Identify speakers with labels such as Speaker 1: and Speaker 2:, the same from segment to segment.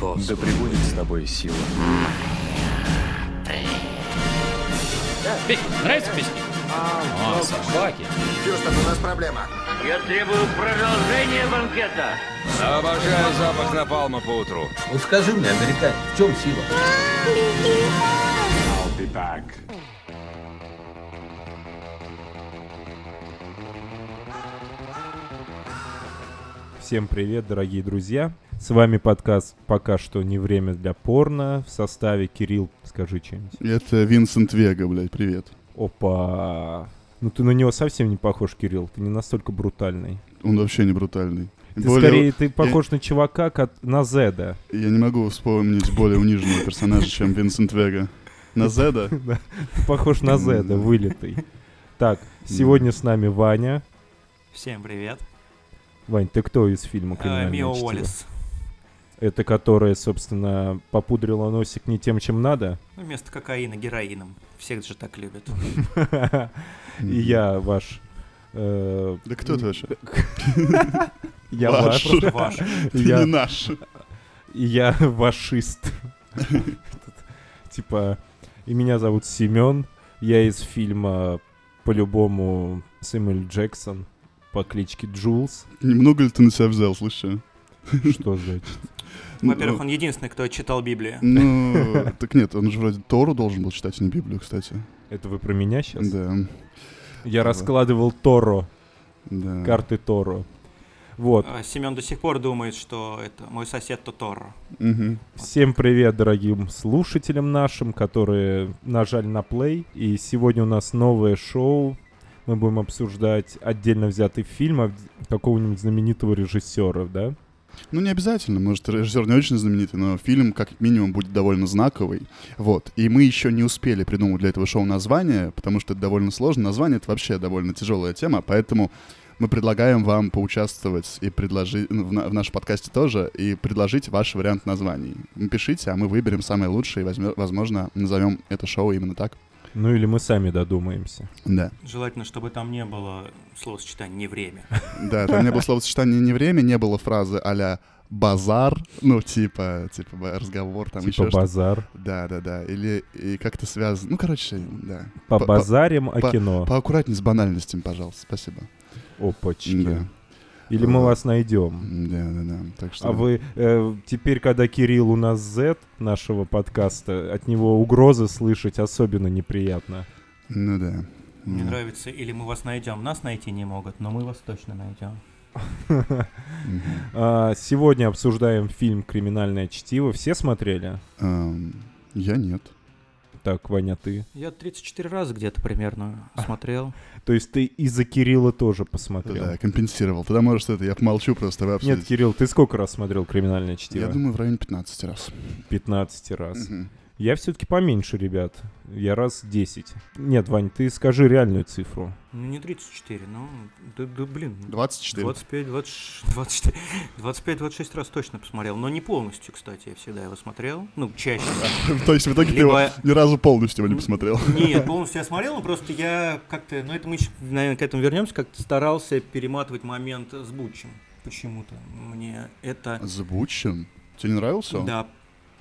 Speaker 1: force.
Speaker 2: Да прибудет с тобой сила.
Speaker 3: Петь, нравится песня? А, собаки.
Speaker 4: Хьюстон, у нас проблема.
Speaker 5: Я требую продолжения банкета.
Speaker 2: Обожаю запах напалма по утру.
Speaker 6: Вот скажи мне, американец, в чем сила?
Speaker 7: Всем привет, дорогие друзья. С вами подкаст «Пока что не время для порно» в составе Кирилл, скажи что-нибудь.
Speaker 8: Это Винсент Вега, блядь, привет.
Speaker 7: Опа! Ну ты на него совсем не похож, Кирилл, ты не настолько брутальный.
Speaker 8: Он вообще не брутальный.
Speaker 7: Ты
Speaker 8: Более-
Speaker 7: скорее, ты похож на чувака, как на Зеда.
Speaker 8: Я не могу вспомнить более униженного персонажа, чем Винсент Вега. На Зеда?
Speaker 7: Ты похож на Зеда, вылитый. Так, сегодня с нами Ваня.
Speaker 9: Всем привет.
Speaker 7: Вань, ты кто из фильма
Speaker 9: Э,
Speaker 7: «Криминальное
Speaker 9: Мио
Speaker 7: чтиво»?
Speaker 9: Уоллес.
Speaker 7: Это которая, собственно, попудрила носик не тем, чем надо.
Speaker 9: Ну, вместо кокаина героином. Всех же так любят.
Speaker 7: И я ваш... э,
Speaker 8: Да кто ты вообще?
Speaker 7: Я
Speaker 8: Ваш.
Speaker 7: ваш.
Speaker 9: Просто ваш.
Speaker 8: Ты
Speaker 7: Я
Speaker 8: не наш.
Speaker 7: И я вашист. Типа, и меня зовут Семен. Я из фильма по-любому Сэмюэль Джексон по кличке Джулс.
Speaker 8: Немного ли ты на себя взял, слышишь?
Speaker 7: Что значит?
Speaker 9: Во-первых, он единственный, кто читал Библию.
Speaker 8: Ну, так нет, он же вроде Тору должен был читать, а не Библию, кстати.
Speaker 7: Это вы про меня сейчас?
Speaker 8: Да,
Speaker 7: Я раскладывал Торо,
Speaker 8: да.
Speaker 7: карты Торо. Вот.
Speaker 9: Семен Э, до сих пор думает, что это мой сосед Тотор.
Speaker 8: Мгм.
Speaker 7: Всем привет, дорогим слушателям нашим, которые нажали на плей. И сегодня у нас новое шоу. Мы будем обсуждать отдельно взятый фильм от какого-нибудь знаменитого режиссера, да?
Speaker 8: Ну, не обязательно. Может, режиссер не очень знаменитый, но фильм, как минимум, будет довольно знаковый. Вот. И мы еще не успели придумать для этого шоу название, потому что это довольно сложно. Название — это вообще довольно тяжелая тема, поэтому мы предлагаем вам поучаствовать и предложить в, на- в нашем подкасте тоже и предложить ваш вариант названий. Пишите, а мы выберем самое лучшее и, возьмё- возможно, назовем это шоу именно так.
Speaker 7: Ну или мы сами додумаемся.
Speaker 8: Да.
Speaker 9: Желательно, чтобы там не было словосочетания «не время».
Speaker 8: Да, там не было словосочетания «не время», не было фразы а базар, ну, типа, типа ба- разговор, там еще
Speaker 7: типа
Speaker 8: что-то.
Speaker 7: базар.
Speaker 8: Да, да, да. Или и как-то связано. Ну, короче, да.
Speaker 7: По
Speaker 8: По-
Speaker 7: базарим о
Speaker 8: по-
Speaker 7: кино.
Speaker 8: Поаккуратнее с банальностями, пожалуйста. Спасибо.
Speaker 7: Опачки.
Speaker 8: Да, Э,
Speaker 7: Или мы
Speaker 8: Да.
Speaker 7: вас найдем.
Speaker 8: да, да, да. Так что.
Speaker 7: А вы э, теперь, когда Кирилл у нас Z нашего подкаста, от него угрозы слышать особенно неприятно.
Speaker 8: Ну да.
Speaker 9: Мне
Speaker 8: Да.
Speaker 9: нравится «Или мы вас найдем». Нас найти не могут, но мы вас точно найдем.
Speaker 8: Мгм.
Speaker 7: А, сегодня обсуждаем фильм «Криминальное чтиво». Все смотрели?
Speaker 8: Эм, Я нет.
Speaker 7: Так, Ваня, ты.
Speaker 9: Я 34 раза где-то примерно смотрел.
Speaker 7: То есть ты из-за Кирилла тоже посмотрел?
Speaker 8: Да, компенсировал. Тогда можешь это, я помолчу просто вы
Speaker 7: Нет,
Speaker 8: обсудите.
Speaker 7: Кирилл, ты сколько раз смотрел «Криминальное чтиво»?
Speaker 8: Я думаю, в районе 15 раз.
Speaker 7: 15 раз.
Speaker 8: Мгм.
Speaker 7: Я все-таки поменьше, ребят. Я раз 10. Нет, Вань, ты скажи реальную цифру.
Speaker 9: Ну, не 34, ну, да, да, блин,
Speaker 8: 24.
Speaker 9: 25, 20, 24, 25, 26 раз точно посмотрел, но не полностью, кстати, я всегда его смотрел, ну, чаще.
Speaker 8: То есть в итоге ты его
Speaker 9: Либо-
Speaker 8: ни разу полностью его не посмотрел.
Speaker 9: Нет, полностью я смотрел, но просто я как-то, ну, это мы еще, наверное, к этому вернемся, как-то старался перематывать момент с Бучем почему-то. Мне это,
Speaker 8: Звучен. Тебе не нравился? он?
Speaker 9: да,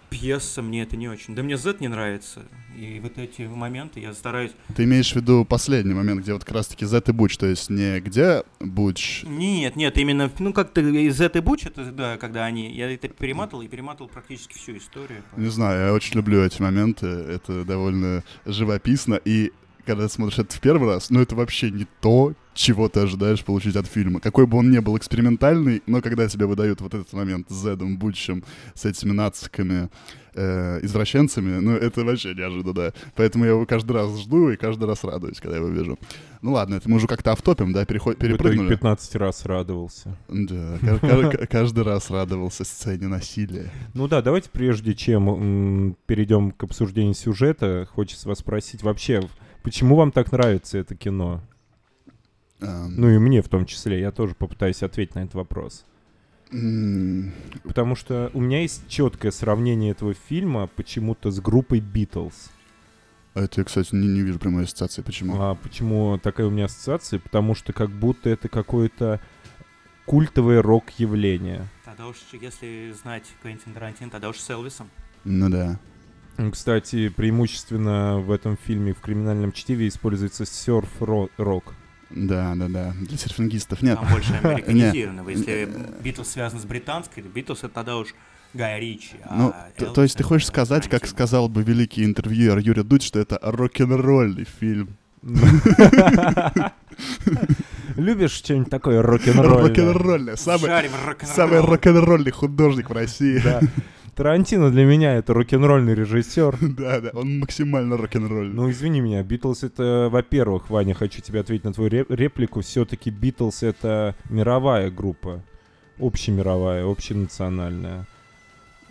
Speaker 9: пьеса мне это не очень. Да мне Z не нравится, и вот эти моменты я стараюсь...
Speaker 8: Ты имеешь в виду последний момент, где вот как раз-таки Z и Буч, то есть не где Буч
Speaker 9: Нет, нет, именно, ну, как-то и Z и Буч, это, да, когда они, я это перематывал, и перематывал практически всю историю.
Speaker 7: типа.
Speaker 8: Не знаю, я очень люблю эти моменты. Это довольно живописно. И когда ты смотришь это в первый раз, ну это вообще не то, чего ты ожидаешь получить от фильма. Какой бы он ни был экспериментальный, но когда тебе выдают вот этот момент с Зедом Бучем, с этими нациками, э, извращенцами, ну это вообще неожиданно. Поэтому я его каждый раз жду и каждый раз радуюсь, когда я его вижу. Ну ладно, это мы уже как-то автопим, да, переход,
Speaker 7: В итоге
Speaker 8: перепрыгнули.
Speaker 7: 15 раз радовался.
Speaker 8: Да, ка- ка- каждый раз радовался сцене насилия.
Speaker 7: Ну да, давайте прежде чем м, перейдем к обсуждению сюжета, хочется вас спросить вообще, почему вам так нравится это кино?
Speaker 8: Эм,
Speaker 7: Ну и мне в том числе, я тоже попытаюсь ответить на этот вопрос.
Speaker 8: м,
Speaker 7: Потому что у меня есть четкое сравнение этого фильма почему-то с группой Битлз.
Speaker 8: А Это я, кстати, не, не вижу прямой
Speaker 9: А.
Speaker 8: ассоциации. Почему?
Speaker 7: А почему такая у меня ассоциация? Потому что как будто это какое-то культовые рок-явления.
Speaker 9: Тогда уж, если знать Квентин Тарантино, тогда уж с Элвисом.
Speaker 8: Ну да.
Speaker 7: М, Кстати, преимущественно в этом фильме в криминальном чтиве используется серф-рок.
Speaker 8: Да, да, да. Для серфингистов нет. э,
Speaker 9: Там больше американизированного. Если Битлз связан с британской, Битлз это тогда уж Гай Ричи. а
Speaker 8: Ну, то,
Speaker 9: Элвис
Speaker 8: то есть ты
Speaker 9: это
Speaker 8: хочешь сказать, как
Speaker 9: Тарантино.
Speaker 8: сказал бы великий интервьюер Юрий Дудь, что это рок-н-ролльный фильм.
Speaker 7: Любишь что-нибудь такое рок-н-ролльное?
Speaker 8: Рок-н-ролльный. Самый,
Speaker 9: Шарим рок-н-ролл.
Speaker 8: самый рок-н-ролльный художник в России.
Speaker 7: Да. Тарантино для меня это рок-н-ролльный режиссер.
Speaker 8: Да, да, он максимально рок-н-ролльный.
Speaker 7: Ну, извини меня, Битлз это, во-первых, Ваня, хочу тебе ответить на твою реп- реплику. Все-таки Битлз это мировая группа. Общемировая, общенациональная.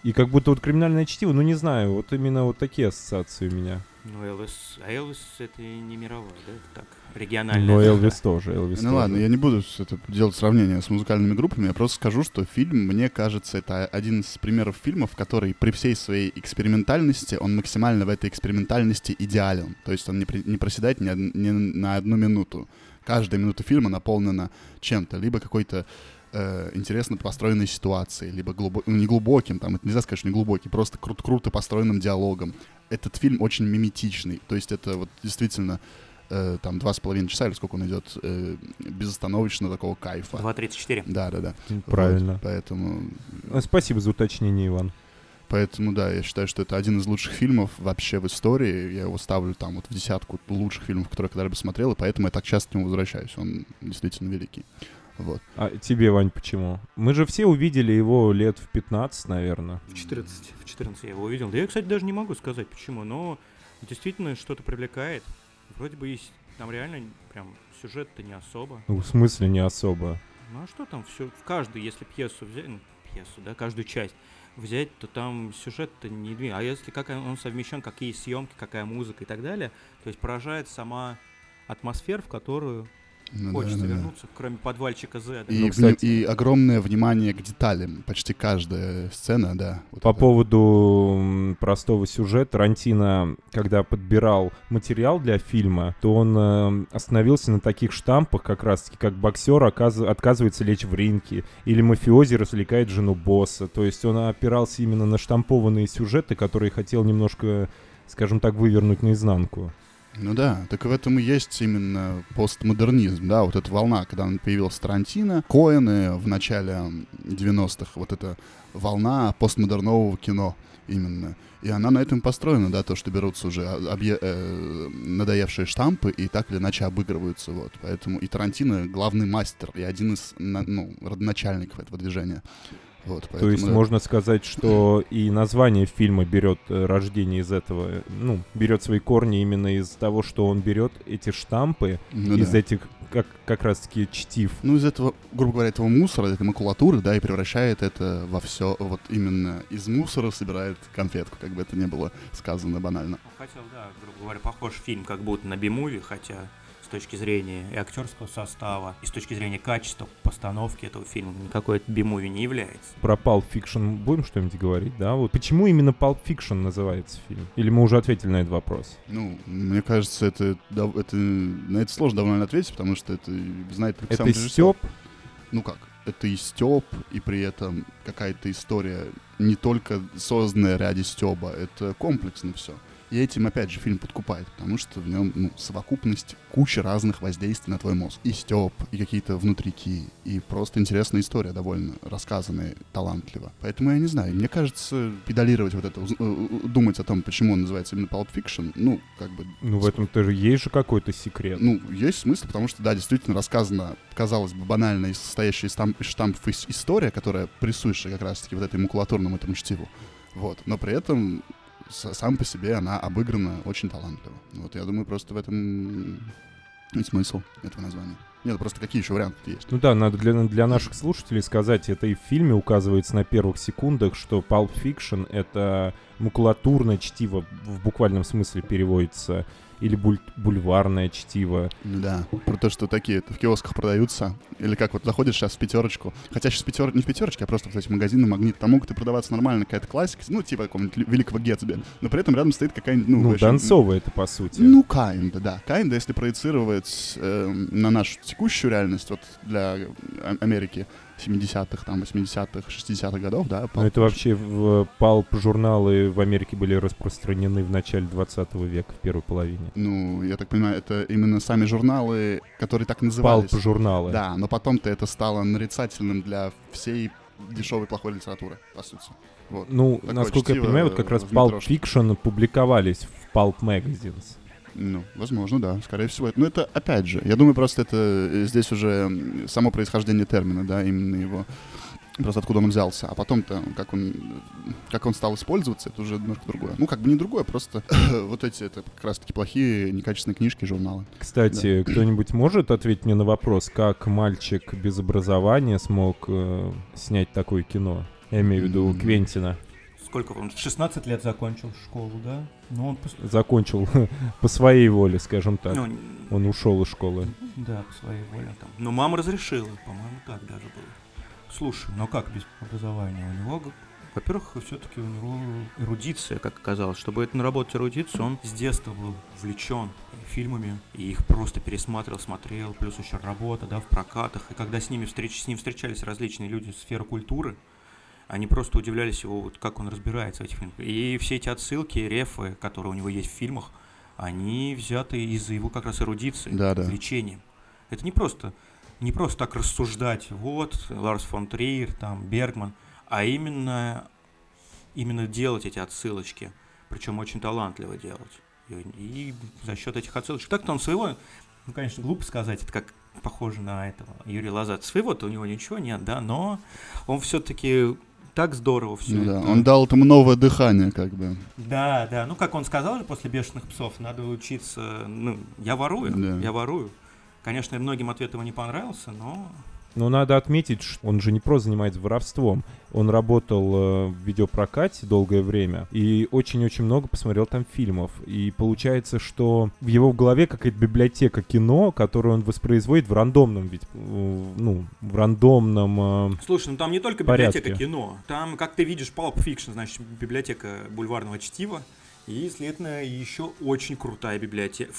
Speaker 7: И как будто вот криминальное чтиво, ну не знаю, вот именно вот такие ассоциации у меня.
Speaker 9: Ну, Элвис, а Элвис это не мировой, да? Это так, региональный.
Speaker 7: Но Элвис тоже, Элвис
Speaker 8: Ну
Speaker 7: тоже.
Speaker 8: ладно, я не буду с- это делать сравнение с музыкальными группами, я просто скажу, что фильм, мне кажется, это один из примеров фильмов, который при всей своей экспериментальности, он максимально в этой экспериментальности идеален. То есть он не, при- не проседает ни, од- ни на одну минуту. Каждая минута фильма наполнена чем-то, либо какой-то э, интересно построенной ситуацией, либо глубо- ну, не глубоким, там, это нельзя сказать, что не глубокий, просто кру- круто построенным диалогом. Этот фильм очень миметичный, то есть это вот действительно э, там два с половиной часа или сколько он идет э, безостановочно такого кайфа.
Speaker 9: 2.34.
Speaker 8: Да, да, да.
Speaker 7: Правильно.
Speaker 8: Вот, поэтому,
Speaker 7: А,
Speaker 8: Ну,
Speaker 7: Спасибо за уточнение, Иван.
Speaker 8: поэтому, да, я считаю, что это один из лучших фильмов вообще в истории. Я его ставлю там вот в десятку лучших фильмов, которые я когда-либо смотрел, и поэтому я так часто к нему возвращаюсь. Он действительно великий. Вот.
Speaker 7: А тебе, Вань, почему? Мы же все увидели его лет в 15, наверное.
Speaker 9: В 14. В 14 я его увидел. Да я, кстати, даже не могу сказать, почему, но действительно что-то привлекает. Вроде бы есть там реально прям сюжет-то не особо.
Speaker 7: Ну, в смысле не особо.
Speaker 9: Ну а что там все? В каждую, если пьесу взять, ну, пьесу, да, каждую часть взять, то там сюжет-то не две. А если как он он совмещен, какие съемки, какая музыка и так далее, то есть поражает сама атмосфера, в которую
Speaker 8: Ну да,
Speaker 9: хочется
Speaker 8: да, да.
Speaker 9: вернуться, кроме подвальчика Z.
Speaker 8: И,
Speaker 7: Ну,
Speaker 8: вни-
Speaker 7: кстати.
Speaker 8: и огромное внимание к деталям. Почти каждая сцена, да. вот
Speaker 7: По
Speaker 8: это.
Speaker 7: поводу м, простого сюжета, Тарантино, когда подбирал материал для фильма, то он эм, остановился на таких штампах, как раз-таки, как боксер оказ- отказывается лечь в ринке, или мафиози развлекает жену босса. То есть он опирался именно на штампованные сюжеты, которые хотел немножко, скажем так, вывернуть наизнанку.
Speaker 8: Ну да, так в этом и есть именно постмодернизм, да, вот эта волна, когда он появился Тарантино, Коэны в начале м, 90-х, вот эта волна постмодернового кино именно. И она на этом построена, да, то, что берутся уже а- объе- э, надоевшие штампы и так или иначе обыгрываются, вот. Поэтому и Тарантино главный мастер и один из, на- ну, родоначальников этого движения. Вот,
Speaker 7: То есть
Speaker 8: поэтому-
Speaker 7: можно сказать, что и название фильма берет э, рождение из этого, э, ну, берет свои корни именно из того, что он берет эти штампы,
Speaker 8: Ну
Speaker 7: из
Speaker 8: да.
Speaker 7: этих как, как раз таки чтив.
Speaker 8: ну, из этого, грубо говоря, этого мусора, этой макулатуры, да, и превращает это во все, вот именно из мусора собирает конфетку, как бы это ни было сказано банально.
Speaker 9: Ну, Хотел, да, грубо говоря, похож фильм как будто на би-муви, хотя с точки зрения и актерского состава, и с точки зрения качества постановки этого фильма никакой это би-муви не является.
Speaker 7: Про Pulp Fiction будем что-нибудь говорить, да? Вот почему именно Pulp Fiction называется фильм? Или мы уже ответили на этот вопрос?
Speaker 8: Ну, мне кажется, это, дов- это на это сложно довольно ответить, потому что это знает только сам
Speaker 7: Это
Speaker 8: режиссер.
Speaker 7: Степ,
Speaker 8: Ну как, это и Степ, и при этом какая-то история не только созданная ради Стеба, это комплексно все. И этим, опять же, фильм подкупает, потому что в нем ну, совокупность кучи разных воздействий на твой мозг. И степ, и какие-то внутрики, и просто интересная история довольно, рассказанная талантливо. Поэтому я не знаю, мне кажется, педалировать вот это, уз- э, э, думать о том, почему он называется именно Pulp Fiction, ну, как бы
Speaker 7: ну в этом тоже есть же какой-то секрет.
Speaker 8: ну, есть смысл, потому что, да, действительно рассказана, казалось бы, банальная и состоящая из штамп- из штампов ис- история, которая присуща как раз-таки вот этой макулатурному этому чтиву. Вот. Но при этом с- сам по себе она обыграна очень талантливо. Вот я думаю, просто в этом и смысл этого названия. Нет, просто какие еще варианты есть?
Speaker 7: Ну да, надо для, для наших слушателей сказать, это и в фильме указывается на первых секундах, что Pulp Fiction — это макулатурное чтиво, в буквальном смысле переводится. или буль- бульварное чтиво.
Speaker 8: Да, про то, что такие в киосках продаются. Или как вот заходишь сейчас в пятерочку. Хотя сейчас пятер... не в пятерочке, а просто вот эти магазины магнит. Там могут и продаваться нормально какая-то классика, ну, типа какого-нибудь Лю- великого Гетсби. Но при этом рядом стоит какая-нибудь, ну,
Speaker 7: Ну,
Speaker 8: вообще,
Speaker 7: Донцовое это, по сути.
Speaker 8: Ну, kinda, да. Kinda, если проецировать э, на нашу текущую реальность, вот для А- Америки 70-х, там, 80-х, 60-х годов, да.
Speaker 7: Но Ну, это вообще в палп-журналы в Америке были распространены в начале 20 века, в первой половине.
Speaker 8: Ну, я так понимаю, это именно сами журналы, которые так назывались.
Speaker 7: Палп-журналы.
Speaker 8: Да, но потом-то это стало нарицательным для всей дешевой плохой литературы, по сути. Вот.
Speaker 7: Ну,
Speaker 8: Такое
Speaker 7: насколько я
Speaker 8: чтиво,
Speaker 7: понимаю, вот как
Speaker 8: э,
Speaker 7: раз
Speaker 8: в
Speaker 7: Pulp
Speaker 8: метрошке.
Speaker 7: Fiction публиковались в Pulp Magazines.
Speaker 8: Ну, возможно, да, скорее всего. это- Но это, опять же, я думаю, просто это э, здесь уже м, само происхождение термина, да, именно его, просто откуда он взялся. А потом-то, как он, э, как он стал использоваться, это уже немножко другое. Ну, как бы не другое, просто э, вот эти, это как раз-таки плохие, некачественные книжки, журналы.
Speaker 7: Кстати, кто-нибудь может ответить мне на вопрос, как мальчик без образования смог э, снять такое кино? Я имею в виду
Speaker 8: М.
Speaker 7: Квентина.
Speaker 9: Сколько он? 16 лет закончил школу, да? Ну, он... пос-
Speaker 7: Закончил по своей воле, скажем так.
Speaker 9: Ну,
Speaker 7: Он ушел из школы.
Speaker 9: Да, по своей воле там. Но мама разрешила, по-моему, так даже было. Слушай, но как без образования? У него, г- во-первых, все-таки у него эрудиция, как оказалось. Чтобы это наработать эрудицию, он с детства был увлечен фильмами и их просто пересматривал, смотрел, плюс еще работа, да, в прокатах. И когда с ними встреч... с ним встречались различные люди из сферы культуры, они просто удивлялись его, вот как он разбирается в этих фильмах. И все эти отсылки, рефы, которые у него есть в фильмах, они взяты из-за его как раз эрудиции,
Speaker 8: Да-да.
Speaker 9: лечения. Это не просто, не просто так рассуждать, вот, Ларс фон Триер, там, Бергман, а именно, именно делать эти отсылочки, причем очень талантливо делать. И, и за счет этих отсылочек. Так-то он своего, ну, конечно, глупо сказать, это как похоже на этого Юрия Лоза. Своего-то у него ничего нет, да, но он все-таки так здорово все
Speaker 8: Ну да, он дал этому новое дыхание, как бы.
Speaker 9: да, да. Ну, как он сказал же после бешеных псов, надо учиться. Ну, я ворую,
Speaker 8: Да.
Speaker 9: я ворую. Конечно, многим ответ его не понравился, но
Speaker 7: Но надо отметить, что он же не просто занимается воровством. Он работал э, в видеопрокате долгое время и очень-очень много посмотрел там фильмов. И получается, что в его голове какая-то библиотека кино, которую он воспроизводит в рандомном, ведь, э, ну, в рандомном... э,
Speaker 9: Слушай, ну там не только
Speaker 7: Порядки.
Speaker 9: библиотека кино. Там, как ты видишь, Pulp Fiction, значит, библиотека бульварного чтива. И, следовательно, еще очень крутая библиотека,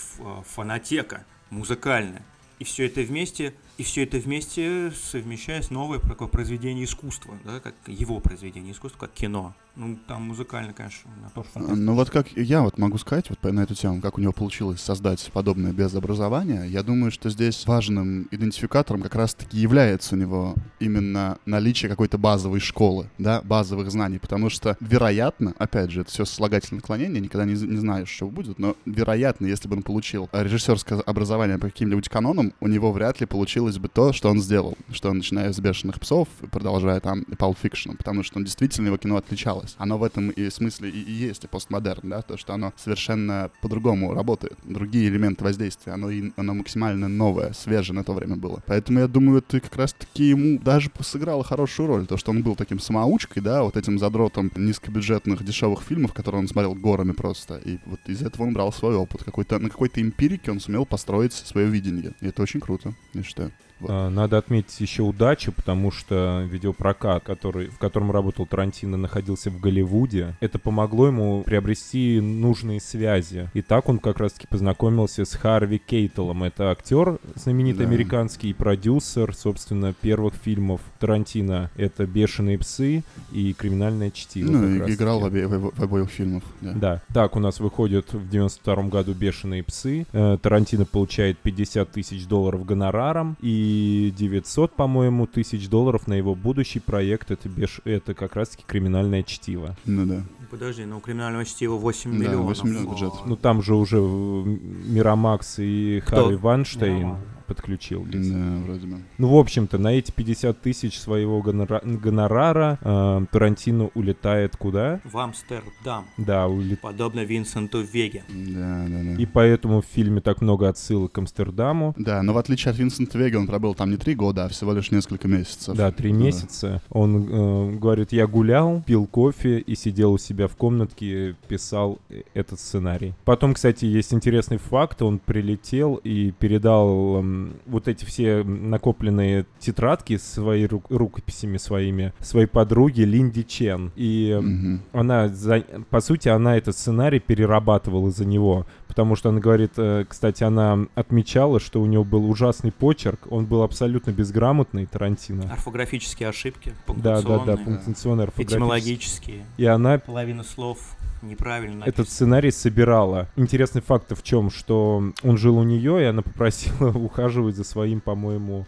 Speaker 9: фонотека музыкальная. И все это вместе, и все это вместе совмещаясь новое такое произведение искусства, да, как его произведение искусства, как кино. Ну, там музыкально, конечно, у меня тоже фантастика.
Speaker 8: Ну вот как я вот могу сказать вот по- на эту тему, как у него получилось создать подобное без образования, я думаю, что здесь важным идентификатором как раз-таки является у него именно наличие какой-то базовой школы, да, базовых знаний, потому что, вероятно, опять же, это все слагательное наклонение, никогда не, з- не знаешь, что будет, но, вероятно, если бы он получил э, режиссерское образование по каким-нибудь канонам, у него вряд ли получилось бы то, что он сделал, что он, начиная с «Бешеных псов», продолжая там и Pulp Fiction, потому что он действительно его кино отличалось. Оно в этом и смысле и, и есть, и постмодерн, да, то, что оно совершенно по-другому работает, другие элементы воздействия, оно, и- оно максимально новое, свежее на то время было. Поэтому я думаю, это как раз-таки ему даже сыграло хорошую роль, то, что он был таким самоучкой, да, вот этим задротом низкобюджетных дешевых фильмов, которые он смотрел горами просто, и вот из этого он брал свой опыт, какой-то, на какой-то эмпирике он сумел построить свое видение, и это очень круто, я считаю. Вот.
Speaker 7: э, Надо отметить еще удачу, потому что видеопрокат, который, в котором работал Тарантино, находился в Голливуде. Это помогло ему приобрести нужные связи. И так он как раз-таки познакомился с Харви Кейтелом. Это актер знаменитый
Speaker 8: Да.
Speaker 7: американский и продюсер, собственно, первых фильмов Тарантино. Это «Бешеные псы» и «Криминальное чтиво».
Speaker 8: Ну,
Speaker 7: как
Speaker 8: и
Speaker 7: раз-таки.
Speaker 8: играл в, обе- в обо- в обоих фильмах. Да.
Speaker 7: Да. Так, у нас выходит в 92 году «Бешеные псы». Э, Тарантино получает 50 тысяч долларов гонораром и 900, по-моему, тысяч долларов на его будущий проект. Это, беш... это как раз-таки криминальное чтиво.
Speaker 8: Ну да.
Speaker 9: Подожди, ну у криминального чтива 8
Speaker 8: Да,
Speaker 9: миллионов.
Speaker 8: 8 миллионов бюджет.
Speaker 7: Ну, там же уже э, Мирамакс и
Speaker 9: Кто?
Speaker 7: Харви Ванштейн
Speaker 9: Мирамакс.
Speaker 7: подключил. Если
Speaker 8: Да, вроде бы.
Speaker 7: ну, в общем-то, на эти 50 тысяч своего гонора- гонорара э, Тарантино улетает куда?
Speaker 9: В Амстердам.
Speaker 7: Да, улетает.
Speaker 9: Подобно Винсенту Веге.
Speaker 8: Да, да, да.
Speaker 7: И поэтому в фильме так много отсылок к Амстердаму.
Speaker 8: Да, но в отличие от Винсента Вега, он пробыл там не три года, а всего лишь несколько месяцев.
Speaker 7: Да, три месяца. Он э, говорит, я гулял, пил кофе и сидел у себя в комнатке, писал э, этот сценарий. Потом, кстати, есть интересный факт. Он прилетел и передал эм, вот эти все накопленные тетрадки свои ру- рукописями своими своей подруге Линди Чен. И эм,
Speaker 8: Мгм.
Speaker 7: она, за- по сути, она этот сценарий перерабатывала за него. Потому что она говорит, э, кстати, она отмечала, что у него был ужасный почерк, он был абсолютно безграмотный, Тарантино.
Speaker 9: Орфографические ошибки,
Speaker 7: Да, да, да,
Speaker 9: пунктуационные,
Speaker 7: пунктационный орфографический.
Speaker 9: этимологические.
Speaker 7: И она
Speaker 9: Половина слов неправильно.
Speaker 7: этот сценарий собирала. Интересный факт в чем, что он жил у нее, и она попросила ухаживать за своим, по-моему,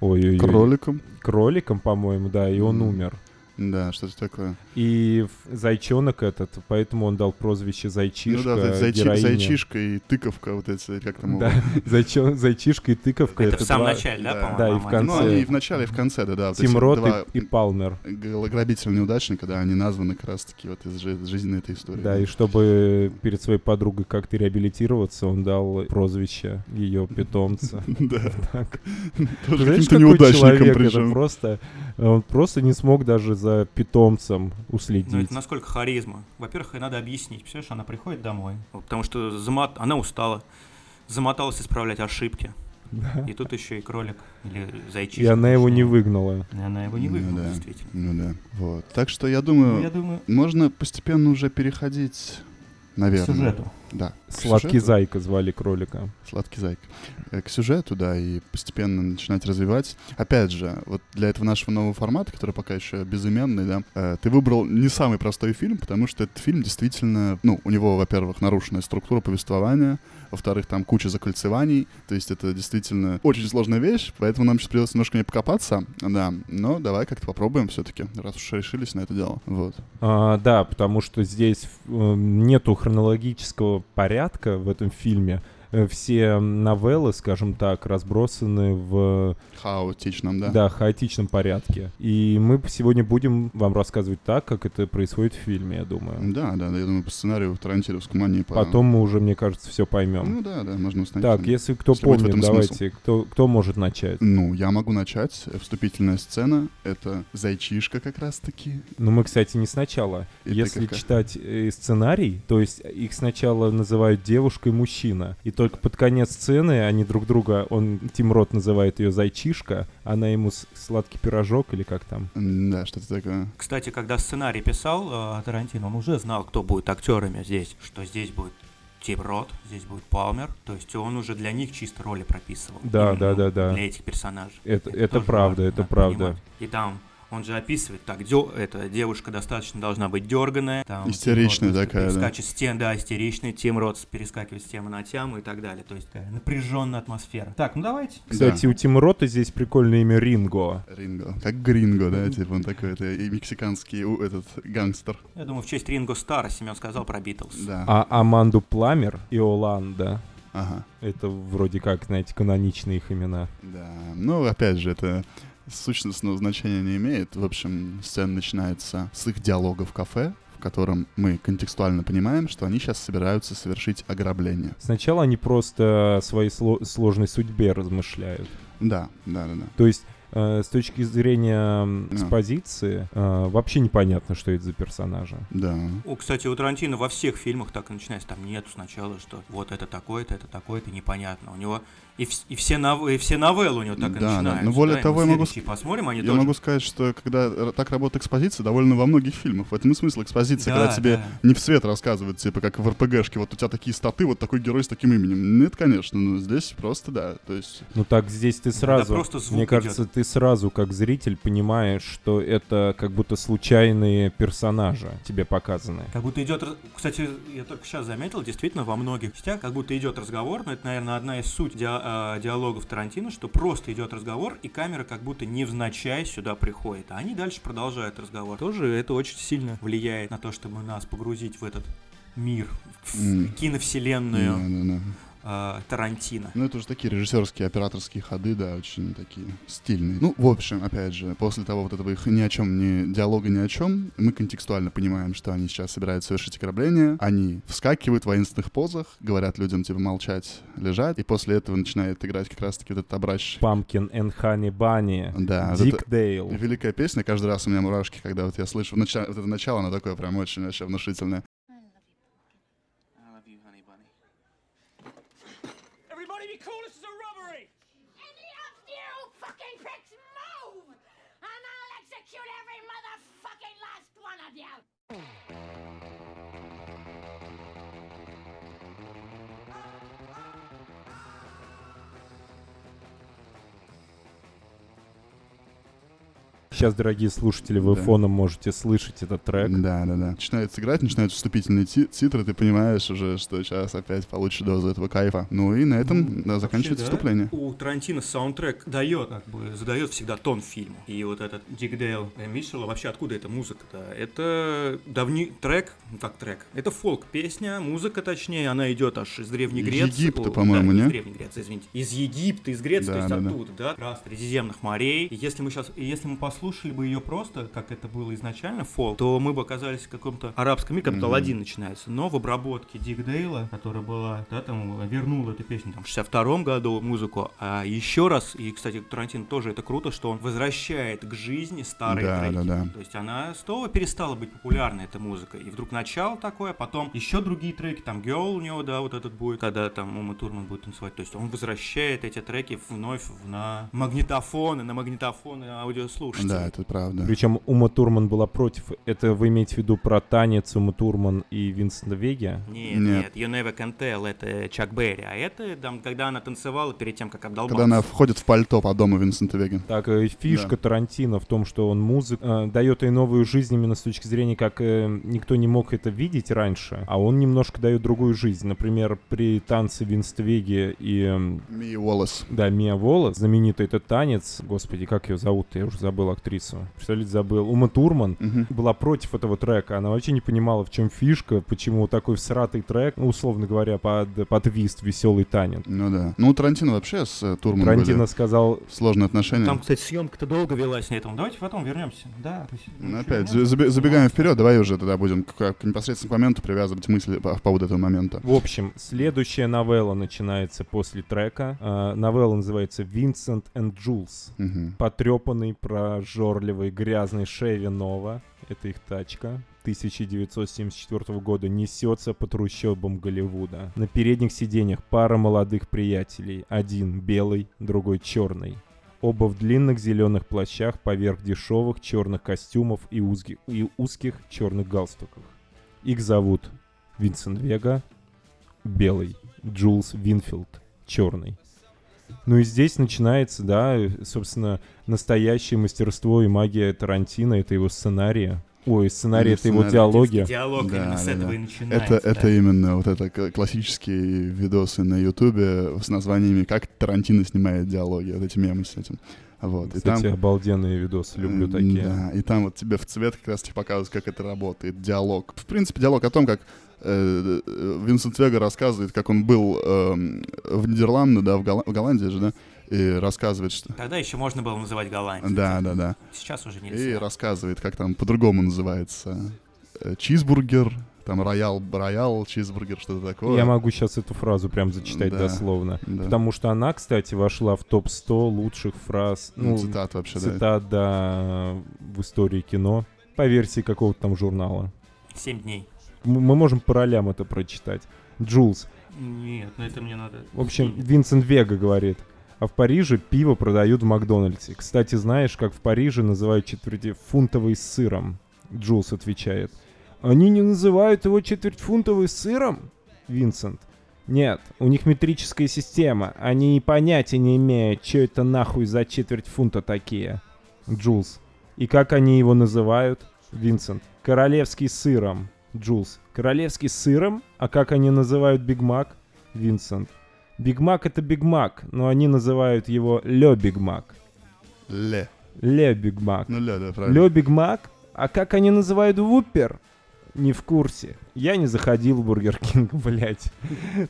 Speaker 7: ой,
Speaker 8: Кроликом.
Speaker 7: кроликом, по-моему, да, и он
Speaker 8: Мгм.
Speaker 7: умер.
Speaker 8: Да, что-то такое.
Speaker 7: И в- зайчонок этот, поэтому он дал прозвище
Speaker 8: Ну
Speaker 7: зайчишка.
Speaker 8: да, вот эти зайчи-
Speaker 7: героине.
Speaker 8: зайчишка и тыковка, вот эти, как там его?
Speaker 7: Да, зайчо- зайчишка и тыковка.
Speaker 9: Это в самом
Speaker 7: два-
Speaker 9: начале, да,
Speaker 8: да.
Speaker 9: по-моему?
Speaker 7: Да, и в
Speaker 9: они-
Speaker 7: конце.
Speaker 8: Ну, они и в начале, и в конце, да, да. вот
Speaker 7: Тим
Speaker 8: эти
Speaker 7: Рот и-
Speaker 8: два
Speaker 7: и, Палмер.
Speaker 8: грабитель неудачник, когда они названы как раз-таки вот из жи- жизни этой истории.
Speaker 7: Да, и чтобы перед своей подругой как-то реабилитироваться, он дал прозвище ее питомца.
Speaker 8: Да.
Speaker 7: Так.
Speaker 8: Тоже
Speaker 7: Знаешь,
Speaker 8: каким-то
Speaker 7: какой
Speaker 8: неудачником
Speaker 7: человек это
Speaker 8: причем.
Speaker 7: просто... Он просто не смог даже за питомцем
Speaker 9: Ну,
Speaker 7: уследить.
Speaker 9: это насколько харизма. Во-первых, ей надо объяснить. Представляешь, она приходит домой, вот, Ну, потому что замот... она устала, замоталась исправлять ошибки.
Speaker 7: Да.
Speaker 9: И тут еще и кролик или зайчишка.
Speaker 7: И она его не
Speaker 9: точнее.
Speaker 7: выгнала.
Speaker 9: И Она его не
Speaker 8: Ну
Speaker 9: выгнала,
Speaker 8: да.
Speaker 9: действительно.
Speaker 8: Ну да. Вот. Так что я
Speaker 9: Ну, я
Speaker 8: думаю,
Speaker 9: думаю,
Speaker 8: можно постепенно уже переходить,
Speaker 9: к
Speaker 8: наверное.
Speaker 9: сюжету.
Speaker 8: Да. к
Speaker 7: Сладкий
Speaker 8: сюжету.
Speaker 7: зайка звали кролика.
Speaker 8: Сладкий зайк. Э, К сюжету, да, и постепенно начинать развивать. Опять же, вот для этого нашего нового формата, который пока еще безымянный, да, э, ты выбрал не самый простой фильм, потому что этот фильм действительно, ну, у него, во-первых, нарушенная структура повествования, во-вторых, там куча закольцеваний, то есть это действительно очень сложная вещь, поэтому нам сейчас придется немножко не покопаться, да, но давай как-то попробуем все-таки, раз уж решились на это дело. Вот.
Speaker 7: А, да, потому что здесь э, нету хронологического порядка в этом фильме. Э, Все новеллы, скажем так, разбросаны в
Speaker 8: Хаотичном, да.
Speaker 7: да. хаотичном порядке. И мы сегодня будем вам рассказывать так, как это происходит в фильме, я думаю.
Speaker 8: Да, да, да, я думаю, по сценарию Тарантиновскому они по-
Speaker 7: Потом мы уже, мне кажется, все поймем.
Speaker 8: Ну да, да, можно установить.
Speaker 7: так, если кто
Speaker 8: если будет в
Speaker 7: помнит,
Speaker 8: этом
Speaker 7: давайте, кто, кто может начать?
Speaker 8: Ну, я могу начать. Вступительная сцена — это зайчишка как раз-таки.
Speaker 7: Ну, мы, кстати, не сначала.
Speaker 8: И ты
Speaker 7: Если
Speaker 8: какая?
Speaker 7: читать э, сценарий, то есть их сначала называют девушка и мужчина. И только под конец сцены они друг друга... Он, Тим Рот называет ее зайчишка, она ему с- сладкий пирожок или как там.
Speaker 8: М, Да, что-то такое.
Speaker 9: Кстати, когда сценарий писал э, Тарантино, он уже знал, кто будет актерами здесь, что здесь будет Тим Рот, здесь будет Палмер, то есть он уже для них чисто роли прописывал.
Speaker 7: Да,
Speaker 9: Именно
Speaker 7: да, да, да.
Speaker 9: Для этих персонажей.
Speaker 7: Это, это
Speaker 9: тоже
Speaker 7: правда,
Speaker 9: важно,
Speaker 7: это
Speaker 9: надо
Speaker 7: правда.
Speaker 9: понимать. И там он же описывает, так, дё- эта девушка достаточно должна быть дерганая. Там,
Speaker 8: Истеричная
Speaker 9: Тим Рот
Speaker 8: такая, да.
Speaker 9: Перескачет с тем, да, истеричный, Тим Рот перескакивает с темы на тему и так далее. То есть такая напряженная атмосфера. Так, ну давайте.
Speaker 7: Кстати, у Тим Рота здесь прикольное имя Ринго.
Speaker 8: Ринго. Как Гринго, да, типа он такой, это и мексиканский у, этот гангстер.
Speaker 9: Я думаю, в честь Ринго Стара Семен сказал про Битлз.
Speaker 8: Да.
Speaker 7: А Аманду Пламер и Оланда.
Speaker 8: Ага.
Speaker 7: Это вроде как, знаете, каноничные их имена.
Speaker 8: Да. Ну, опять же, это сущностного значения не имеет. В общем, сцена начинается с их диалога в кафе, в котором мы контекстуально понимаем, что они сейчас собираются совершить ограбление.
Speaker 7: Сначала они просто о своей сло- сложной судьбе размышляют.
Speaker 8: Да, да, да, да.
Speaker 7: То есть э, с точки зрения м,
Speaker 8: Да.
Speaker 7: экспозиции э, вообще непонятно, что это за персонажи.
Speaker 8: Да.
Speaker 9: О, кстати, у Тарантино во всех фильмах так и начинается. Там нет сначала, что вот это такое-то, это такое-то, непонятно. У него и, вс- и все, нов... и все новеллы у него так
Speaker 8: Да,
Speaker 9: и
Speaker 8: да.
Speaker 9: начинаются.
Speaker 8: Ну, более
Speaker 9: и
Speaker 8: того,
Speaker 9: мы
Speaker 8: я могу
Speaker 9: следующие посмотрим, они
Speaker 8: Я
Speaker 9: тоже...
Speaker 8: могу сказать, что когда р- так работает экспозиция, довольно во многих фильмах. В этом и смысл экспозиции,
Speaker 9: Да,
Speaker 8: когда тебе
Speaker 9: да.
Speaker 8: не в свет рассказывают, типа как в РПГшке, вот у тебя такие статы, вот такой герой с таким именем. Нет, конечно, но здесь просто да. То есть,
Speaker 7: Ну так здесь ты сразу,
Speaker 9: просто звук
Speaker 7: мне
Speaker 9: идет.
Speaker 7: кажется, ты сразу как зритель понимаешь, что это как будто случайные персонажи тебе показаны.
Speaker 9: Как будто идет... раз- Кстати, я только сейчас заметил, действительно, во многих частях как будто идет разговор, но это, наверное, одна из суть диа- э, диалогов Тарантино, что просто идет разговор, и камера как будто невзначай сюда приходит. А они дальше продолжают разговор. Тоже это очень сильно влияет на то, чтобы нас погрузить в этот мир, в
Speaker 8: М.
Speaker 9: киновселенную.
Speaker 8: да-да-да.
Speaker 9: э, Тарантино.
Speaker 8: Ну, это уже такие режиссерские, операторские ходы, да, очень такие стильные. Ну, в общем, опять же, после того вот этого их ни о чем, ни диалога ни о чем, мы контекстуально понимаем, что они сейчас собираются совершить ограбление. Они вскакивают в воинственных позах, говорят людям, типа, молчать, лежать, и после этого начинает играть как раз-таки вот этот образчик.
Speaker 7: Pumpkin and Honey Bunny.
Speaker 8: Да, вот
Speaker 7: Дик Дейл.
Speaker 8: Великая песня, каждый раз у меня мурашки, когда вот я слышу, нача- вот это начало, оно такое прям очень вообще внушительное.
Speaker 1: Any of you fucking pricks move, and I'll execute every motherfucking last one of you.
Speaker 7: Сейчас, дорогие слушатели, вы
Speaker 8: Да.
Speaker 7: фоном можете слышать этот трек.
Speaker 8: Да, да, да. Начинает играть, начинают вступительные ти- титры, ты понимаешь уже, что сейчас опять получишь дозу этого кайфа. Ну и на этом да, заканчивается
Speaker 9: Вообще, да,
Speaker 8: вступление.
Speaker 9: У Тарантино саундтрек дает, как бы, задает всегда тон фильму. И вот этот Дик Дейл э, Митчелла, вообще откуда эта музыка-то? Это давний трек, ну как трек, это фолк-песня, музыка точнее, она идет аж из Древней
Speaker 8: Из
Speaker 9: Греции.
Speaker 8: Египта,
Speaker 9: О,
Speaker 8: по-моему,
Speaker 9: да,
Speaker 8: не?
Speaker 9: Из Древней Греции, извините. Из Египта, из Греции,
Speaker 8: Да,
Speaker 9: то есть
Speaker 8: да, да.
Speaker 9: оттуда, да? Раз, Средиземных морей. И если мы сейчас, и если мы послушали бы ее просто, как это было изначально, фолк, то мы бы оказались в каком-то арабском мире, как будто Аладдин начинается. Но в обработке Дик Дейла, которая была, да, там, вернул эту песню там, в 62 году музыку, а еще раз, и, кстати, Тарантино тоже это круто, что он возвращает к жизни старые
Speaker 8: Да,
Speaker 9: треки.
Speaker 8: да, да.
Speaker 9: То есть она снова перестала быть популярной, эта музыка. И вдруг начало такое, а потом еще другие треки, там Girl у него, да, вот этот будет, когда там Ума Турман будет танцевать. То есть он возвращает эти треки вновь в- на магнитофоны, на магнитофоны аудиослушателей.
Speaker 8: Да, это правда.
Speaker 7: Причем Ума Турман была против. Это вы имеете в виду про танец Ума Турман и Винсента Веги?
Speaker 9: Нет,
Speaker 8: Нет.
Speaker 9: нет, You Never Can Tell, это Чак Берри, а это там, когда она танцевала перед тем, как обдолбаться.
Speaker 8: Когда она входит в пальто по дому Винсента Вега.
Speaker 7: Так, э, фишка
Speaker 8: Да.
Speaker 7: Тарантино в том, что он музык э, дает ей новую жизнь именно с точки зрения, как э, никто не мог это видеть раньше, а он немножко дает другую жизнь. Например, при танце Винствеги и э,
Speaker 8: Ми Уоллес.
Speaker 7: да, Мия Волос, знаменитый этот танец, господи, как ее зовут, я уже забыл актрису, представляете, забыл, Ума Турман,
Speaker 8: Мгм.
Speaker 7: была против этого трека. Она вообще не понимала, в чем фишка, почему такой всратый трек, ну, условно говоря, под, под вист веселый танец.
Speaker 8: Ну да. Ну, у Тарантино вообще с э, Турман
Speaker 7: Тарантино сказал,
Speaker 8: были сложные отношения.
Speaker 9: Там, кстати, съемка-то долго велась на этом. Ну, Давайте потом вернемся. Да, пусть-
Speaker 8: Ну,
Speaker 9: ну,
Speaker 8: опять,
Speaker 9: чё,
Speaker 8: забе- забегаем вперед, давай уже тогда будем к- к- непосредственно к моменту привязывать мысли по по поводу этого момента.
Speaker 7: в общем, следующая новелла начинается после трека. Э, новелла называется «Винсент и Джулс».
Speaker 8: Мгм.
Speaker 7: Потрепанный, прожорливый, грязный Шеви Нова, это их тачка, 1974 года несется по трущобам Голливуда. На передних сиденьях пара молодых приятелей. Один белый, другой черный. Оба в длинных зеленых плащах поверх дешевых черных костюмов и узких, и узких черных галстуков. Их зовут Винсент Вега, белый, Джулс Винфилд, черный. Ну и здесь начинается, да, э, собственно, настоящее мастерство и магия Тарантино, это его сценария. Ой, сценарий,
Speaker 8: Ну,
Speaker 7: это его
Speaker 8: сценарий.
Speaker 7: диалоги.
Speaker 9: Диалог
Speaker 8: Да,
Speaker 9: именно с
Speaker 8: да,
Speaker 9: этого
Speaker 8: да.
Speaker 9: и начинается.
Speaker 8: Это, это
Speaker 9: да.
Speaker 8: именно вот это к- классические видосы на Ютубе с названиями «Как Тарантино снимает диалоги», вот эти мемы с этим. Вот, и
Speaker 7: Кстати,
Speaker 8: там-
Speaker 7: обалденные видосы, люблю
Speaker 8: М,
Speaker 7: такие.
Speaker 8: Да, и там вот тебе в цвет как раз тебе показывают, как это работает, диалог. В принципе, диалог о том, как э, э, Винсент Вега рассказывает, как он был эм, в Нидерландах, да, в, Гола- в Голландии же, да, и рассказывает, что...
Speaker 9: Тогда еще можно было называть Голландию.
Speaker 8: Да, да, да.
Speaker 9: Сейчас уже нельзя.
Speaker 8: И рассказывает, как там по-другому называется. э, Чизбургер, там роял, роял, чизбургер, что-то такое.
Speaker 7: Я могу сейчас эту фразу прям зачитать
Speaker 8: Да.
Speaker 7: дословно.
Speaker 8: Да.
Speaker 7: Потому что она, кстати, вошла в топ-100 лучших фраз,
Speaker 8: Ну,
Speaker 7: ну,
Speaker 8: цитат вообще, да.
Speaker 7: цитат, да, в истории кино, по версии какого-то там журнала.
Speaker 9: Семь дней.
Speaker 7: М- Мы можем по ролям это прочитать. Джулс.
Speaker 9: Нет, ну это мне надо...
Speaker 7: В общем, Винсент Вега говорит. А в Париже пиво продают в Макдональдсе. Кстати, знаешь, как в Париже называют четвертьфунтовый с сыром? Джулс отвечает. Они не называют его четвертьфунтовый с сыром? Винсент. Нет, у них метрическая система. Они и понятия не имеют, что это нахуй за четверть фунта такие. Джулс. И как они его называют? Винсент. Королевский с сыром. Джулс. Королевский с сыром? А как они называют Биг Мак? Винсент. Биг Мак это Биг Мак, но они называют его Ле Биг Мак.
Speaker 8: Ле.
Speaker 7: Ле Биг Мак.
Speaker 8: Ну, ле, да, правильно.
Speaker 7: Ле Биг Мак? А как они называют Вуппер? не в курсе. Я не заходил в Бургер Кинг, блядь.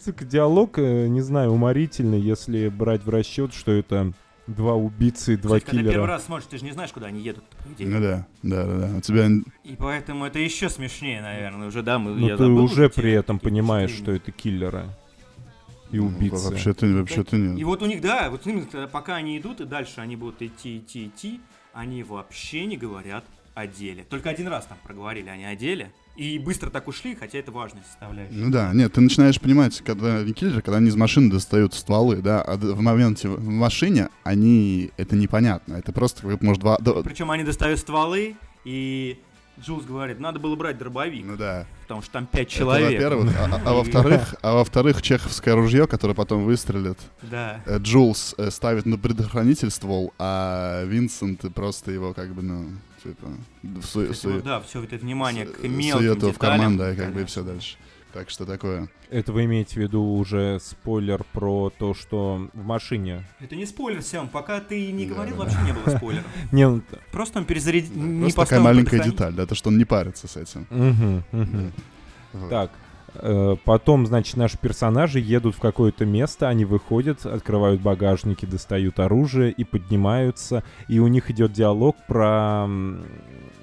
Speaker 7: Сука, диалог, э, не знаю, уморительный, если брать в расчет, что это два убийцы, и два
Speaker 9: Кстати, когда первый
Speaker 7: киллера.
Speaker 9: раз смотришь, ты же не знаешь, куда они едут. по идее.
Speaker 8: Ну да, да, да, да. У тебя н-
Speaker 9: И поэтому это еще смешнее, наверное, уже, да, мы,
Speaker 7: Но
Speaker 9: я
Speaker 7: Ну, ты
Speaker 9: забыл,
Speaker 7: уже
Speaker 9: где
Speaker 7: при этом
Speaker 9: какие-то
Speaker 7: понимаешь,
Speaker 9: четыре.
Speaker 7: что это киллеры и
Speaker 8: ну,
Speaker 7: убийцы.
Speaker 8: Вообще-то вообще-то
Speaker 9: И
Speaker 8: нет.
Speaker 9: вот у них, да, вот именно когда- пока они идут, и дальше они будут идти, идти, идти, они вообще не говорят о деле. Только один раз там проговорили они о деле, и быстро так ушли, хотя это важная составляющая.
Speaker 8: Ну да, нет, ты начинаешь понимать, когда они киллеры, когда они из машины достают стволы, да, а д- в моменте в в машине они, это непонятно, это просто, как бы, может, два, до-
Speaker 9: Причем они достают стволы, и Джулс говорит, надо было брать дробовик,
Speaker 8: ну да,
Speaker 9: потому что там пять
Speaker 8: Это
Speaker 9: человек.
Speaker 8: во-первых, а, а- а во-вторых, а во-вторых, чеховское ружье, которое потом выстрелит,
Speaker 9: Да.
Speaker 8: э, Джулс э, ставит на предохранитель ствол, а Винсент просто его как бы, ну, типа, в су-
Speaker 9: То есть
Speaker 8: су-
Speaker 9: вот, да, все это внимание к
Speaker 8: С-
Speaker 9: мелким
Speaker 8: сует его
Speaker 9: деталям.
Speaker 8: в карман, да, и как бы и
Speaker 9: Конечно.
Speaker 8: все дальше. Так что такое.
Speaker 7: Это вы имеете в виду уже спойлер про то, что в машине.
Speaker 9: Это не спойлер, Сэм, пока ты не
Speaker 8: Да,
Speaker 9: говорил,
Speaker 8: да.
Speaker 9: вообще не было спойлера.
Speaker 7: Не, ну, т-
Speaker 9: Просто он перезарядил, не
Speaker 8: Просто такая
Speaker 9: поставил
Speaker 8: маленькая
Speaker 9: предохранитель.
Speaker 8: деталь, да, то, что он не парится с этим.
Speaker 7: мгм, мгм.
Speaker 8: Вот.
Speaker 7: Так. э, Потом, значит, наши персонажи едут в какое-то место, они выходят, открывают багажники, достают оружие и поднимаются. И у них идет диалог про, м,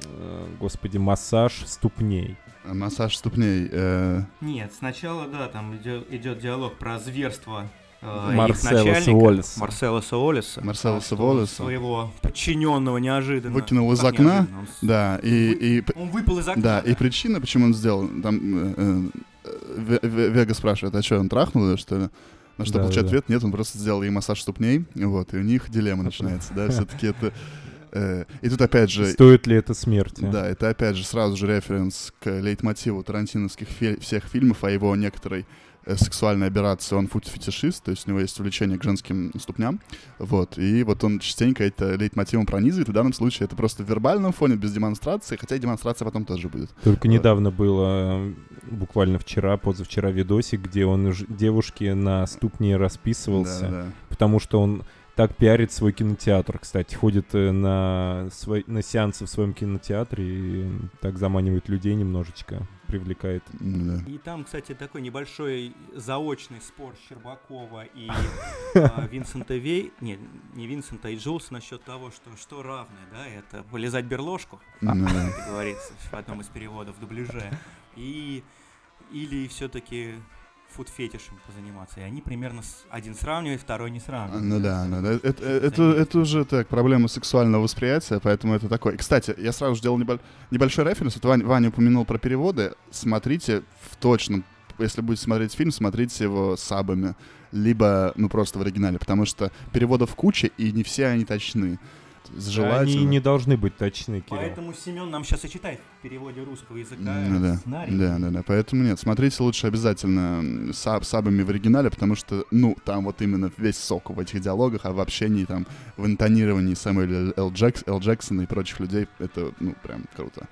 Speaker 7: э, господи, массаж ступней.
Speaker 8: А Массаж ступней. э,
Speaker 9: Нет, сначала, да, там идет, идет диалог про зверство э, их
Speaker 7: Марселоса
Speaker 9: начальника,
Speaker 7: Уоллеса.
Speaker 9: Марселоса Уоллеса.
Speaker 8: Марселоса
Speaker 9: А, что он
Speaker 8: Уоллеса.
Speaker 9: Своего подчиненного неожиданно.
Speaker 8: Выкинул из
Speaker 9: Как
Speaker 8: окна,
Speaker 9: неожиданно, он с-
Speaker 8: Да, и, и п-
Speaker 9: Он выпал из окна.
Speaker 8: да, и причина, почему он сделал, там э, э, Ве- Ве- Вега спрашивает, а что, он трахнул ее, что ли? На что
Speaker 7: Да,
Speaker 8: получает
Speaker 7: да, А да.
Speaker 8: ответ, нет, он просто сделал ей массаж ступней, вот, и у них дилемма начинается, да, все-таки это... э, и тут опять же...
Speaker 7: Стоит ли это смерти?
Speaker 8: Да, это опять же сразу же референс к лейтмотиву тарантиновских фи- всех фильмов, о его некоторой э, сексуальной операции. Он фут-фетишист, то есть у него есть увлечение к женским ступням. Вот, и вот он частенько это лейтмотивом пронизывает. В данном случае это просто в вербальном фоне, без демонстрации, хотя и демонстрация потом тоже будет.
Speaker 7: Только недавно было, э, буквально вчера, позавчера видосик, где он ж- девушке на ступне расписывался.
Speaker 8: Да-да.
Speaker 7: потому что он так пиарит свой кинотеатр, кстати, ходит э, на, свой, на сеансы в своем кинотеатре и э, так заманивает людей немножечко, привлекает.
Speaker 8: Ну да.
Speaker 9: И там, кстати, такой небольшой заочный спор Щербакова и э, Винсента Вей, не, не Винсента, и Джулса насчет того, что что равное, да, это вылезать берложку,
Speaker 8: Ну да.
Speaker 9: как говорится в одном из переводов дубляже, и или все-таки фуд-фетишем позаниматься. И они примерно с- один сравнивает, второй не сравнивает.
Speaker 8: Ну да, ну да. Это, это, это уже так, проблема сексуального восприятия, поэтому это такое. И, Кстати, я сразу же сделал небольш- небольшой референс. Вот Ваня, Ваня упомянул про переводы. Смотрите в точном, если будете смотреть фильм, смотрите его сабами, либо, ну, просто в оригинале, потому что переводов куча, и не все они точны.
Speaker 7: Они
Speaker 8: Желательно.
Speaker 7: не должны быть точны, Кирилл.
Speaker 9: Поэтому Семен нам сейчас и читает в переводе русского языка
Speaker 8: Ну да.
Speaker 9: сценарий.
Speaker 8: Да, да, да. Поэтому нет, смотрите лучше обязательно м, саб, сабами в оригинале, потому что, ну, там вот именно весь сок в этих диалогах, а в общении там, в интонировании Самуэля Л. Джекс, Л. Джексона и прочих людей, это, ну, прям круто.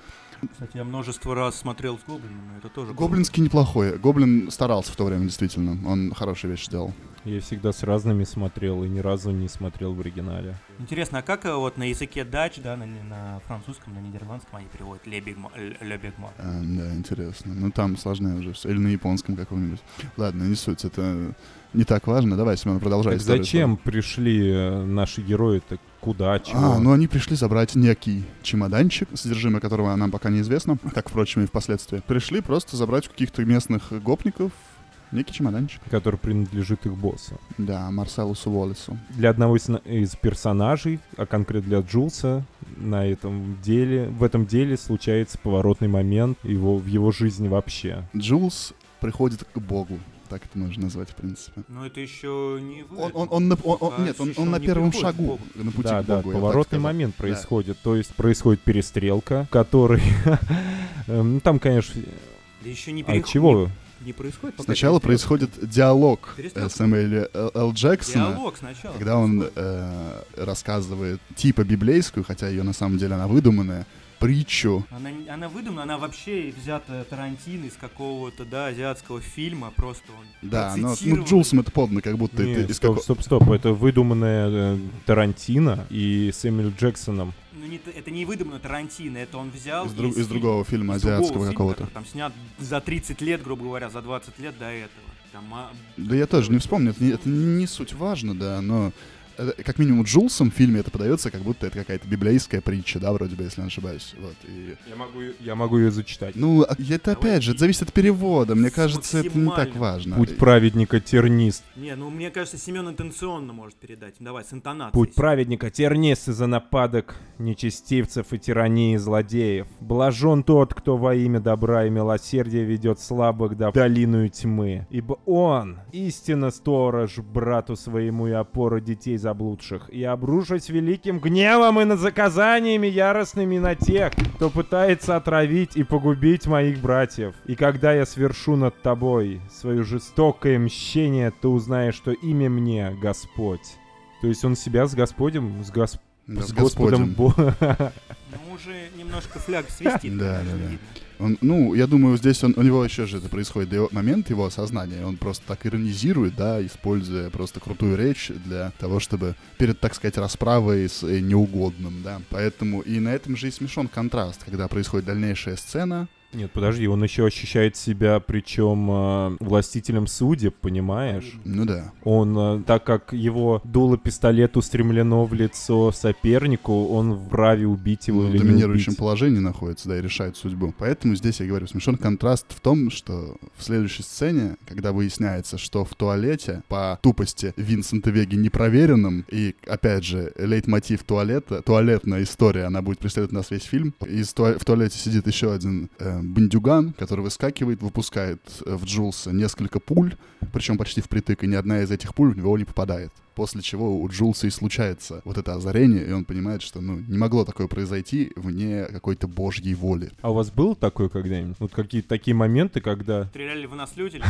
Speaker 9: Кстати, я множество раз смотрел с Гоблином, но это тоже
Speaker 8: Гоблинский неплохой. Гоблин старался в то время, действительно. Он хорошие вещи делал.
Speaker 7: Я всегда с разными смотрел и ни разу не смотрел в оригинале.
Speaker 9: Интересно, а как э, вот на языке дач, да, на, на французском, на нидерландском они переводят «Le Big Mo- L- Le Big Mac»?
Speaker 8: Э, да, интересно. Ну, там сложнее уже все. Или на японском каком-нибудь. Ладно, не суть, это не так важно. Давай, Семен, продолжай.
Speaker 7: Так
Speaker 8: историю
Speaker 7: зачем пришли э, наши герои-то? Куда, чего?
Speaker 8: А, ну они пришли забрать некий чемоданчик, содержимое которого нам пока неизвестно, как, впрочем, и впоследствии. Пришли просто забрать у каких-то местных гопников некий чемоданчик.
Speaker 7: Который принадлежит их боссу.
Speaker 8: Да, Марселусу Уоллесу.
Speaker 7: Для одного из, на- из персонажей, а конкретно для Джулса, на этом деле, в этом деле случается поворотный момент его, в его жизни вообще.
Speaker 8: Джулс приходит к богу, так это можно назвать, в принципе.
Speaker 9: Но Ну, это еще не вы.
Speaker 8: Он, он, он на- он- он-
Speaker 9: А
Speaker 8: нет, он,
Speaker 9: ещё
Speaker 8: он на
Speaker 9: не
Speaker 8: первом
Speaker 9: приходит к
Speaker 8: шагу
Speaker 9: Богу.
Speaker 8: на пути
Speaker 7: да,
Speaker 8: к
Speaker 7: да,
Speaker 8: богу. я так
Speaker 7: поворотный
Speaker 8: сказал.
Speaker 7: момент происходит. То есть происходит перестрелка, который... эм, ну, там, конечно...
Speaker 9: Да еще не
Speaker 7: а
Speaker 9: переход.
Speaker 7: чего?
Speaker 9: Не, не происходит. пока
Speaker 8: Сначала
Speaker 9: перестрелка.
Speaker 8: происходит диалог э,
Speaker 9: Перестрелка.
Speaker 8: Сэмюэля Л. Л. Джексона.
Speaker 9: Диалог сначала.
Speaker 8: Когда он э, рассказывает типа библейскую, хотя ее на самом деле она выдуманная, притчу
Speaker 9: Она, не- она выдумана, она вообще взята Тарантино из какого-то, да, азиатского фильма, просто он
Speaker 8: Да, но ну,
Speaker 9: процитирован.
Speaker 8: Джулсом это подно, как будто
Speaker 7: Не,
Speaker 8: это из
Speaker 7: стоп,
Speaker 8: какого-
Speaker 7: стоп, стоп. Это выдуманная э, Тарантино и Сэмюэл Джексоном.
Speaker 9: ну, не, т- это не выдумано Тарантино, это он взял...
Speaker 8: Из, друг-
Speaker 9: из
Speaker 8: из другого фильма
Speaker 9: из другого
Speaker 8: азиатского
Speaker 9: фильма,
Speaker 8: какого-то.
Speaker 9: который Там снят за 30 лет, грубо говоря, за 20 лет до этого. Там, а,
Speaker 8: Да я тоже не вспомню, это не, это не суть важно, да, но это, как минимум Джулсом в фильме это подается, как будто это какая-то библейская притча, да, вроде бы, если я не ошибаюсь. Вот, и...
Speaker 7: Я могу, её- я могу ее зачитать.
Speaker 8: Ну, а это опять же, это зависит от перевода, мне
Speaker 9: С
Speaker 8: кажется, это не так
Speaker 9: максимально.
Speaker 8: важно.
Speaker 7: Путь праведника тернист.
Speaker 9: Не, ну мне кажется, Семен интенционно может передать. Ну, Давай, с интонацией.
Speaker 7: Путь праведника тернист из-за нападок нечестивцев и тирании злодеев. Блажен тот, кто во имя добра и милосердия ведет слабых до долину тьмы. Ибо он, истинно сторож, брату своему и опора детей заблудших. И обрушусь великим гневом и на заказаниями яростными на тех, кто пытается отравить и погубить моих братьев. И когда я свершу над тобой свое жестокое мщение, ты узнаешь, что имя мне Господь. То есть он себя с Господем, с, Гос-
Speaker 8: Да,
Speaker 7: с
Speaker 8: с
Speaker 7: Господом
Speaker 8: Господем.
Speaker 7: Бо-
Speaker 9: Ну уже немножко фляг свистит. конечно,
Speaker 8: Да, да, да.
Speaker 9: видно.
Speaker 8: Он, ну, я думаю, здесь он, у него еще же это происходит, его, момент его осознания, он просто так иронизирует, да, используя просто крутую речь для того, чтобы перед, так сказать, расправой с э, неугодным, да. Поэтому и на этом же и смешон контраст, когда происходит дальнейшая сцена.
Speaker 7: Нет, подожди, он еще ощущает себя, причем э, властителем судеб, понимаешь?
Speaker 8: Ну да.
Speaker 7: Он, э, так как его дуло пистолет устремлено в лицо сопернику, он вправе убить его
Speaker 8: Ну, в
Speaker 7: или не
Speaker 8: доминирующем
Speaker 7: убить.
Speaker 8: положении находится, да, и решает судьбу. Поэтому здесь я говорю, смешон контраст в том, что в следующей сцене, когда выясняется, что в туалете по тупости Винсента Веги непроверенным, и, опять же, лейтмотив туалета, туалетная история, она будет преследовать нас весь фильм. Из туа- в туалете сидит еще один э, бандюган, который выскакивает, выпускает э, в Джулса несколько пуль, причем почти впритык, и ни одна из этих пуль в него не попадает. После чего у Джулса и случается вот это озарение, и он понимает, что ну, не могло такое произойти вне какой-то божьей воли.
Speaker 7: А у вас было такое когда-нибудь? Вот какие-то такие моменты, когда...
Speaker 9: Стреляли в нас люди?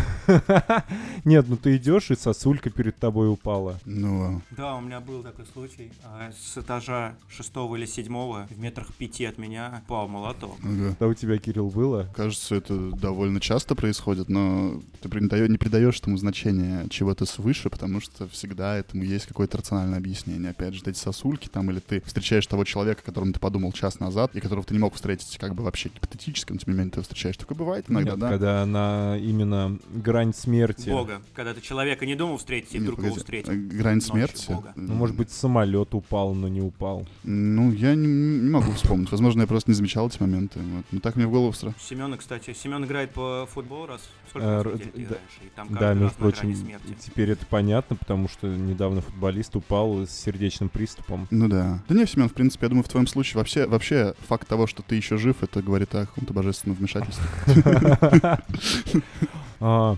Speaker 7: Нет, ну ты идешь, и сосулька перед тобой упала.
Speaker 8: Ну,
Speaker 9: Да, у меня был такой случай. А, С этажа шестого или седьмого в метрах пяти от меня пал молоток.
Speaker 8: ага.
Speaker 7: Да у тебя, Кирилл, было?
Speaker 8: кажется, это довольно часто происходит, но ты придаю- не придаешь этому значения чего-то свыше, потому что всегда этому есть какое-то рациональное объяснение. Опять же, эти сосульки там, или ты встречаешь того человека, которому ты подумал час назад, и которого ты не мог встретить как бы вообще гипотетически, но тем не менее ты его встречаешь. Такое бывает иногда,
Speaker 7: Нет,
Speaker 8: да?
Speaker 7: Когда она именно грань смерти.
Speaker 9: Бога. Когда ты человека не думал встретить, и
Speaker 8: Нет,
Speaker 9: вдруг его
Speaker 8: погоди.
Speaker 9: встретил.
Speaker 8: Э, Грань
Speaker 9: Ночью
Speaker 8: смерти.
Speaker 9: Бога.
Speaker 7: Ну, может быть, самолет упал, но не упал.
Speaker 8: Ну, я не, не могу вспомнить. Возможно, я просто не замечал эти моменты. Вот. Но так мне в голову сразу.
Speaker 9: Семен, кстати, Семен играет по футболу раз. Сколько
Speaker 7: Э,
Speaker 9: раз в
Speaker 7: р-
Speaker 9: неделю ты
Speaker 7: да.
Speaker 9: играешь? И там
Speaker 7: да,
Speaker 9: каждый
Speaker 7: между
Speaker 9: раз на грани
Speaker 7: прочим,
Speaker 9: смерти.
Speaker 7: теперь это понятно, потому что недавно футболист упал с сердечным приступом.
Speaker 8: Ну да. Да не, Семен, в принципе, я думаю, в твоем случае вообще, вообще факт того, что ты еще жив, это говорит о каком-то божественном вмешательстве.
Speaker 7: А,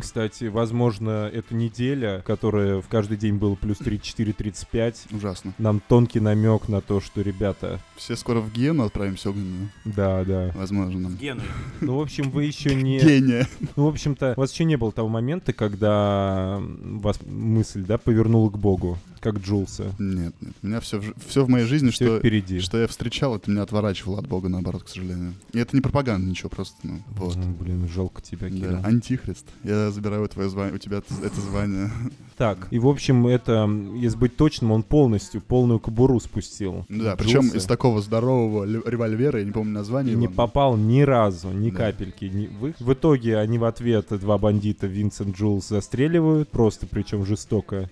Speaker 7: Кстати, возможно, эта неделя, которая в каждый день было плюс 34-35,
Speaker 8: Ужасно.
Speaker 7: нам тонкий намек на то, что, ребята,
Speaker 8: Все скоро в Гену отправимся огненную.
Speaker 7: да, да.
Speaker 8: Возможно.
Speaker 9: Генуя.
Speaker 7: Ну, в общем, вы еще не...
Speaker 8: Гения.
Speaker 7: Ну, в общем-то, у вас еще не было того момента, когда м, вас мысль, да, повернула к Богу, как Джулса.
Speaker 8: Нет, нет. У меня все, все в моей жизни,
Speaker 7: Все
Speaker 8: что,
Speaker 7: впереди.
Speaker 8: что я встречал, это меня отворачивало от Бога, наоборот, к сожалению. И это не пропаганда, ничего, просто, ну, вот.
Speaker 7: М, Блин, жалко тебя, Кирилл.
Speaker 8: Да, А антихрист. Я забираю твое звание, у тебя это это звание.
Speaker 7: Так, и в общем, это, м, если быть точным, он полностью, полную кобуру спустил.
Speaker 8: Ну Да,
Speaker 7: Джулса.
Speaker 8: причем из такого здорового лю- револьвера, я не помню название
Speaker 7: И не
Speaker 8: его, но-
Speaker 7: попал ни разу, ни
Speaker 8: Да.
Speaker 7: капельки. ни- В... в итоге они в ответ, два бандита, Винсент Джулс, застреливают, просто причем жестоко.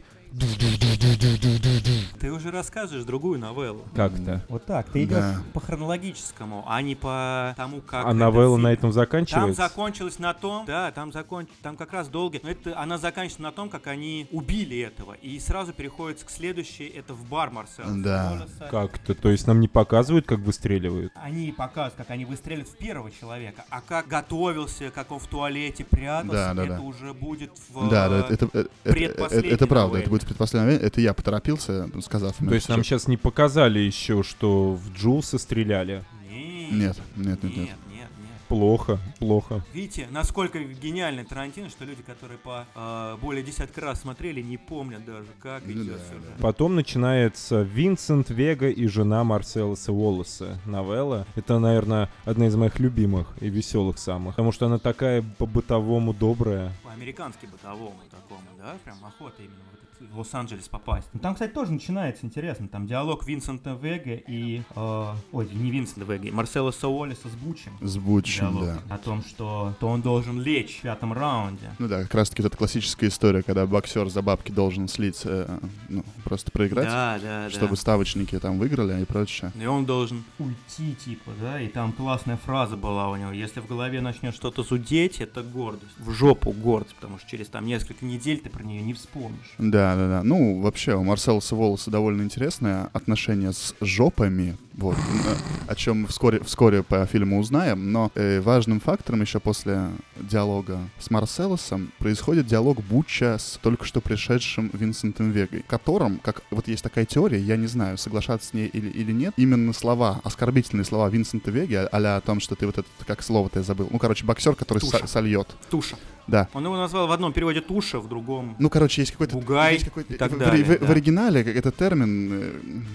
Speaker 9: Ты уже рассказываешь другую новеллу.
Speaker 7: Как-то.
Speaker 9: Вот так, ты
Speaker 8: идёшь Да.
Speaker 9: по хронологическому, а не по тому, как...
Speaker 7: А
Speaker 9: это
Speaker 7: новелла на
Speaker 9: фильм.
Speaker 7: этом
Speaker 9: Там
Speaker 7: заканчивается?
Speaker 9: закончилось на том, да, там закон, там как раз долго, но это она заканчивается на том, как они убили этого, и сразу переходит к следующей, это в бар Марсела.
Speaker 8: Да.
Speaker 9: Уоллеса.
Speaker 7: Как-то, то есть нам не показывают, как выстреливают?
Speaker 9: Они показывают, как они выстрелят в первого человека, а как готовился, как он в туалете прятался,
Speaker 8: Да, да,
Speaker 9: это
Speaker 8: да.
Speaker 9: уже будет в...
Speaker 8: Да, да, это, э, это, это,
Speaker 9: предпоследней
Speaker 8: это правда,
Speaker 9: новелле.
Speaker 8: это будет предпоследнее. Это я поторопился, сказав им
Speaker 7: То есть
Speaker 8: это
Speaker 7: нам
Speaker 8: Ну, всё.
Speaker 7: сейчас не показали еще, что в Джулса стреляли.
Speaker 9: Нет,
Speaker 8: Нет, нет, нет, нет.
Speaker 9: нет, нет, нет.
Speaker 7: Плохо, плохо.
Speaker 9: Видите, насколько гениальный Тарантино, что люди, которые по э, более десятка раз смотрели, не помнят даже, как
Speaker 8: Ну
Speaker 9: идет
Speaker 8: да,
Speaker 9: сюжет.
Speaker 7: Потом начинается Винсент Вега и жена Марселоса Уоллеса. Новелла. Это, наверное, одна из моих любимых и веселых самых. Потому что она такая по-бытовому добрая.
Speaker 9: По-американски бытовому такому, да? Прям охота именно вот это в Лос-Анджелес попасть. Ну, там, кстати, тоже начинается интересно. Там диалог Винсента Вега и... э, ой, не Винсента Вега, Марсела Саолиса с Бучем.
Speaker 8: С Бучем,
Speaker 9: Диалог
Speaker 8: да.
Speaker 9: о том, что то он должен лечь в пятом раунде.
Speaker 8: Ну да, как раз таки вот эта классическая история, когда боксер за бабки должен слить, э, ну, просто проиграть,
Speaker 9: Да, да,
Speaker 8: чтобы ставочники там выиграли и прочее.
Speaker 9: И он должен уйти, типа, да, и там классная фраза была у него. Если в голове начнет что-то зудеть, это гордость. В жопу гордость, потому что через там несколько недель ты про нее не вспомнишь.
Speaker 8: Да, да, да. Ну, вообще, у Марсела Волоса довольно интересное отношение с жопами, вот, э, о чем мы вскоре, вскоре по фильму узнаем, но э, важным фактором еще после диалога с Марселосом происходит диалог Буча с только что пришедшим Винсентом Вегой, которым, как вот есть такая теория, я не знаю, соглашаться с ней или, или нет, именно слова, оскорбительные слова Винсента Веги, а о том, что ты вот это, как слово-то я забыл, ну, короче, боксер, который со-
Speaker 9: Туша.
Speaker 8: сольет,
Speaker 9: Туша.
Speaker 8: да.
Speaker 9: Он его назвал в одном переводе туша, в другом...
Speaker 8: Ну, короче, есть какой-то...
Speaker 9: Бугай
Speaker 8: есть какой-то-
Speaker 9: и так
Speaker 8: в- в-
Speaker 9: далее,
Speaker 8: В,
Speaker 9: да.
Speaker 8: в оригинале как- это термин, э,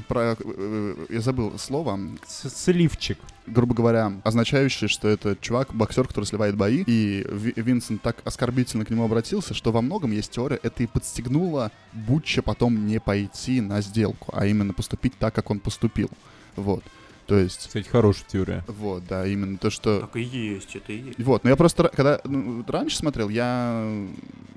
Speaker 8: про, э, я забыл слово,
Speaker 7: С- Сливчик.
Speaker 8: грубо говоря, означающий, что это чувак, боксер, который сливает бои. И Ви- Винсент так оскорбительно к нему обратился, что во многом есть теория, это и подстегнуло Бутча потом не пойти на сделку, а именно поступить так, как он поступил. Вот. То есть...
Speaker 7: Кстати, хорошая теория. Ну,
Speaker 8: Вот, да, именно то, что...
Speaker 9: Так и есть, это и есть.
Speaker 8: Вот, но я просто, ра- когда ну, вот раньше смотрел, я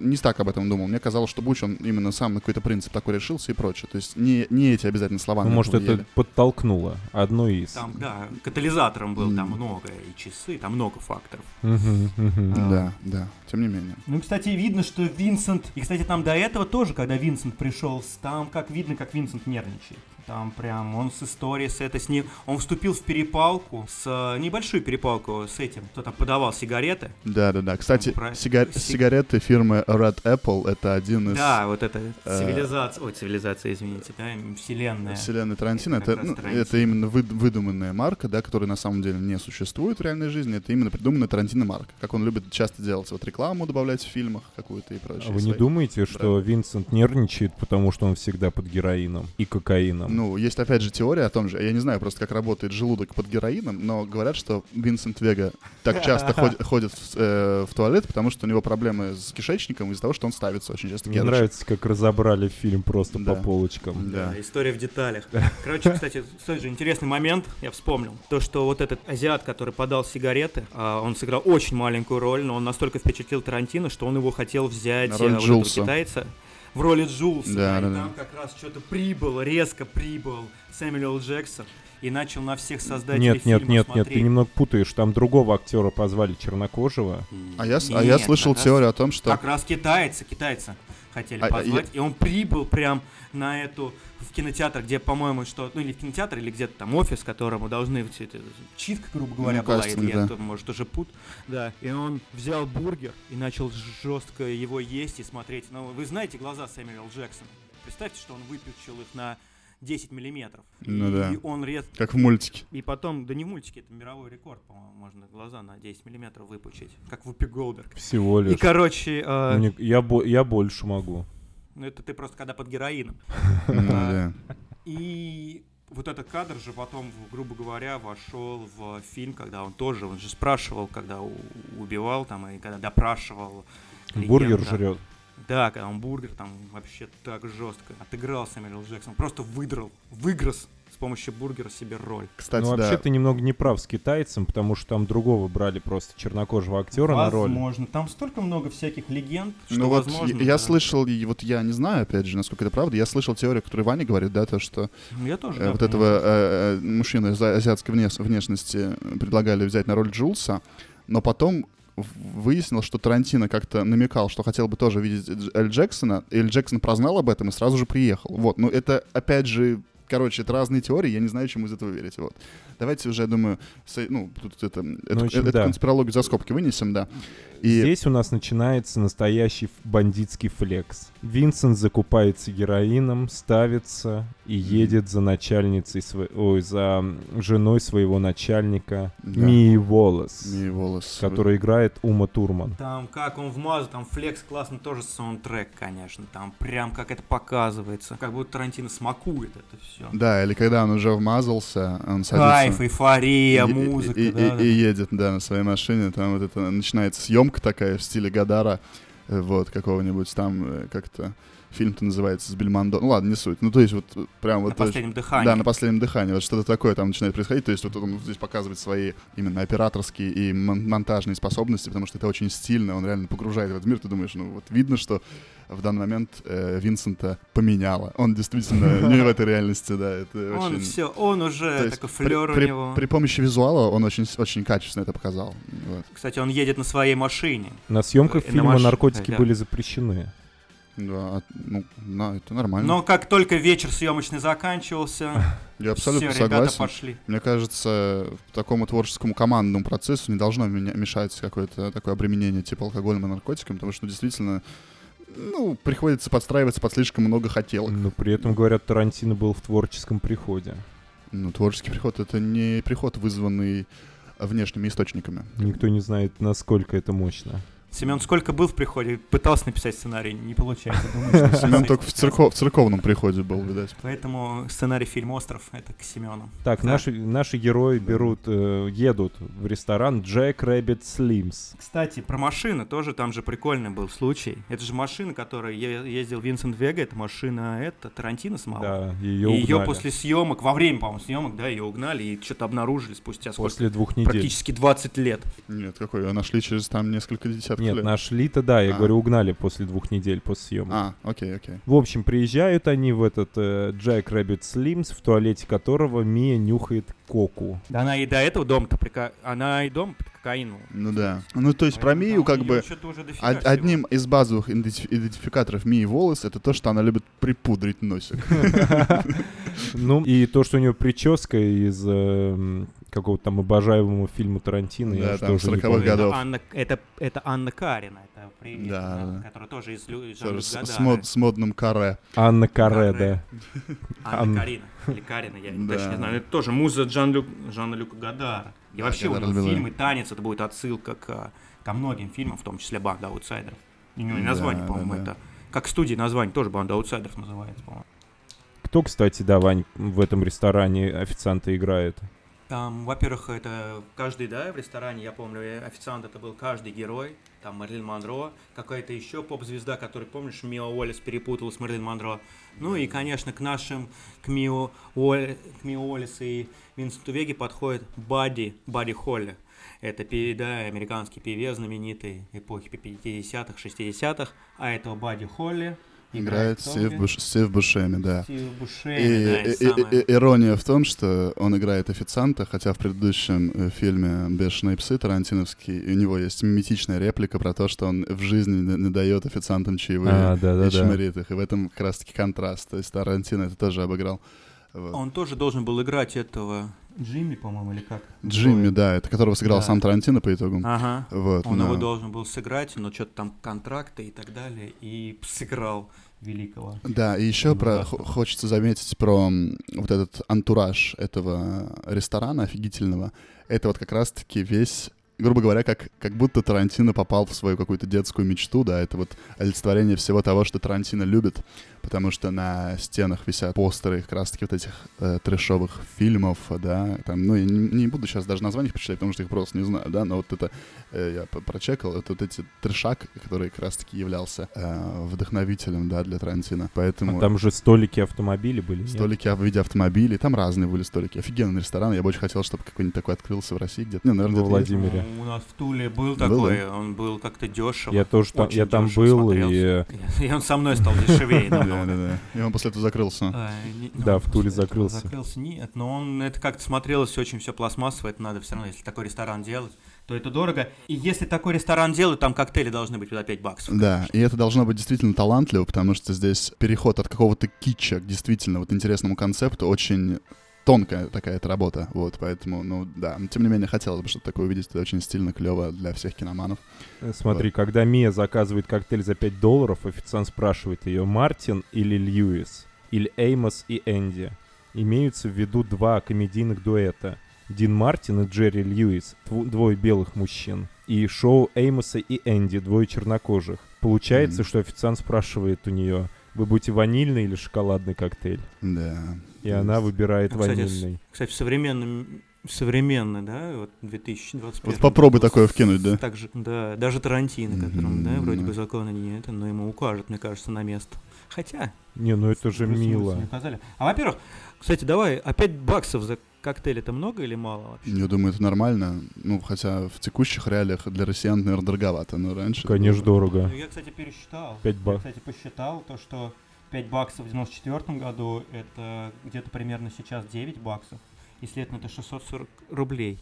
Speaker 8: не так об этом думал. Мне казалось, что Буч, он именно сам на какой-то принцип такой решился и прочее. То есть не, не эти обязательно слова.
Speaker 7: Ну,
Speaker 8: на
Speaker 7: может,
Speaker 8: повлияли.
Speaker 7: это подтолкнуло. Одно из.
Speaker 9: Там, да, катализатором был, там
Speaker 8: М.
Speaker 9: много, и часы, там много факторов.
Speaker 7: Мгм, мгм.
Speaker 8: Да, да, тем не менее.
Speaker 9: Ну, и, кстати, видно, что Винсент... И, кстати, там до этого тоже, когда Винсент пришел, с- там как видно, как Винсент нервничает. Там прям он с историей, с это с ним... Он вступил в перепалку, с э, небольшую перепалку с этим, кто там подавал сигареты.
Speaker 8: Да, да, да. Кстати,
Speaker 9: Ну, про-
Speaker 8: сига-
Speaker 9: си-
Speaker 8: сигареты фирмы Red Apple это один из
Speaker 9: Да, вот это
Speaker 8: э,
Speaker 9: цивилизация... Ой, цивилизация, извините, да, м, вселенная.
Speaker 8: вселенной Тарантино.
Speaker 9: Это
Speaker 8: Это,
Speaker 9: как раз
Speaker 8: ну,
Speaker 9: Тарантино.
Speaker 8: это именно выд- выдуманная марка, да, которая на самом деле не существует в реальной жизни. Это именно придуманная Тарантино марка. Как он любит часто делать. Вот рекламу добавлять в фильмах какую-то и прочее.
Speaker 7: А вы не
Speaker 8: свои.
Speaker 7: думаете, что Винсент нервничает, потому что он всегда под героином и кокаином?
Speaker 8: Ну, есть опять же теория о том же, я не знаю просто, как работает желудок под героином, но говорят, что Винсент Вега так часто ход- ходит в, э, в туалет, потому что у него проблемы с кишечником из-за того, что он ставится очень часто.
Speaker 7: Мне
Speaker 8: герыш.
Speaker 7: нравится, как разобрали фильм просто
Speaker 8: Да.
Speaker 7: по полочкам.
Speaker 8: Да.
Speaker 9: Да, история в деталях. Короче, кстати, тот же интересный момент, я вспомнил. То, что вот этот азиат, который подал сигареты, а, он сыграл очень маленькую роль, но он настолько впечатлил Тарантино, что он его хотел взять
Speaker 8: На
Speaker 9: э,
Speaker 8: роль
Speaker 9: вот этого
Speaker 8: Джулса.
Speaker 9: китайца в роли Джулса.
Speaker 8: Да,
Speaker 9: и
Speaker 8: да,
Speaker 9: там как раз что-то прибыло, резко прибыл Сэмюэл Джексон и начал на всех создателей
Speaker 7: Нет,
Speaker 9: фильма
Speaker 7: нет, нет, нет,
Speaker 9: смотреть.
Speaker 7: ты немного путаешь. Там другого актера позвали чернокожего.
Speaker 8: А я, с- а я
Speaker 9: Нет,
Speaker 8: слышал
Speaker 9: как раз-
Speaker 8: теорию о том, что...
Speaker 9: Как раз китайца, китайца хотели
Speaker 8: А, а,
Speaker 9: позвать, и он прибыл прям на эту в кинотеатр, где, по-моему, что, ну или в кинотеатр, или где-то там офис, которому должны все это читка, грубо говоря,
Speaker 8: Ну,
Speaker 9: была,
Speaker 8: кастинг,
Speaker 9: если я
Speaker 8: да.
Speaker 9: то, может уже пут, да, и он взял бургер и начал жестко его есть и смотреть. Ну, вы знаете глаза Сэмюэла Джексона? Представьте, что он выпучил их на 10 миллиметров.
Speaker 8: Ну
Speaker 9: и,
Speaker 8: да.
Speaker 9: и он рез...
Speaker 8: Как в мультике.
Speaker 9: И потом, да не мультики, это мировой рекорд, по-моему, можно глаза на 10 миллиметров выпучить, как Вупи Голдберг.
Speaker 7: Всего
Speaker 9: И,
Speaker 7: лишь.
Speaker 9: короче,
Speaker 8: Ну,
Speaker 9: э,
Speaker 7: Мне- я, бо- я больше могу.
Speaker 9: ну, это ты просто когда под героином.
Speaker 8: Ну, да.
Speaker 9: И вот этот кадр же потом, в- грубо говоря, вошел в фильм, когда он тоже, он же спрашивал, когда у- убивал там, и когда допрашивал клиента.
Speaker 7: Бургер жрет.
Speaker 9: Да, когда он бургер там вообще так жестко отыграл Сэмюэл Джексон, просто выдрал, выгрыз с помощью бургера себе роль.
Speaker 8: Кстати,
Speaker 7: ну, вообще,
Speaker 8: да.
Speaker 7: ты немного не прав с китайцем, потому что там другого брали просто чернокожего актера на роль.
Speaker 9: Возможно. Там столько много всяких легенд, что
Speaker 8: Ну вот
Speaker 9: возможно.
Speaker 8: я, я
Speaker 9: да.
Speaker 8: слышал, и вот я не знаю, опять же, насколько это правда, я слышал теорию, которую Ваня говорит, да, то, что
Speaker 9: Ну, я тоже.
Speaker 8: э,
Speaker 9: да,
Speaker 8: вот
Speaker 9: понимаю.
Speaker 8: этого э, э, мужчину из а- азиатской внес- внешности предлагали взять на роль Джулса, но потом в- выяснилось, что Тарантино как-то намекал, что хотел бы тоже видеть Дж- Эль Джексона, и Эль Джексон прознал об этом и сразу же приехал. Вот, ну это, опять же, короче, это разные теории, я не знаю, чему из этого верить, вот. Давайте уже, я думаю, со- ну, тут это, эту-
Speaker 7: в общем,
Speaker 8: эту
Speaker 7: да.
Speaker 8: конспирологию за скобки вынесем, да. И...
Speaker 7: Здесь у нас начинается настоящий ф- бандитский флекс. Винсент закупается героином, ставится и едет за начальницей, сво- ой, за м, женой своего начальника
Speaker 8: Да.
Speaker 7: Мии Волос,
Speaker 8: Мии Волос.
Speaker 7: которая играет Ума Турман.
Speaker 9: Там как он вмазал, там флекс классно тоже саундтрек, конечно. Там прям как это показывается. Как будто Тарантино смакует это все.
Speaker 8: Да, или когда он уже вмазался, он садится...
Speaker 9: Кайф,
Speaker 8: и-
Speaker 9: эйфория,
Speaker 8: и-
Speaker 9: музыка,
Speaker 8: и, и-
Speaker 9: да, да.
Speaker 8: и едет, да, на своей машине. Там вот это начинается съемка такая в стиле Гадара, э, вот, какого-нибудь там э, как-то Фильм-то называется с Бельмондо. Ну ладно, не суть. Ну то есть вот э, прям вот...
Speaker 9: на
Speaker 8: то есть-
Speaker 9: последнем дыхании.
Speaker 8: Да, ну, на последнем дыхании. Вот что-то такое там начинает происходить. То есть вот он здесь показывает свои именно операторские и мон- монтажные способности, потому что это очень стильно, он реально погружает в этот мир. Ты думаешь, ну вот видно, что в данный момент э, Винсента поменяло. Он действительно не в этой реальности, да. Это
Speaker 9: Он
Speaker 8: очень...
Speaker 9: все, он
Speaker 8: То
Speaker 9: уже
Speaker 8: есть
Speaker 9: Э, такой
Speaker 8: при-
Speaker 9: флер у
Speaker 8: при-
Speaker 9: него.
Speaker 8: При помощи визуала он очень, с- очень качественно это показал. Вот.
Speaker 9: Кстати, он едет на своей машине.
Speaker 7: На съемках
Speaker 9: Э, на
Speaker 7: фильма
Speaker 9: маш-
Speaker 7: наркотики
Speaker 9: да.
Speaker 7: были запрещены.
Speaker 8: Да, а, ну, на, это нормально.
Speaker 9: Но как только вечер съемочный заканчивался,
Speaker 8: Я абсолютно
Speaker 9: все, ребята
Speaker 8: согласен.
Speaker 9: пошли.
Speaker 8: Мне кажется, такому творческому командному процессу не должно меня- мешать какое-то такое обременение типа алкоголем и наркотиками, потому что действительно, ну, приходится подстраиваться под слишком много хотелок.
Speaker 7: Но при этом, говорят, Тарантино был в творческом приходе.
Speaker 8: Ну, творческий приход — это не приход, вызванный внешними источниками.
Speaker 7: Никто не знает, насколько это мощно.
Speaker 9: Семен сколько был в приходе, пытался написать сценарий, не получается. думаю, что
Speaker 8: Семен только в, церко- в церковном приходе был, видать.
Speaker 9: Поэтому сценарий фильм «Остров» — это к Семену.
Speaker 7: Так,
Speaker 9: Да.
Speaker 7: Наши, наши герои берут, э, едут в ресторан Джек Rabbit Slims.
Speaker 9: Кстати, про машины тоже там же прикольный был случай. Это же машина, которой е- ездил Винсент Вега, это машина это Тарантино самого.
Speaker 7: Да,
Speaker 9: И
Speaker 7: ее
Speaker 9: ее
Speaker 7: угнали.
Speaker 9: после съемок, во время, по-моему, съемок, да, ее угнали и что-то обнаружили спустя сколько?
Speaker 7: После двух недель.
Speaker 9: Практически 20 лет.
Speaker 8: Нет, какой? Её Нашли через там несколько десятков
Speaker 7: Нет,
Speaker 8: лет.
Speaker 7: нашли-то, да, я
Speaker 8: А.
Speaker 7: говорю, угнали после двух недель после съемок.
Speaker 8: А, окей, окей.
Speaker 7: В общем, приезжают они в этот э, Джек Rabbit Slims, в туалете которого Мия нюхает коку.
Speaker 9: Да она и до этого дом-то прика... Она и дом под кокаину.
Speaker 8: Ну да. Ну, то
Speaker 9: А
Speaker 8: есть про Мию как бы... Од- Одним из базовых иденти- идентификаторов Мии волос это то, что она любит припудрить носик.
Speaker 7: Ну, и то, что у нее прическа из э, м, какого-то там обожаемого фильма Тарантино, я
Speaker 8: Да,
Speaker 7: уж
Speaker 8: там,
Speaker 7: тоже не
Speaker 8: 40-х
Speaker 7: помню.
Speaker 8: годов.
Speaker 9: Это Анна, это, это Анна Карина, это привет,
Speaker 8: Да,
Speaker 9: да,
Speaker 8: да.
Speaker 9: которая тоже из, Лю- из
Speaker 8: Тоже с,
Speaker 9: Жанра
Speaker 8: с
Speaker 9: Гадара.
Speaker 8: мод- с модным каре.
Speaker 7: Анна Каре,
Speaker 9: Каре.
Speaker 7: да.
Speaker 9: Анна
Speaker 7: Анна.
Speaker 9: А, Карина. Или Карина, я
Speaker 8: Да.
Speaker 9: точно не знаю. Это тоже муза Джан-Люк, Жанна Люка Гадара. И вообще у
Speaker 8: Гадар
Speaker 9: него
Speaker 8: любил.
Speaker 9: фильм и танец, это будет отсылка к, а, ко многим фильмам, в том числе «Банда аутсайдеров». И у него и
Speaker 8: Да,
Speaker 9: название,
Speaker 8: да,
Speaker 9: по-моему,
Speaker 8: да.
Speaker 9: это... Как студии название, тоже «Банда аутсайдеров» называется, по-моему.
Speaker 7: Кто, кстати, да, Вань, в этом ресторане официанта играет?
Speaker 9: Там, во-первых, это каждый, да, в ресторане, я помню, э, официант это был каждый герой, там Мерлин Монро, какая-то еще поп-звезда, которую, помнишь, Мио Уоллес перепутала с Мерлин Монро. Ну и, конечно, к нашим, к Мио, Уолл- к Мио Уоллес и Винсенту Веге подходит Бадди, Бадди Холли. Это, пи- да, американский певец знаменитый эпохи 50-х, 60-х, а этого Бадди Холли
Speaker 8: Играет
Speaker 9: кто
Speaker 8: Стив
Speaker 9: где?
Speaker 8: Буш- Стив Бушеми, да.
Speaker 9: Стив Бушеми,
Speaker 8: И,
Speaker 9: да, это
Speaker 8: и- и-
Speaker 9: самое.
Speaker 8: и- ирония в том, что он играет официанта, хотя в предыдущем э, фильме «Бешеные псы» Тарантиновский, у него есть мимитичная реплика про то, что он в жизни не, не дает официантам чаевые
Speaker 7: А, да-да-да.
Speaker 8: и чморит их. И в этом как раз-таки контраст. То есть Тарантино это тоже обыграл. Вот.
Speaker 9: Он тоже должен был играть этого Джимми, по-моему, или как?
Speaker 8: Джимми, да, это которого сыграл
Speaker 9: Да.
Speaker 8: сам Тарантино по итогу.
Speaker 9: Ага.
Speaker 8: Вот,
Speaker 9: Он
Speaker 8: но-
Speaker 9: его должен был сыграть, но что-то там контракты и так далее, и сыграл великого.
Speaker 8: Да, и еще
Speaker 9: Ну,
Speaker 8: про
Speaker 9: да.
Speaker 8: хо- хочется заметить про м, вот этот антураж этого ресторана офигительного. Это вот как раз-таки весь грубо говоря, как, как будто Тарантино попал в свою какую-то детскую мечту, да, это вот олицетворение всего того, что Тарантино любит, потому что на стенах висят постеры как раз-таки вот этих э, трэшовых фильмов, да, там, ну, я не, не буду сейчас даже названий почитать, потому что их просто не знаю, да, но вот это э, я п- прочекал, это вот эти трешак, который как раз-таки являлся э, вдохновителем, да, для Тарантино, поэтому...
Speaker 7: А там же столики автомобилей были. нет?
Speaker 8: Столики в виде автомобилей, там разные были столики. Офигенный ресторан, я бы очень хотел, чтобы какой-нибудь такой открылся в России где-то. Не, наверное,
Speaker 7: Во
Speaker 8: где-то есть.
Speaker 7: Владимире.
Speaker 9: Ну, у нас в Туле был
Speaker 8: Было?
Speaker 9: такой, он был как-то дешево.
Speaker 7: Я тоже там,
Speaker 9: Очень
Speaker 7: я там
Speaker 9: дешево
Speaker 7: был, и
Speaker 9: смотрелся.
Speaker 7: э,
Speaker 9: И он со мной стал дешевее.
Speaker 8: Да,
Speaker 9: намного.
Speaker 8: да, да. И он после этого закрылся.
Speaker 9: А, не-
Speaker 7: Да,
Speaker 9: ну,
Speaker 7: в Туле
Speaker 9: после этого
Speaker 7: закрылся.
Speaker 9: Закрылся, нет, но он это как-то смотрелось очень все пластмассово, это надо все равно, если такой ресторан делать, то это дорого. И если такой ресторан делают, там коктейли должны быть туда 5 баксов.
Speaker 8: Да, и это должно быть действительно талантливо, потому что здесь переход от какого-то китча к действительно вот интересному концепту очень тонкая такая эта работа, вот, поэтому, ну, да, но тем не менее, хотелось бы что-то такое увидеть, это очень стильно, клево для всех киноманов.
Speaker 7: Э, смотри, когда Мия заказывает коктейль за 5 долларов, официант спрашивает ее, Мартин или Льюис, или Эймос и Энди. Имеются в виду два комедийных дуэта. Дин Мартин и Джерри Льюис, тв- двое белых мужчин. И шоу Эймоса и Энди, двое чернокожих. Получается,
Speaker 8: Мгм.
Speaker 7: что официант спрашивает у нее, вы будете ванильный или шоколадный коктейль?
Speaker 8: Да.
Speaker 7: И она выбирает
Speaker 9: Ну, кстати, с-
Speaker 7: ванильный.
Speaker 9: Кстати, в современном, в современный, да, вот 2021.
Speaker 8: Вот попробуй
Speaker 9: год
Speaker 8: такое
Speaker 9: с-
Speaker 8: вкинуть, да?
Speaker 9: Так же, да, даже Тарантино, которому, да,
Speaker 8: Мгм,
Speaker 9: вроде
Speaker 8: да.
Speaker 9: бы закона не это, но ему укажут, мне кажется, на место. Хотя...
Speaker 7: Не, ну это же
Speaker 9: плюс-минус
Speaker 7: мило.
Speaker 9: не указали. А во-первых, кстати, давай, а 5 баксов за коктейль это много или мало вообще?
Speaker 8: Я думаю, это нормально. Ну, хотя в текущих реалиях для россиян, наверное, дороговато, но раньше... это
Speaker 7: Конечно,
Speaker 8: было.
Speaker 7: дорого.
Speaker 9: Ну, я, кстати, пересчитал.
Speaker 7: 5
Speaker 9: Я,
Speaker 7: баксов.
Speaker 9: кстати, посчитал то, что 5 баксов в 94 году это где-то примерно сейчас 9 баксов. Если это это 640 рублей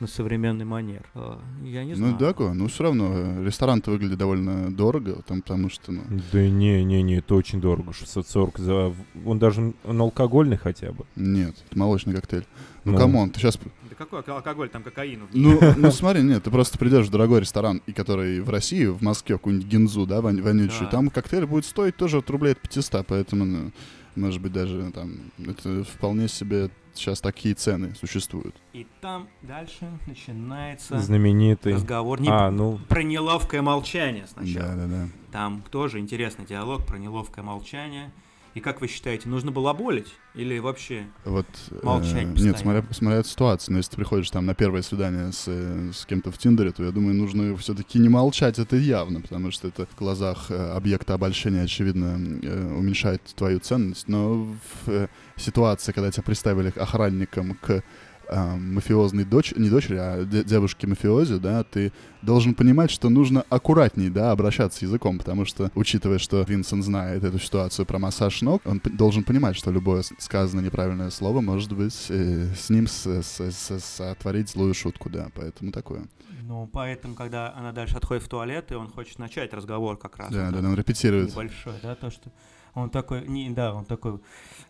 Speaker 9: на современный манер. Э, Я не знаю.
Speaker 8: Ну, да, ко- ну, все равно э, ресторан-то выглядит довольно дорого, там, потому что, ну,
Speaker 7: Да не, не, не, это очень дорого, 640 за... Он даже, он алкогольный хотя бы.
Speaker 8: нет, это молочный коктейль. Ну,
Speaker 7: Ну.
Speaker 8: камон, ты сейчас...
Speaker 9: Да какой алко- алкоголь, там кокаин.
Speaker 8: Ну, ну, смотри, нет, ты просто придешь в дорогой ресторан, и который в России, в Москве, в какую-нибудь гинзу, да, вон- вонючую,
Speaker 9: Да.
Speaker 8: там коктейль будет стоить тоже от рублей от 500, поэтому, ну, может быть, даже там, это вполне себе сейчас такие цены существуют.
Speaker 9: И там дальше начинается
Speaker 7: Знаменитый.
Speaker 9: разговор не
Speaker 7: А, ну,
Speaker 9: про неловкое молчание сначала.
Speaker 8: Да-да-да.
Speaker 9: Там тоже интересный диалог про неловкое молчание. И как вы считаете, нужно было болеть? Или вообще...
Speaker 8: Вот,
Speaker 9: Молчать
Speaker 8: э,
Speaker 9: постоянно.
Speaker 8: нет, смотря, смотря от ситуации, но если ты приходишь там на первое свидание с, э, с кем-то в Тиндере, то я думаю, нужно все-таки не молчать, это явно, потому что это в глазах э, объекта обольщения, очевидно, э, уменьшает твою ценность, но в э, ситуации, когда тебя приставили к охранникам к э, мафиозной дочери, не дочери, а де- девушке мафиози, да, ты должен понимать, что нужно аккуратней, да, обращаться языком, потому что, учитывая, что Винсент знает эту ситуацию про массаж ног, он п- должен понимать, что любое с- сказанное неправильное слово может быть э, с ним с- с- с- сотворить злую шутку, да, поэтому такое.
Speaker 9: Ну, поэтому, когда она дальше отходит в туалет, и он хочет начать разговор как раз.
Speaker 8: Да,
Speaker 9: вот
Speaker 8: да,
Speaker 9: этот
Speaker 8: он репетирует.
Speaker 9: Небольшой, да, то, что он такой, не, да, он такой,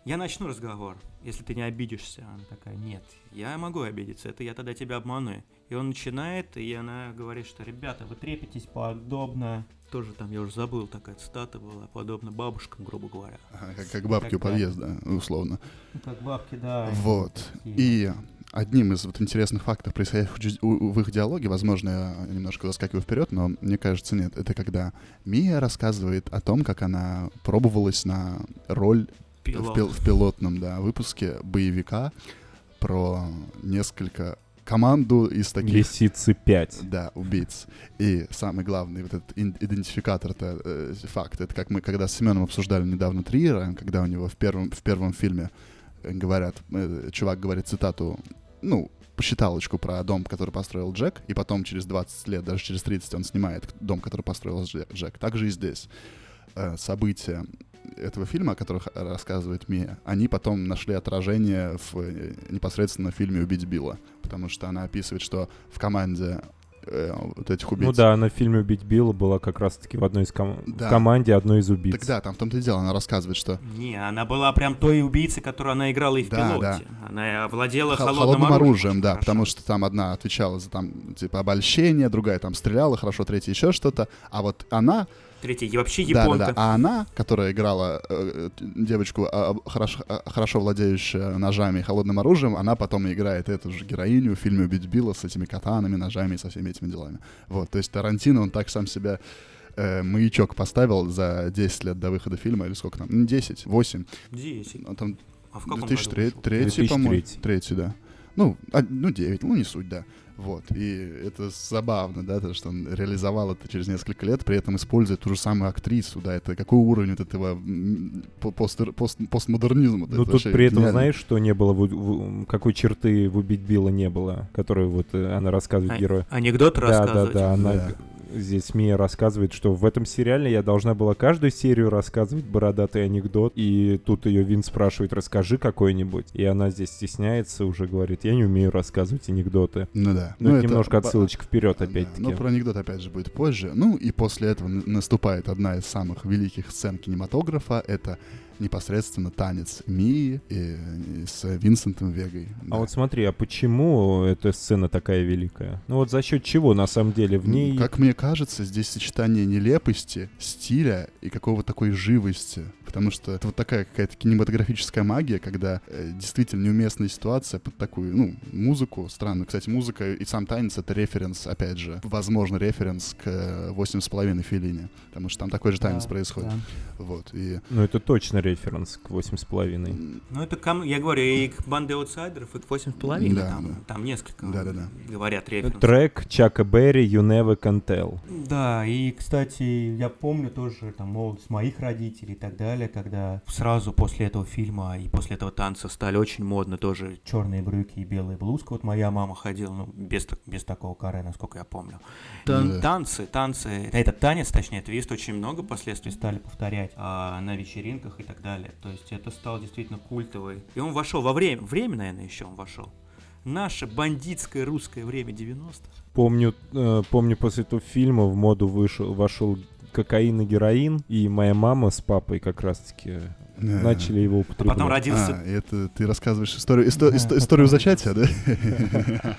Speaker 9: я начну разговор, если ты не обидишься. Она такая, нет, я могу обидеться, это я тогда тебя обману. И он начинает, и она говорит, что, ребята, вы трепетесь подобно, тоже там, я уже забыл, такая цитата была, подобно бабушкам, грубо говоря.
Speaker 8: Ага, Как, как бабки у
Speaker 9: Как-то.
Speaker 8: подъезда, условно.
Speaker 9: Ну, Как бабки, да.
Speaker 8: Вот. И одним из вот интересных фактов, происходящих чуть- у- у- в их диалоге, возможно, я немножко заскакиваю вперед, но мне кажется, нет, это когда Мия рассказывает о том, как она пробовалась на роль в, пил- в пилотном да, выпуске боевика про несколько команду из таких
Speaker 7: лисицы 5.
Speaker 8: да, убийц. И самый главный вот этот ин- идентификатор, это э, факт. Это как мы когда с Семеном обсуждали недавно Триера, когда у него в первом, в первом фильме э, говорят, э, чувак говорит цитату, ну, посчиталочку про дом, который построил Джек, и потом через 20 лет, даже через 30 он снимает дом, который построил Джек. Джек. Так же и здесь. Э, события этого фильма, о которых рассказывает Мия, они потом нашли отражение в э, непосредственно фильме «Убить Билла», потому что она описывает, что в команде э, вот этих убийц...
Speaker 7: Ну да, она в фильме «Убить Билла» была как раз-таки в одной из ком- в
Speaker 8: Да.
Speaker 7: команде одной из убийц.
Speaker 8: Так да, там в том-то и дело, она рассказывает, что
Speaker 9: Не, она была прям той убийцей, которую она играла и в
Speaker 8: Да,
Speaker 9: пилоте. Она овладела
Speaker 8: хо-
Speaker 9: холодным, оружием.
Speaker 8: да,
Speaker 9: Хорошо.
Speaker 8: потому что там одна отвечала за там, типа, обольщение, другая там стреляла, хорошо, третья еще что-то, а вот она
Speaker 9: Третья, и вообще
Speaker 8: Да,
Speaker 9: японка.
Speaker 8: да, да. А она, которая играла э, э, девочку, а, а, хорошо, а, хорошо владеющую ножами и холодным оружием, она потом и играет эту же героиню в фильме «Убить Билла» с этими катанами, ножами и со всеми этими делами. Вот, то есть Тарантино, он так сам себя э, маячок поставил за 10 лет до выхода фильма, или сколько там, Ну, 10, 8,
Speaker 9: Десять.
Speaker 8: ну, там
Speaker 9: А в каком году
Speaker 8: 2003,
Speaker 9: вышел?
Speaker 8: по-моему,
Speaker 7: 2003.
Speaker 8: третий, да. Ну, а, ну, 9, ну, не суть, да. Вот, и это забавно, да, то, что он реализовал это через несколько лет, при этом используя ту же самую актрису, да, это какой уровень вот этого м, по- постер- пост- постмодернизма.
Speaker 7: Ну тут при этом, знаешь, что не было, в у- в у- какой черты в «Убить Билла» не было, которую вот э, она рассказывает
Speaker 9: А-
Speaker 7: герою.
Speaker 9: Анекдот
Speaker 7: Да, да,
Speaker 9: рассказывать.
Speaker 7: да, она
Speaker 8: Да.
Speaker 7: г- здесь Мия рассказывает, что в этом сериале я должна была каждую серию рассказывать бородатый анекдот, и тут ее Вин спрашивает, расскажи какой-нибудь, и она здесь стесняется, уже говорит, я не умею рассказывать анекдоты.
Speaker 8: Ну да.
Speaker 7: Ну, это
Speaker 8: это
Speaker 7: немножко
Speaker 8: по-
Speaker 7: отсылочка вперед
Speaker 8: Да,
Speaker 7: опять-таки.
Speaker 8: Но про анекдот, опять же, будет позже. Ну, и после этого на- наступает одна из самых великих сцен кинематографа. Это непосредственно танец Мии и- и с Винсентом Вегой. Да.
Speaker 7: А вот смотри, а почему эта сцена такая великая? Ну вот за счет чего на самом деле в
Speaker 8: М,
Speaker 7: ней...
Speaker 8: Как мне кажется, здесь сочетание нелепости, стиля и какого-то такой живости. Потому что это вот такая какая-то кинематографическая магия, когда э, действительно неуместная ситуация под такую, ну, музыку странную. Кстати, музыка и сам танец — это референс, опять же, возможно, референс к э, «Восемь с половиной Феллини», потому что там такой же танец происходит. Вот, и
Speaker 7: Ну это точно референс к 8,5.
Speaker 9: Ну, это кам... я говорю, и к банде аутсайдеров, и к 8,5,
Speaker 8: Да,
Speaker 9: там,
Speaker 8: да.
Speaker 9: там несколько
Speaker 8: Да-да-да.
Speaker 9: говорят референсы.
Speaker 7: Трек Чака Берри «You Never Can Tell».
Speaker 9: Да, и, кстати, я помню тоже там молодость моих родителей и так далее, когда сразу после этого фильма и после этого танца стали очень модно тоже черные брюки и белые блузка. Вот моя мама ходила, ну, без, так- без такого каре, насколько я помню.
Speaker 8: Да.
Speaker 9: Танцы, танцы, этот танец, точнее, твист, очень много последствий стали повторять а, на вечеринках и так далее. То есть это стал действительно культовый. И он вошел во время, время, наверное, еще он вошел. Наше бандитское русское время 90-х.
Speaker 7: Помню, э, помню после этого фильма в моду вышел, вошел кокаин и героин, и моя мама с папой как раз-таки
Speaker 8: Да.
Speaker 7: начали его употреблять.
Speaker 9: Потом родился
Speaker 8: э, А, это ты рассказываешь историю, исто-
Speaker 9: Да,
Speaker 8: исто-
Speaker 9: потом
Speaker 8: историю
Speaker 9: родился.
Speaker 8: зачатия, да?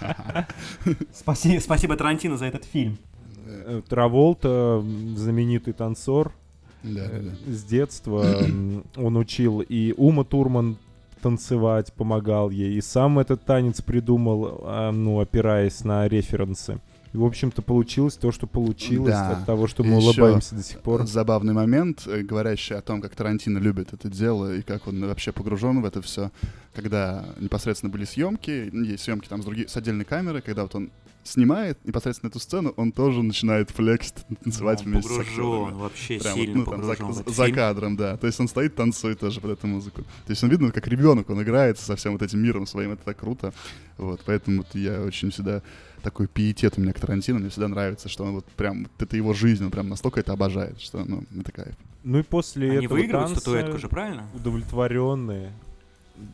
Speaker 9: Спасибо, спасибо Тарантино за этот фильм.
Speaker 7: Э, Траволта, м, знаменитый танцор,
Speaker 8: Да, да,
Speaker 7: э,
Speaker 8: да.
Speaker 7: с детства м, он учил и Ума Турман танцевать, помогал ей, и сам этот танец придумал, а, ну, опираясь на референсы. И, в общем-то, получилось то, что получилось
Speaker 8: Да.
Speaker 7: от того, что
Speaker 8: И
Speaker 7: мы
Speaker 8: ещё
Speaker 7: улыбаемся до сих пор.
Speaker 8: Забавный момент, э, говорящий о том, как Тарантино любит это дело и как он вообще погружен в это все. Когда непосредственно были съемки, ну, есть съемки там с, други- с отдельной камеры, когда вот он снимает непосредственно эту сцену, он тоже начинает флексить, танцевать
Speaker 9: Он
Speaker 8: вместе с
Speaker 9: погружен,
Speaker 8: актерами.
Speaker 9: вообще
Speaker 8: Прям вот,
Speaker 9: сильно
Speaker 8: ну, там, за,
Speaker 9: погружен в этот
Speaker 8: за
Speaker 9: фильм.
Speaker 8: кадром, да. То есть он стоит, танцует тоже под эту музыку. То есть он видно, как ребенок, он играется со всем вот этим миром своим, это так круто. Вот, поэтому вот я очень всегда такой пиетет у меня к Тарантино, мне всегда нравится, что он вот прям, вот это его жизнь, он прям настолько это обожает, что, ну, это кайф.
Speaker 7: Ну и после
Speaker 9: Они
Speaker 7: этого
Speaker 9: выигрывают
Speaker 7: танца
Speaker 9: статуэтку же, правильно?
Speaker 7: удовлетворенные.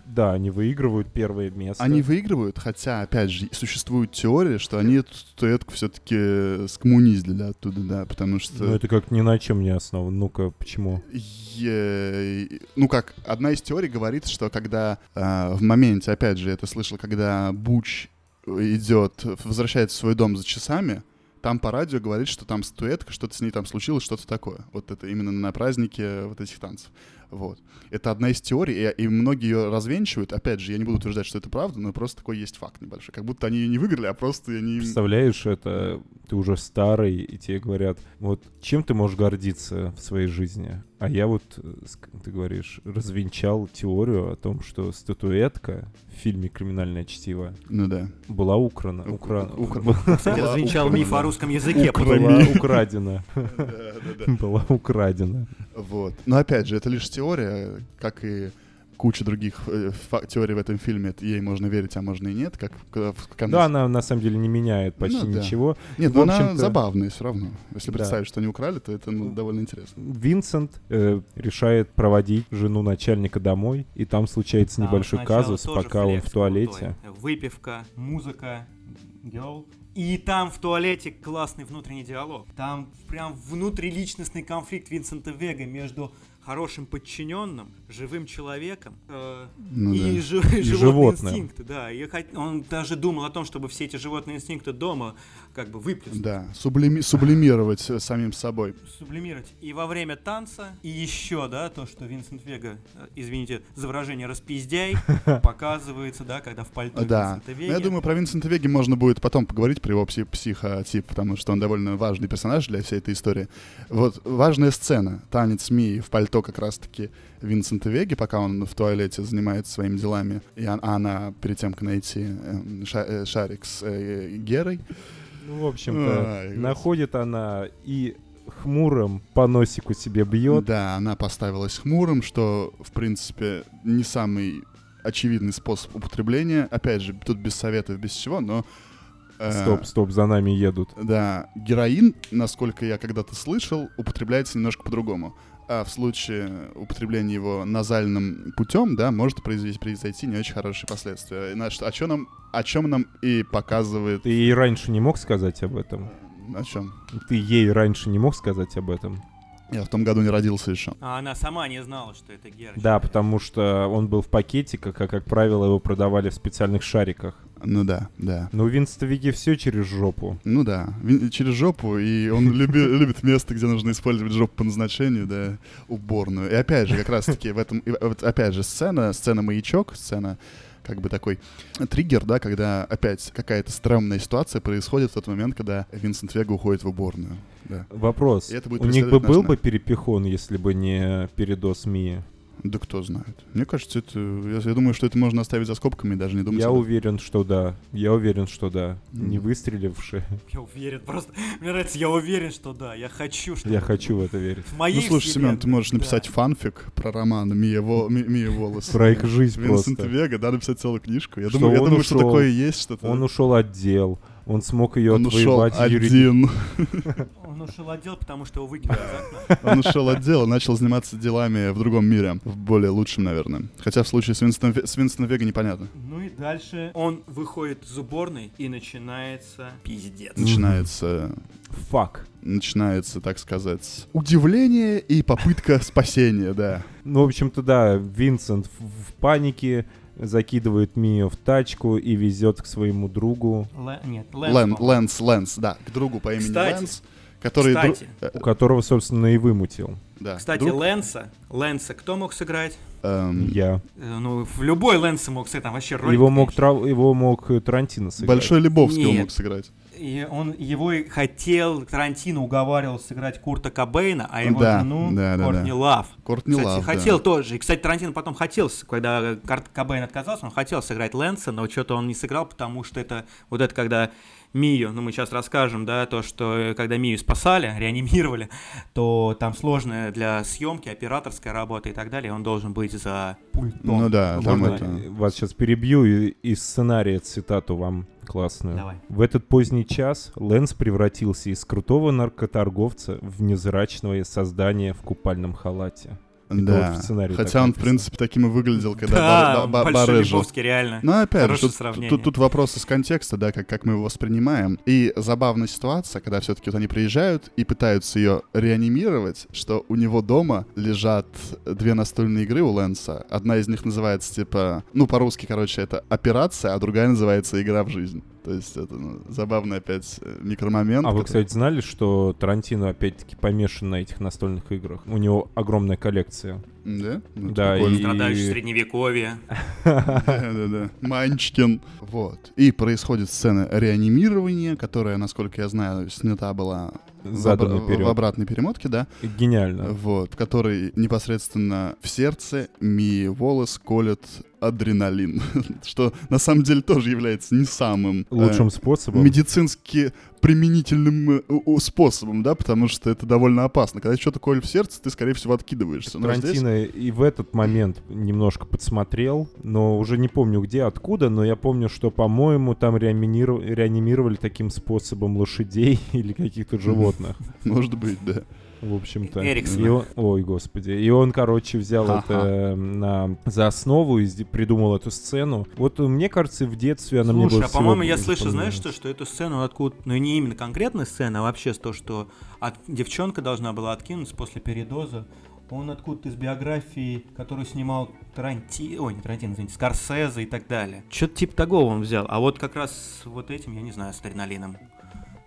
Speaker 7: Да, они выигрывают первое место.
Speaker 8: Они выигрывают, хотя, опять же, существует теория, что они эту статуэтку все-таки скоммуниздили оттуда, да, потому что...
Speaker 7: Ну это как ни на чем не основано. Ну-ка, почему?
Speaker 8: Е- Ну как, одна из теорий говорит, что когда э, в моменте, опять же, я это слышал, когда Буч идет, возвращается в свой дом за часами, там по радио говорит, что там статуэтка, что-то с ней там случилось, что-то такое. Вот это именно на празднике вот этих танцев. Вот. Это одна из теорий, и, и многие ее развенчивают. Опять же, я не буду утверждать, что это правда, но просто такой есть факт небольшой. Как будто они ее не выиграли, а просто они...
Speaker 7: Представляешь, это ты уже старый, и тебе говорят, вот чем ты можешь гордиться в своей жизни? А я вот, э, ск- ты говоришь, развенчал теорию о том, что статуэтка в фильме «Криминальное чтиво»
Speaker 8: Ну да.
Speaker 7: была украна. укра-
Speaker 8: Укра-
Speaker 9: Кстати,
Speaker 8: Была
Speaker 9: развенчал
Speaker 8: украина.
Speaker 9: миф о русском языке.
Speaker 7: Была украдена.
Speaker 8: Да-да-да.
Speaker 7: Была украдена.
Speaker 8: Вот. Но опять же, это лишь теория, как и куча других э, фа- теорий в этом фильме. Это Ей можно верить, а можно и нет. Как к- в конце.
Speaker 7: Да, она на самом деле не меняет почти
Speaker 8: Ну да.
Speaker 7: ничего.
Speaker 8: нет,
Speaker 7: в
Speaker 8: но она
Speaker 7: общем-то-
Speaker 8: забавная все равно. Если
Speaker 7: Да.
Speaker 8: представить, что они украли, то это ну, довольно интересно.
Speaker 7: Винсент э, решает проводить жену начальника домой, и там случается
Speaker 9: Там
Speaker 7: небольшой
Speaker 9: сначала
Speaker 7: казус,
Speaker 9: тоже
Speaker 7: пока он
Speaker 9: флекс
Speaker 7: в туалете.
Speaker 9: крутой. Выпивка, музыка, гел. И там в туалете классный внутренний диалог. Там прям внутриличностный конфликт Винсента Вега между хорошим подчиненным, живым человеком э,
Speaker 8: Ну
Speaker 9: и, жи-
Speaker 8: да.
Speaker 9: животные
Speaker 7: животным.
Speaker 9: инстинкты. Да, и хот- он даже думал о том, чтобы все эти животные инстинкты дома как бы выплеснуть.
Speaker 8: Да, сублими- сублимировать э, самим собой.
Speaker 9: сублимировать. И во время танца, и еще, да, то, что Винсент Вега, э, извините за выражение, распиздяй, показывается, да, когда в пальто
Speaker 8: Да.
Speaker 9: Винсента
Speaker 8: Но
Speaker 9: Веги.
Speaker 8: я думаю, про Винсента Веги можно будет потом поговорить про его пси- психотип, потому что он довольно важный персонаж для всей этой истории. Вот важная сцена. Танец Мии в пальто как раз-таки Винсента Веги, пока он в туалете занимается своими делами, и он- а она перед тем, как найти эм, ша- э, шарик с э, Герой.
Speaker 7: Ну, в общем-то,
Speaker 8: Ай,
Speaker 7: находит она и хмурым по носику себе бьет.
Speaker 8: Да, она поставилась хмурым, что, в принципе, не самый очевидный способ употребления. Опять же, тут без советов, без чего, но... э,
Speaker 7: Стоп, стоп, за нами едут.
Speaker 8: Да, героин, насколько я когда-то слышал, употребляется немножко по-другому. А в случае употребления его назальным путем, да, может произойти, произойти не очень хорошие последствия. И на что- о, чем нам, о чем нам и показывает...
Speaker 7: Ты ей раньше не мог сказать об этом?
Speaker 8: О чем?
Speaker 7: Ты ей раньше не мог сказать об этом?
Speaker 8: Я в том году не родился еще.
Speaker 9: А она сама не знала, что это Гера.
Speaker 7: Да, потому что он был в пакетиках, а, как правило, его продавали в специальных шариках.
Speaker 8: Ну да, да.
Speaker 7: Но у Винста Виги все через жопу.
Speaker 8: Ну да, ви- через жопу, и он люби- любит место, где нужно использовать жопу по назначению, да, уборную. И опять же, как раз-таки в этом, и вот опять же, сцена, сцена маячок, сцена как бы такой триггер, да, когда опять какая-то стрёмная ситуация происходит в тот момент, когда Винсент Вега уходит в уборную. Да.
Speaker 7: Вопрос.
Speaker 8: И это будет
Speaker 7: у них бы
Speaker 8: преследовать
Speaker 7: был
Speaker 8: нас,
Speaker 7: бы перепихон, если бы не передос Мии?
Speaker 8: Да кто знает. Мне кажется, это... Я, я думаю, что это можно оставить за скобками и даже не думать.
Speaker 7: Я
Speaker 8: об этом.
Speaker 7: уверен, что да. Я уверен, что да. Не выстреливши.
Speaker 9: Я уверен, просто, мне нравится, я уверен, что да, я хочу, что...
Speaker 7: Я хочу в это верить.
Speaker 9: В моей
Speaker 8: Ну, слушай, Семен,
Speaker 9: вселенной,
Speaker 8: ты можешь
Speaker 9: А да.
Speaker 8: написать фанфик про роман Мия, Во- Ми- Мия Волос.
Speaker 7: Про их жизнь
Speaker 8: Винсент
Speaker 7: просто.
Speaker 8: Вега, да, написать целую книжку. Я
Speaker 7: Что
Speaker 8: думаю, я
Speaker 7: он
Speaker 8: думаю, что
Speaker 7: ушел.
Speaker 8: такое есть, что-то...
Speaker 7: Он ушел от дел. Он смог ее
Speaker 8: Он ушел
Speaker 7: отвоевать юридически.
Speaker 8: один.
Speaker 9: Он ушел отдел, потому что его выкинули из окна.
Speaker 8: Он ушел от дела, начал заниматься делами в другом мире. В более лучшем, наверное. Хотя в случае с Винсентом, Ве- с Винсентом Вега непонятно.
Speaker 9: Ну и дальше он выходит из уборной и начинается пиздец.
Speaker 8: Начинается...
Speaker 7: Фак.
Speaker 8: Начинается, так сказать, удивление и попытка спасения, да.
Speaker 7: Ну, в общем-то, да, Винсент в, в панике закидывает Мию в тачку и везет к своему другу,
Speaker 9: Лэ- Нет,
Speaker 8: Лэн-
Speaker 9: Лэнс. по-моему.
Speaker 8: Лэнс, Лэнс, да, к другу по имени
Speaker 9: Кстати,
Speaker 8: Лэнс, который... дру-
Speaker 9: кстати.
Speaker 8: э,
Speaker 7: у которого, собственно, и вымутил.
Speaker 8: Да,
Speaker 9: Кстати,
Speaker 8: друг,
Speaker 9: Лэнса, Лэнса кто мог сыграть?
Speaker 8: эм,
Speaker 7: Я.
Speaker 9: Э, Ну, в любой Лэнса мог сыграть, там вообще роль.
Speaker 7: Его мог, Трав- его мог э, Тарантино сыграть.
Speaker 8: Большой Лебовский он
Speaker 9: Нет.
Speaker 8: мог сыграть.
Speaker 9: И он его и хотел, Тарантино уговаривал сыграть Курта Кобейна, а его
Speaker 8: Да,
Speaker 9: жену
Speaker 8: да, да, да.
Speaker 9: Кортни Лав.
Speaker 8: Кортни
Speaker 9: кстати,
Speaker 8: Лав, да.
Speaker 9: хотел тоже. И, кстати, Тарантино потом хотел, с- когда Карт Кобейн отказался, он хотел сыграть Лэнса, но что-то он не сыграл, потому что это вот это когда Мию, ну мы сейчас расскажем, да, то, что э, когда Мию спасали, реанимировали, то там сложная для съемки, операторская работа и так далее, он должен быть за пультом.
Speaker 8: Ну да, там
Speaker 9: Можно?
Speaker 8: это...
Speaker 7: Вас сейчас перебью и из сценария цитату вам классную.
Speaker 9: Давай.
Speaker 7: В этот поздний час Лэнс превратился из крутого наркоторговца в незрачного создания в купальном халате. Это
Speaker 8: Да.
Speaker 7: вот в сценарии
Speaker 8: Хотя
Speaker 7: так
Speaker 8: он, в
Speaker 7: написано.
Speaker 8: принципе, таким и выглядел, когда
Speaker 9: Да,
Speaker 8: Бар- Ба- Ба-
Speaker 9: Большой
Speaker 8: Барыжу.
Speaker 9: Лебовский, реально.
Speaker 8: Ну, опять же,
Speaker 9: Хорошее
Speaker 8: тут,
Speaker 9: сравнение.
Speaker 8: тут- тут вопрос из контекста, да, как, как мы его воспринимаем. И забавная ситуация, когда все-таки вот они приезжают и пытаются ее реанимировать, что у него дома лежат две настольные игры у Лэнса. Одна из них называется, типа, ну, по-русски, короче, это «Операция», а другая называется «Игра в жизнь». То есть это ну, забавный опять э, микромомент.
Speaker 7: А вы,
Speaker 8: который-
Speaker 7: кстати, знали, что Тарантино опять-таки помешан на этих настольных играх? У него огромная коллекция.
Speaker 8: Да? Ну, это
Speaker 7: да,
Speaker 8: прикольно.
Speaker 7: и...
Speaker 9: Страдающий средневековье.
Speaker 8: Да-да-да. Манчкин. Вот. И происходит сцена реанимирования, которая, насколько я знаю, снята была в,
Speaker 7: Задом
Speaker 8: обра-
Speaker 7: наперед.
Speaker 8: в обратной перемотке, да,
Speaker 7: Гениально.
Speaker 8: вот, в которой непосредственно в сердце Мии Волос колет адреналин, что на самом деле тоже является не самым э,
Speaker 7: Лучшим способом.
Speaker 8: медицински применительным э, у- у- способом, да, потому что это довольно опасно. Когда что-то колет в сердце, ты, скорее всего, откидываешься. Но Ну, а здесь-
Speaker 7: Тарантино и в этот момент немножко подсмотрел, но уже не помню где, откуда, но я помню, что, по-моему, там реанимиру- реанимировали таким способом лошадей или каких-то животных,
Speaker 8: может быть, да.
Speaker 7: в общем-то.
Speaker 9: Эриксона.
Speaker 7: И он- Ой, господи. И он, короче, взял
Speaker 8: Ха-ха.
Speaker 7: это э, на... за основу и сде- придумал эту сцену. Вот э, мне кажется, в детстве она мне
Speaker 9: Слушай,
Speaker 7: больше
Speaker 9: а
Speaker 7: всего
Speaker 9: по-моему, я
Speaker 7: запомнилась.
Speaker 9: слышу, знаешь что, что эту сцену откуда, ну не именно конкретная сцена, а вообще то, что от- девчонка должна была откинуться после передоза, он откуда-то из биографии, которую снимал Таранти... Ой, не Тарантино, извините, Скорсезе и так далее. Что-то типа такого он взял. А вот как раз с вот этим, я не знаю, с адреналином.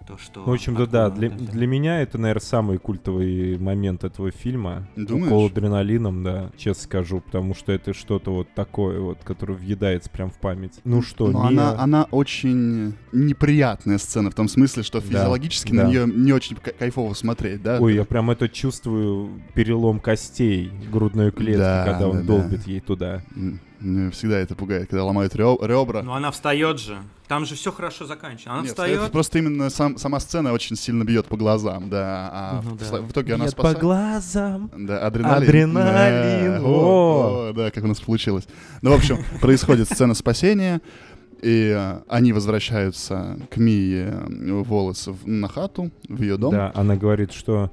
Speaker 9: То, что...
Speaker 7: Ну, В общем-то,
Speaker 9: откуда
Speaker 7: да,
Speaker 9: он
Speaker 7: для,
Speaker 9: это взял.
Speaker 7: для меня это, наверное, самый культовый момент этого фильма.
Speaker 8: Думаешь?
Speaker 7: Укол адреналином, да, честно скажу, потому что это что-то вот такое вот, которое въедается прям в память. Ну что,
Speaker 8: Но
Speaker 7: Мия-
Speaker 8: она, она очень неприятная сцена, в том смысле, что физиологически
Speaker 7: да.
Speaker 8: на нее не очень к- кайфово смотреть, да?
Speaker 7: Ой, я прям это чувствую, перелом костей грудной клетки,
Speaker 8: Да,
Speaker 7: когда он
Speaker 8: да, да.
Speaker 7: долбит ей туда.
Speaker 8: М, Меня всегда это пугает, когда ломают рё- ребра.
Speaker 9: Ну, она встает же. Там же все хорошо заканчивается. Она
Speaker 8: Нет, это
Speaker 9: встает.
Speaker 8: просто именно сам- сама сцена очень сильно бьет по глазам, да. А
Speaker 9: Ну
Speaker 8: в,
Speaker 9: да.
Speaker 8: сл- в итоге она
Speaker 7: Бьет
Speaker 8: спасает.
Speaker 7: по глазам.
Speaker 8: Да, адреналин.
Speaker 7: Адреналин,
Speaker 8: Да,
Speaker 7: о.
Speaker 8: о, о, да, как у нас получилось. Ну, в общем, происходит сцена спасения, и э, они возвращаются к Мии э, волос в- на хату, в ее дом.
Speaker 7: Да, она говорит, что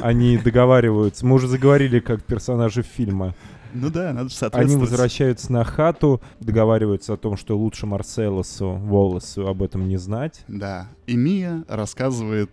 Speaker 7: они договариваются. Мы уже заговорили как персонажи фильма.
Speaker 8: Ну да, надо
Speaker 7: Они
Speaker 8: же соответствовать.
Speaker 7: возвращаются на хату, договариваются о том, что лучше Марселосу, Волосу об этом не знать.
Speaker 8: Да. И Мия рассказывает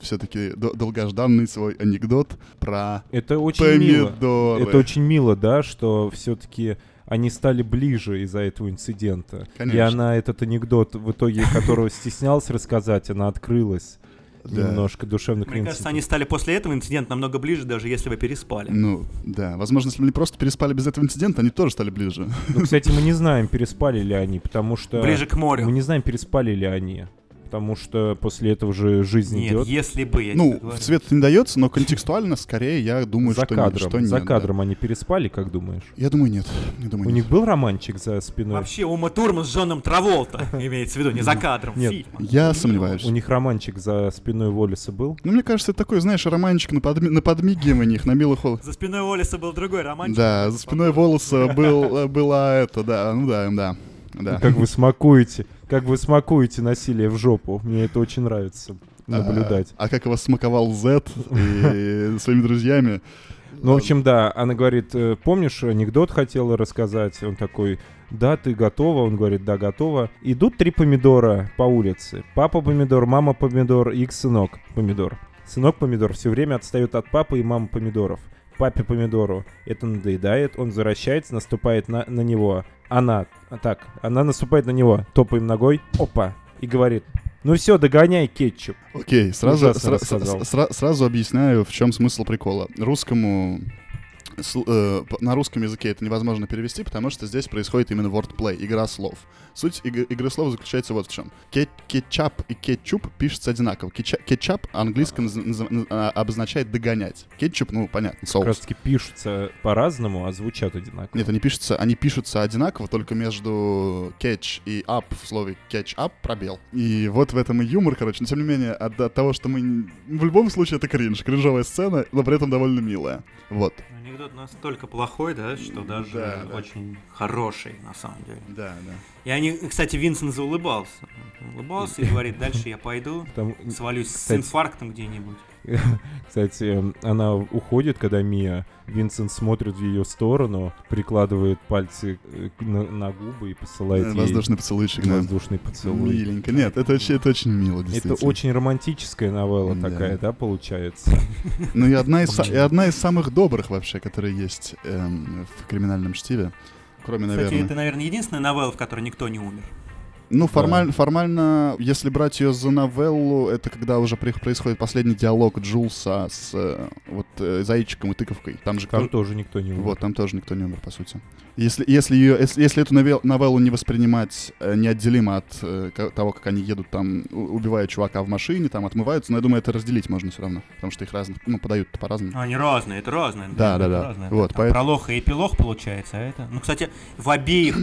Speaker 8: все-таки долгожданный свой анекдот про
Speaker 7: Это очень мило.
Speaker 8: помидоры.
Speaker 7: Это очень мило, да, что все-таки они стали ближе из-за этого инцидента. И
Speaker 8: Конечно.
Speaker 7: она этот анекдот, в итоге которого стеснялась рассказать, она открылась
Speaker 8: Да.
Speaker 7: немножко душевно к
Speaker 9: Мне кажется,
Speaker 7: Винсенту.
Speaker 9: они стали после этого инцидент намного ближе, даже если вы переспали.
Speaker 8: Ну, да. Возможно, если бы они просто переспали без этого инцидента, они тоже стали ближе.
Speaker 7: Ну, кстати, мы не знаем, переспали ли они, потому что...
Speaker 9: Ближе к морю.
Speaker 7: Мы не знаем, переспали ли они. Потому что после этого же жизнь
Speaker 4: Нет,
Speaker 7: идет.
Speaker 4: если бы, я тебе
Speaker 8: Ну,
Speaker 4: говорю.
Speaker 8: в цвет не дается, но контекстуально скорее я думаю,
Speaker 7: за
Speaker 8: что нет.
Speaker 7: кадром.
Speaker 8: что нет,
Speaker 7: за
Speaker 8: да.
Speaker 7: кадром они переспали, как думаешь?
Speaker 8: Я думаю, нет. Не думаю,
Speaker 7: У
Speaker 8: нет.
Speaker 7: них был романчик за спиной?
Speaker 4: Вообще Ума Турман с Джоном Траволта имеется в виду, не за кадром
Speaker 7: Нет.
Speaker 4: фильма.
Speaker 8: Я сомневаюсь.
Speaker 7: У них романчик за спиной Воллиса был?
Speaker 8: Ну, мне кажется, это такой, знаешь, романчик на, подми- на подмигиваниях, на милых холод.
Speaker 4: За спиной Уоллеса был другой романтик.
Speaker 8: Да, за спиной волоса был, э, была это, да, ну да, да. Да.
Speaker 7: Как вы смакуете, как вы смакуете насилие в жопу. Мне это очень нравится наблюдать.
Speaker 8: А, а как его смаковал Z и своими друзьями.
Speaker 7: Ну, в общем, да, она говорит, э, помнишь, анекдот хотела рассказать? Он такой, да, ты готова? Он говорит, да, готова. Идут три помидора по улице. Папа помидор, мама помидор и их сынок помидор. Сынок помидор все время отстает от папы и мамы помидоров. Папе помидору это надоедает, он возвращается, наступает на, на него. Она, а, так, она наступает на него, топаем ногой, опа, и говорит, ну все, догоняй кетчуп.
Speaker 8: Окей, сразу,
Speaker 7: Ужасно
Speaker 8: сра- с-
Speaker 7: рассказал.
Speaker 8: с- сра- сразу объясняю, в чем смысл прикола. Русскому сл- э, п- на русском языке это невозможно перевести, потому что здесь происходит именно wordplay, игра слов. Суть иг- игры слов заключается вот в чем. Ке- кетчап и кетчуп пишется одинаково. Кетча- кетчап английском наз- наз- наз- а, обозначает догонять. Кетчуп, ну понятно, соус.
Speaker 7: Как раз таки пишутся по-разному, а звучат одинаково.
Speaker 8: Нет, они пишутся, они пишутся одинаково, только между catch и up в слове catch up пробел. И вот в этом и юмор, короче. Но тем не менее, от, от того, что мы... н- В любом случае это кринж, кринжовая сцена, но при этом довольно милая. Вот.
Speaker 9: Анекдот настолько плохой, да, что даже
Speaker 8: да, да.
Speaker 9: очень хороший, на самом деле.
Speaker 8: Да, да.
Speaker 9: И они, кстати, Винсент заулыбался. Улыбался и говорит, дальше я пойду,
Speaker 7: Там-
Speaker 9: свалюсь с
Speaker 7: кстати.
Speaker 9: инфарктом где-нибудь.
Speaker 7: Кстати, эм, она уходит, когда Мия. Винсент смотрит в ее сторону, прикладывает пальцы э, к- на, на губы и посылает ей
Speaker 8: Воздушный поцелуйчик, да.
Speaker 7: воздушный поцелуй.
Speaker 8: Миленько. Нет, это, очень- это очень мило,
Speaker 7: Это
Speaker 8: действительно.
Speaker 7: очень романтическая новелла
Speaker 8: Да.
Speaker 7: такая, да, получается?
Speaker 8: Ну и одна, из, са- и одна из самых добрых вообще, которые есть эм, в криминальном штиле. Кроме,
Speaker 4: Кстати,
Speaker 8: наверное...
Speaker 4: это, наверное, единственная новелла, в которой никто не умер.
Speaker 8: Ну, формаль- формально, если брать ее за новеллу, это когда уже при- происходит последний диалог Джулса с э, вот э, зайчиком и тыковкой. Там же
Speaker 7: Там
Speaker 8: кто-
Speaker 7: тоже никто не умер.
Speaker 8: ну, Вот, там тоже никто не умер, по сути. Если, если, ее, если, если эту новел- новеллу не воспринимать э, неотделимо от э, ко- того, как они едут там, у- убивая чувака в машине, там отмываются, но я думаю, это разделить можно все равно, потому что их разных, ну, подают по-разному.
Speaker 4: А,
Speaker 7: А.
Speaker 4: Они разные, это разные.
Speaker 8: Да, да,
Speaker 4: это
Speaker 8: да.
Speaker 4: разные.
Speaker 8: Вот,
Speaker 4: Там
Speaker 8: поэт-
Speaker 4: Пролог и эпилог получается, а это... Ну, кстати, в обеих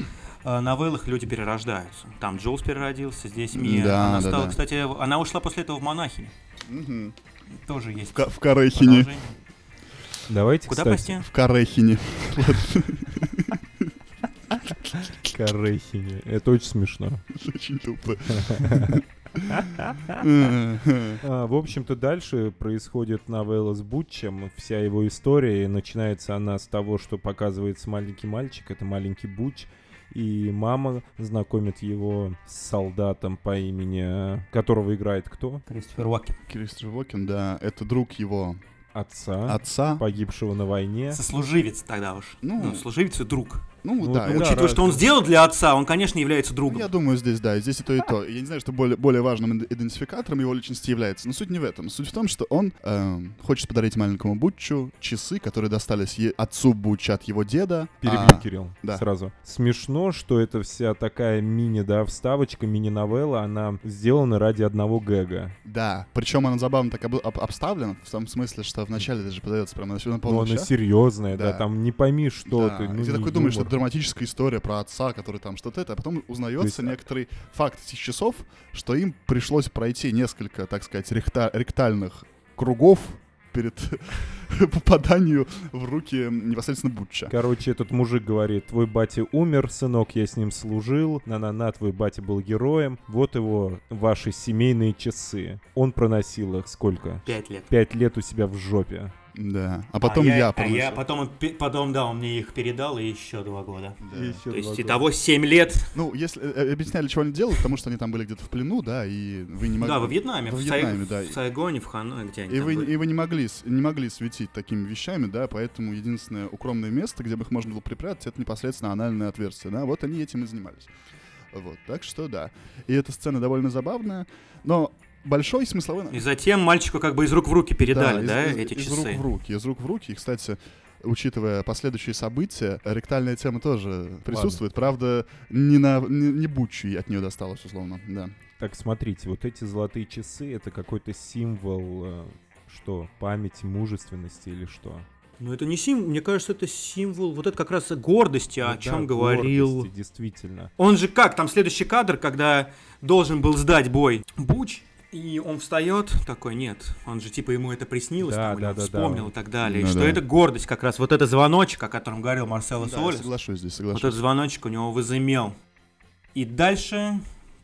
Speaker 4: э, новеллах люди перерождаются. Там Джулс переродился, здесь Мия.
Speaker 8: Да,
Speaker 4: она
Speaker 8: да,
Speaker 4: стала,
Speaker 8: да.
Speaker 4: кстати, в- она ушла после этого в монахини.
Speaker 8: Мгм.
Speaker 4: Тоже есть
Speaker 8: В, Ка- в Карехине.
Speaker 4: продолжение.
Speaker 7: Давайте,
Speaker 4: Куда,
Speaker 7: кстати,
Speaker 4: прости?
Speaker 8: В Карехине.
Speaker 7: к Орехине. Это очень смешно.
Speaker 8: Очень тупо. Э,
Speaker 7: А, В общем-то, дальше происходит новелла с Бутчем, вся его история, и начинается она с того, что показывается маленький мальчик, это маленький Буч, и мама знакомит его с солдатом по имени, э, которого играет кто?
Speaker 4: Кристофер Уокен.
Speaker 8: Кристофер Уокен, да, это друг его
Speaker 7: Отца,
Speaker 8: отца.
Speaker 7: погибшего на войне.
Speaker 4: Сослуживец тогда уж.
Speaker 8: Ну.
Speaker 4: Ну, служивец и друг.
Speaker 8: Ну,
Speaker 7: Ну,
Speaker 8: да,
Speaker 7: ну,
Speaker 8: это-
Speaker 7: да,
Speaker 4: Учитывая,
Speaker 7: раз-
Speaker 4: что он сделал для отца, он, конечно, является
Speaker 8: Ну,
Speaker 4: другом.
Speaker 8: Я думаю, здесь, да, здесь и то, и то. Я не знаю, что более, более важным ид- идентификатором его личности является, но суть не в этом. Суть в том, что он эм, хочет подарить маленькому Бутчу часы, которые достались е- отцу Бутча от его деда.
Speaker 7: Перебью,
Speaker 8: А,
Speaker 7: Кирилл,
Speaker 8: да.
Speaker 7: сразу. Смешно, что это вся такая мини, да, вставочка, мини-новелла, она сделана ради одного гэга.
Speaker 8: да, причем она забавно так об- об- обставлена, в том смысле, что вначале даже подается прямо на, всю- на
Speaker 7: Но
Speaker 8: полную
Speaker 7: Ну, она
Speaker 8: ща-
Speaker 7: серьезная, да.
Speaker 8: Да.
Speaker 7: там не пойми, что
Speaker 8: Да,
Speaker 7: ты.
Speaker 8: и
Speaker 7: ну,
Speaker 8: ты
Speaker 7: не
Speaker 8: такой думаешь, что
Speaker 7: юмор.
Speaker 8: это драматическая история про отца, который там что-то это, а потом узнается
Speaker 7: То есть,
Speaker 8: некоторый факт этих часов, что им пришлось пройти несколько, так сказать, ректа- ректальных кругов перед попаданию в руки непосредственно Бутча.
Speaker 7: Короче, этот мужик говорит, твой батя умер, сынок, я с ним служил, на-на-на, твой батя был героем, вот его ваши семейные часы. Он проносил их сколько?
Speaker 9: Пять лет.
Speaker 7: Пять лет у себя в жопе.
Speaker 8: Да. А потом
Speaker 4: А
Speaker 8: я,
Speaker 4: а
Speaker 8: помню,
Speaker 4: я
Speaker 8: что-
Speaker 4: потом, он пе- потом, да, он мне их передал, и еще два года.
Speaker 8: Да.
Speaker 7: Ещё
Speaker 9: То есть
Speaker 7: два
Speaker 9: итого семь лет.
Speaker 8: Ну, если э, объясняли, чего они делают, потому что они там были где-то в плену, да, и вы не могли.
Speaker 9: Да, во Вьетнаме.
Speaker 8: Во
Speaker 9: в Сайг-
Speaker 8: Вьетнаме, да.
Speaker 9: В Сайгоне, в Ханое, где они
Speaker 8: И
Speaker 9: там
Speaker 8: вы,
Speaker 9: были.
Speaker 8: и вы не, могли, с- не могли светить такими вещами, да, поэтому единственное укромное место, где бы их можно было припрятать, это непосредственно анальное отверстие, да, вот они этим и занимались. Вот, так что да. И эта сцена довольно забавная, но большой смысловой...
Speaker 9: И затем мальчику как бы из рук в руки передали, да,
Speaker 8: из- из-
Speaker 9: эти
Speaker 8: из
Speaker 9: часы.
Speaker 8: рук в руки, из рук в руки. И, кстати, учитывая последующие события, ректальная тема тоже присутствует. Правда, не, на, не, не Буччи от нее досталось, условно, да.
Speaker 7: Так, смотрите, вот эти золотые часы — это какой-то символ, э, что, памяти, мужественности или что?
Speaker 9: Ну это не символ, мне кажется, это символ вот это как раз гордости, о
Speaker 7: Ну да,
Speaker 9: чем говорил.
Speaker 7: гордости, Действительно.
Speaker 9: Он же как, там следующий кадр, когда должен был сдать бой Буч, и он встает, такой, нет, он же типа ему это приснилось,
Speaker 7: Да,
Speaker 9: там, или
Speaker 7: да,
Speaker 9: он
Speaker 7: да, да,
Speaker 9: вспомнил
Speaker 7: он-
Speaker 9: и так далее, и
Speaker 8: Ну
Speaker 9: что
Speaker 8: да.
Speaker 9: это гордость как раз, вот это звоночек, о котором говорил Марсело
Speaker 8: Да, я
Speaker 9: Солис,
Speaker 8: соглашусь здесь,
Speaker 9: А вот
Speaker 8: соглашусь.
Speaker 9: этот звоночек у него возымел. И дальше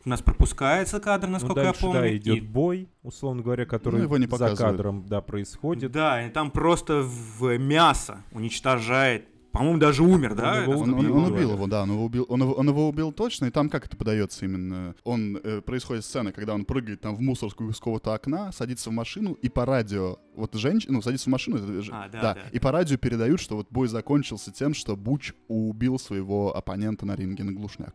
Speaker 9: у нас пропускается кадр,
Speaker 7: Ну,
Speaker 9: насколько
Speaker 7: дальше,
Speaker 9: я помню.
Speaker 7: да, идет
Speaker 9: и-
Speaker 7: бой, условно говоря, который
Speaker 8: Ну, его не
Speaker 7: за
Speaker 8: показывают.
Speaker 7: кадром, да, происходит.
Speaker 9: Да, и там просто в мясо уничтожает, по-моему, даже умер, да?
Speaker 7: его
Speaker 9: этот?
Speaker 8: Он, он-
Speaker 7: убил,
Speaker 8: он
Speaker 7: да.
Speaker 8: убил его, да, он его убил, он, его- он его убил точно, и там как это подается именно? Он, э, происходит сцена, когда он прыгает там в мусорскую из какого-то окна, садится в машину, и по радио, вот женщина, ну, садится в машину, это же-
Speaker 9: А, да, да.
Speaker 8: и по радио передают, что вот бой закончился тем, что Буч убил своего оппонента на ринге на глушняк.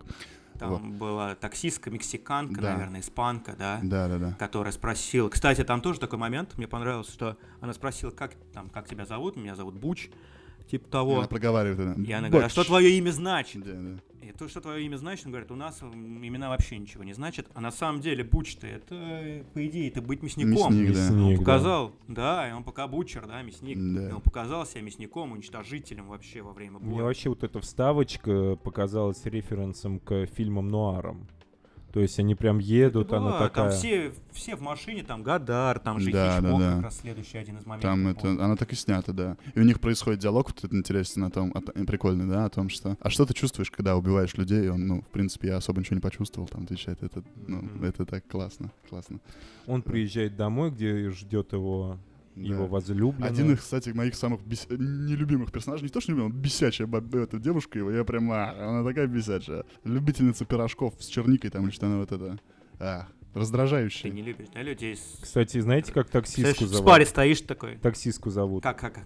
Speaker 9: Там
Speaker 8: Вот.
Speaker 9: была таксистка, мексиканка,
Speaker 8: Да.
Speaker 9: наверное, испанка, да?
Speaker 8: Да-да-да.
Speaker 9: которая спросила... Кстати, там тоже такой момент, мне понравилось, что она спросила, как, там, как тебя зовут, меня зовут Буч, типа того.
Speaker 8: Она проговаривает это.
Speaker 9: И она говорит, а что твое имя значит?
Speaker 8: Да-да.
Speaker 9: И то, что твое имя значит, он говорит, у нас м, имена вообще ничего не значат. А на самом деле Буч-то это, э, по идее, это быть мясником.
Speaker 8: Мясник, да.
Speaker 7: Мясник,
Speaker 9: Он
Speaker 7: да.
Speaker 9: показал, да. и он пока бучер, да, мясник.
Speaker 8: Да.
Speaker 9: И он показал себя мясником, уничтожителем вообще во время
Speaker 7: Мне
Speaker 9: боя.
Speaker 7: вообще вот эта вставочка показалась референсом к фильмам Нуарам. То есть они прям едут, она
Speaker 9: Да,
Speaker 7: такая...
Speaker 9: Там все, все в машине, там Гадар, там же
Speaker 8: Да, да,
Speaker 9: Хичкок,
Speaker 8: да.
Speaker 9: как раз следующий один из моментов.
Speaker 8: Там это, а, она так и снята, да. И у них происходит диалог, вот это интересно, о том, о т- прикольный, да, о том, что, а что ты чувствуешь, когда убиваешь людей? И он, ну, в принципе, я особо ничего не почувствовал, там отвечает, это, ну,
Speaker 7: Мгм.
Speaker 8: это так классно, классно.
Speaker 7: Он приезжает домой, где ждет его, его ну.
Speaker 8: Да.
Speaker 7: возлюбленная.
Speaker 8: Один из, кстати, моих самых бес- нелюбимых персонажей, не то что любимых, бесячая баб- э, эта девушка его, я прям, а, она такая бесячая. Любительница пирожков с черникой там, или что она вот это, а,
Speaker 9: Ты
Speaker 8: раздражающая.
Speaker 9: не любишь, да, людей с...
Speaker 7: Кстати, знаете, как таксистку
Speaker 9: Представляешь, в
Speaker 7: зовут?
Speaker 9: спаре стоишь такой,
Speaker 7: Таксистку зовут.
Speaker 9: как, как,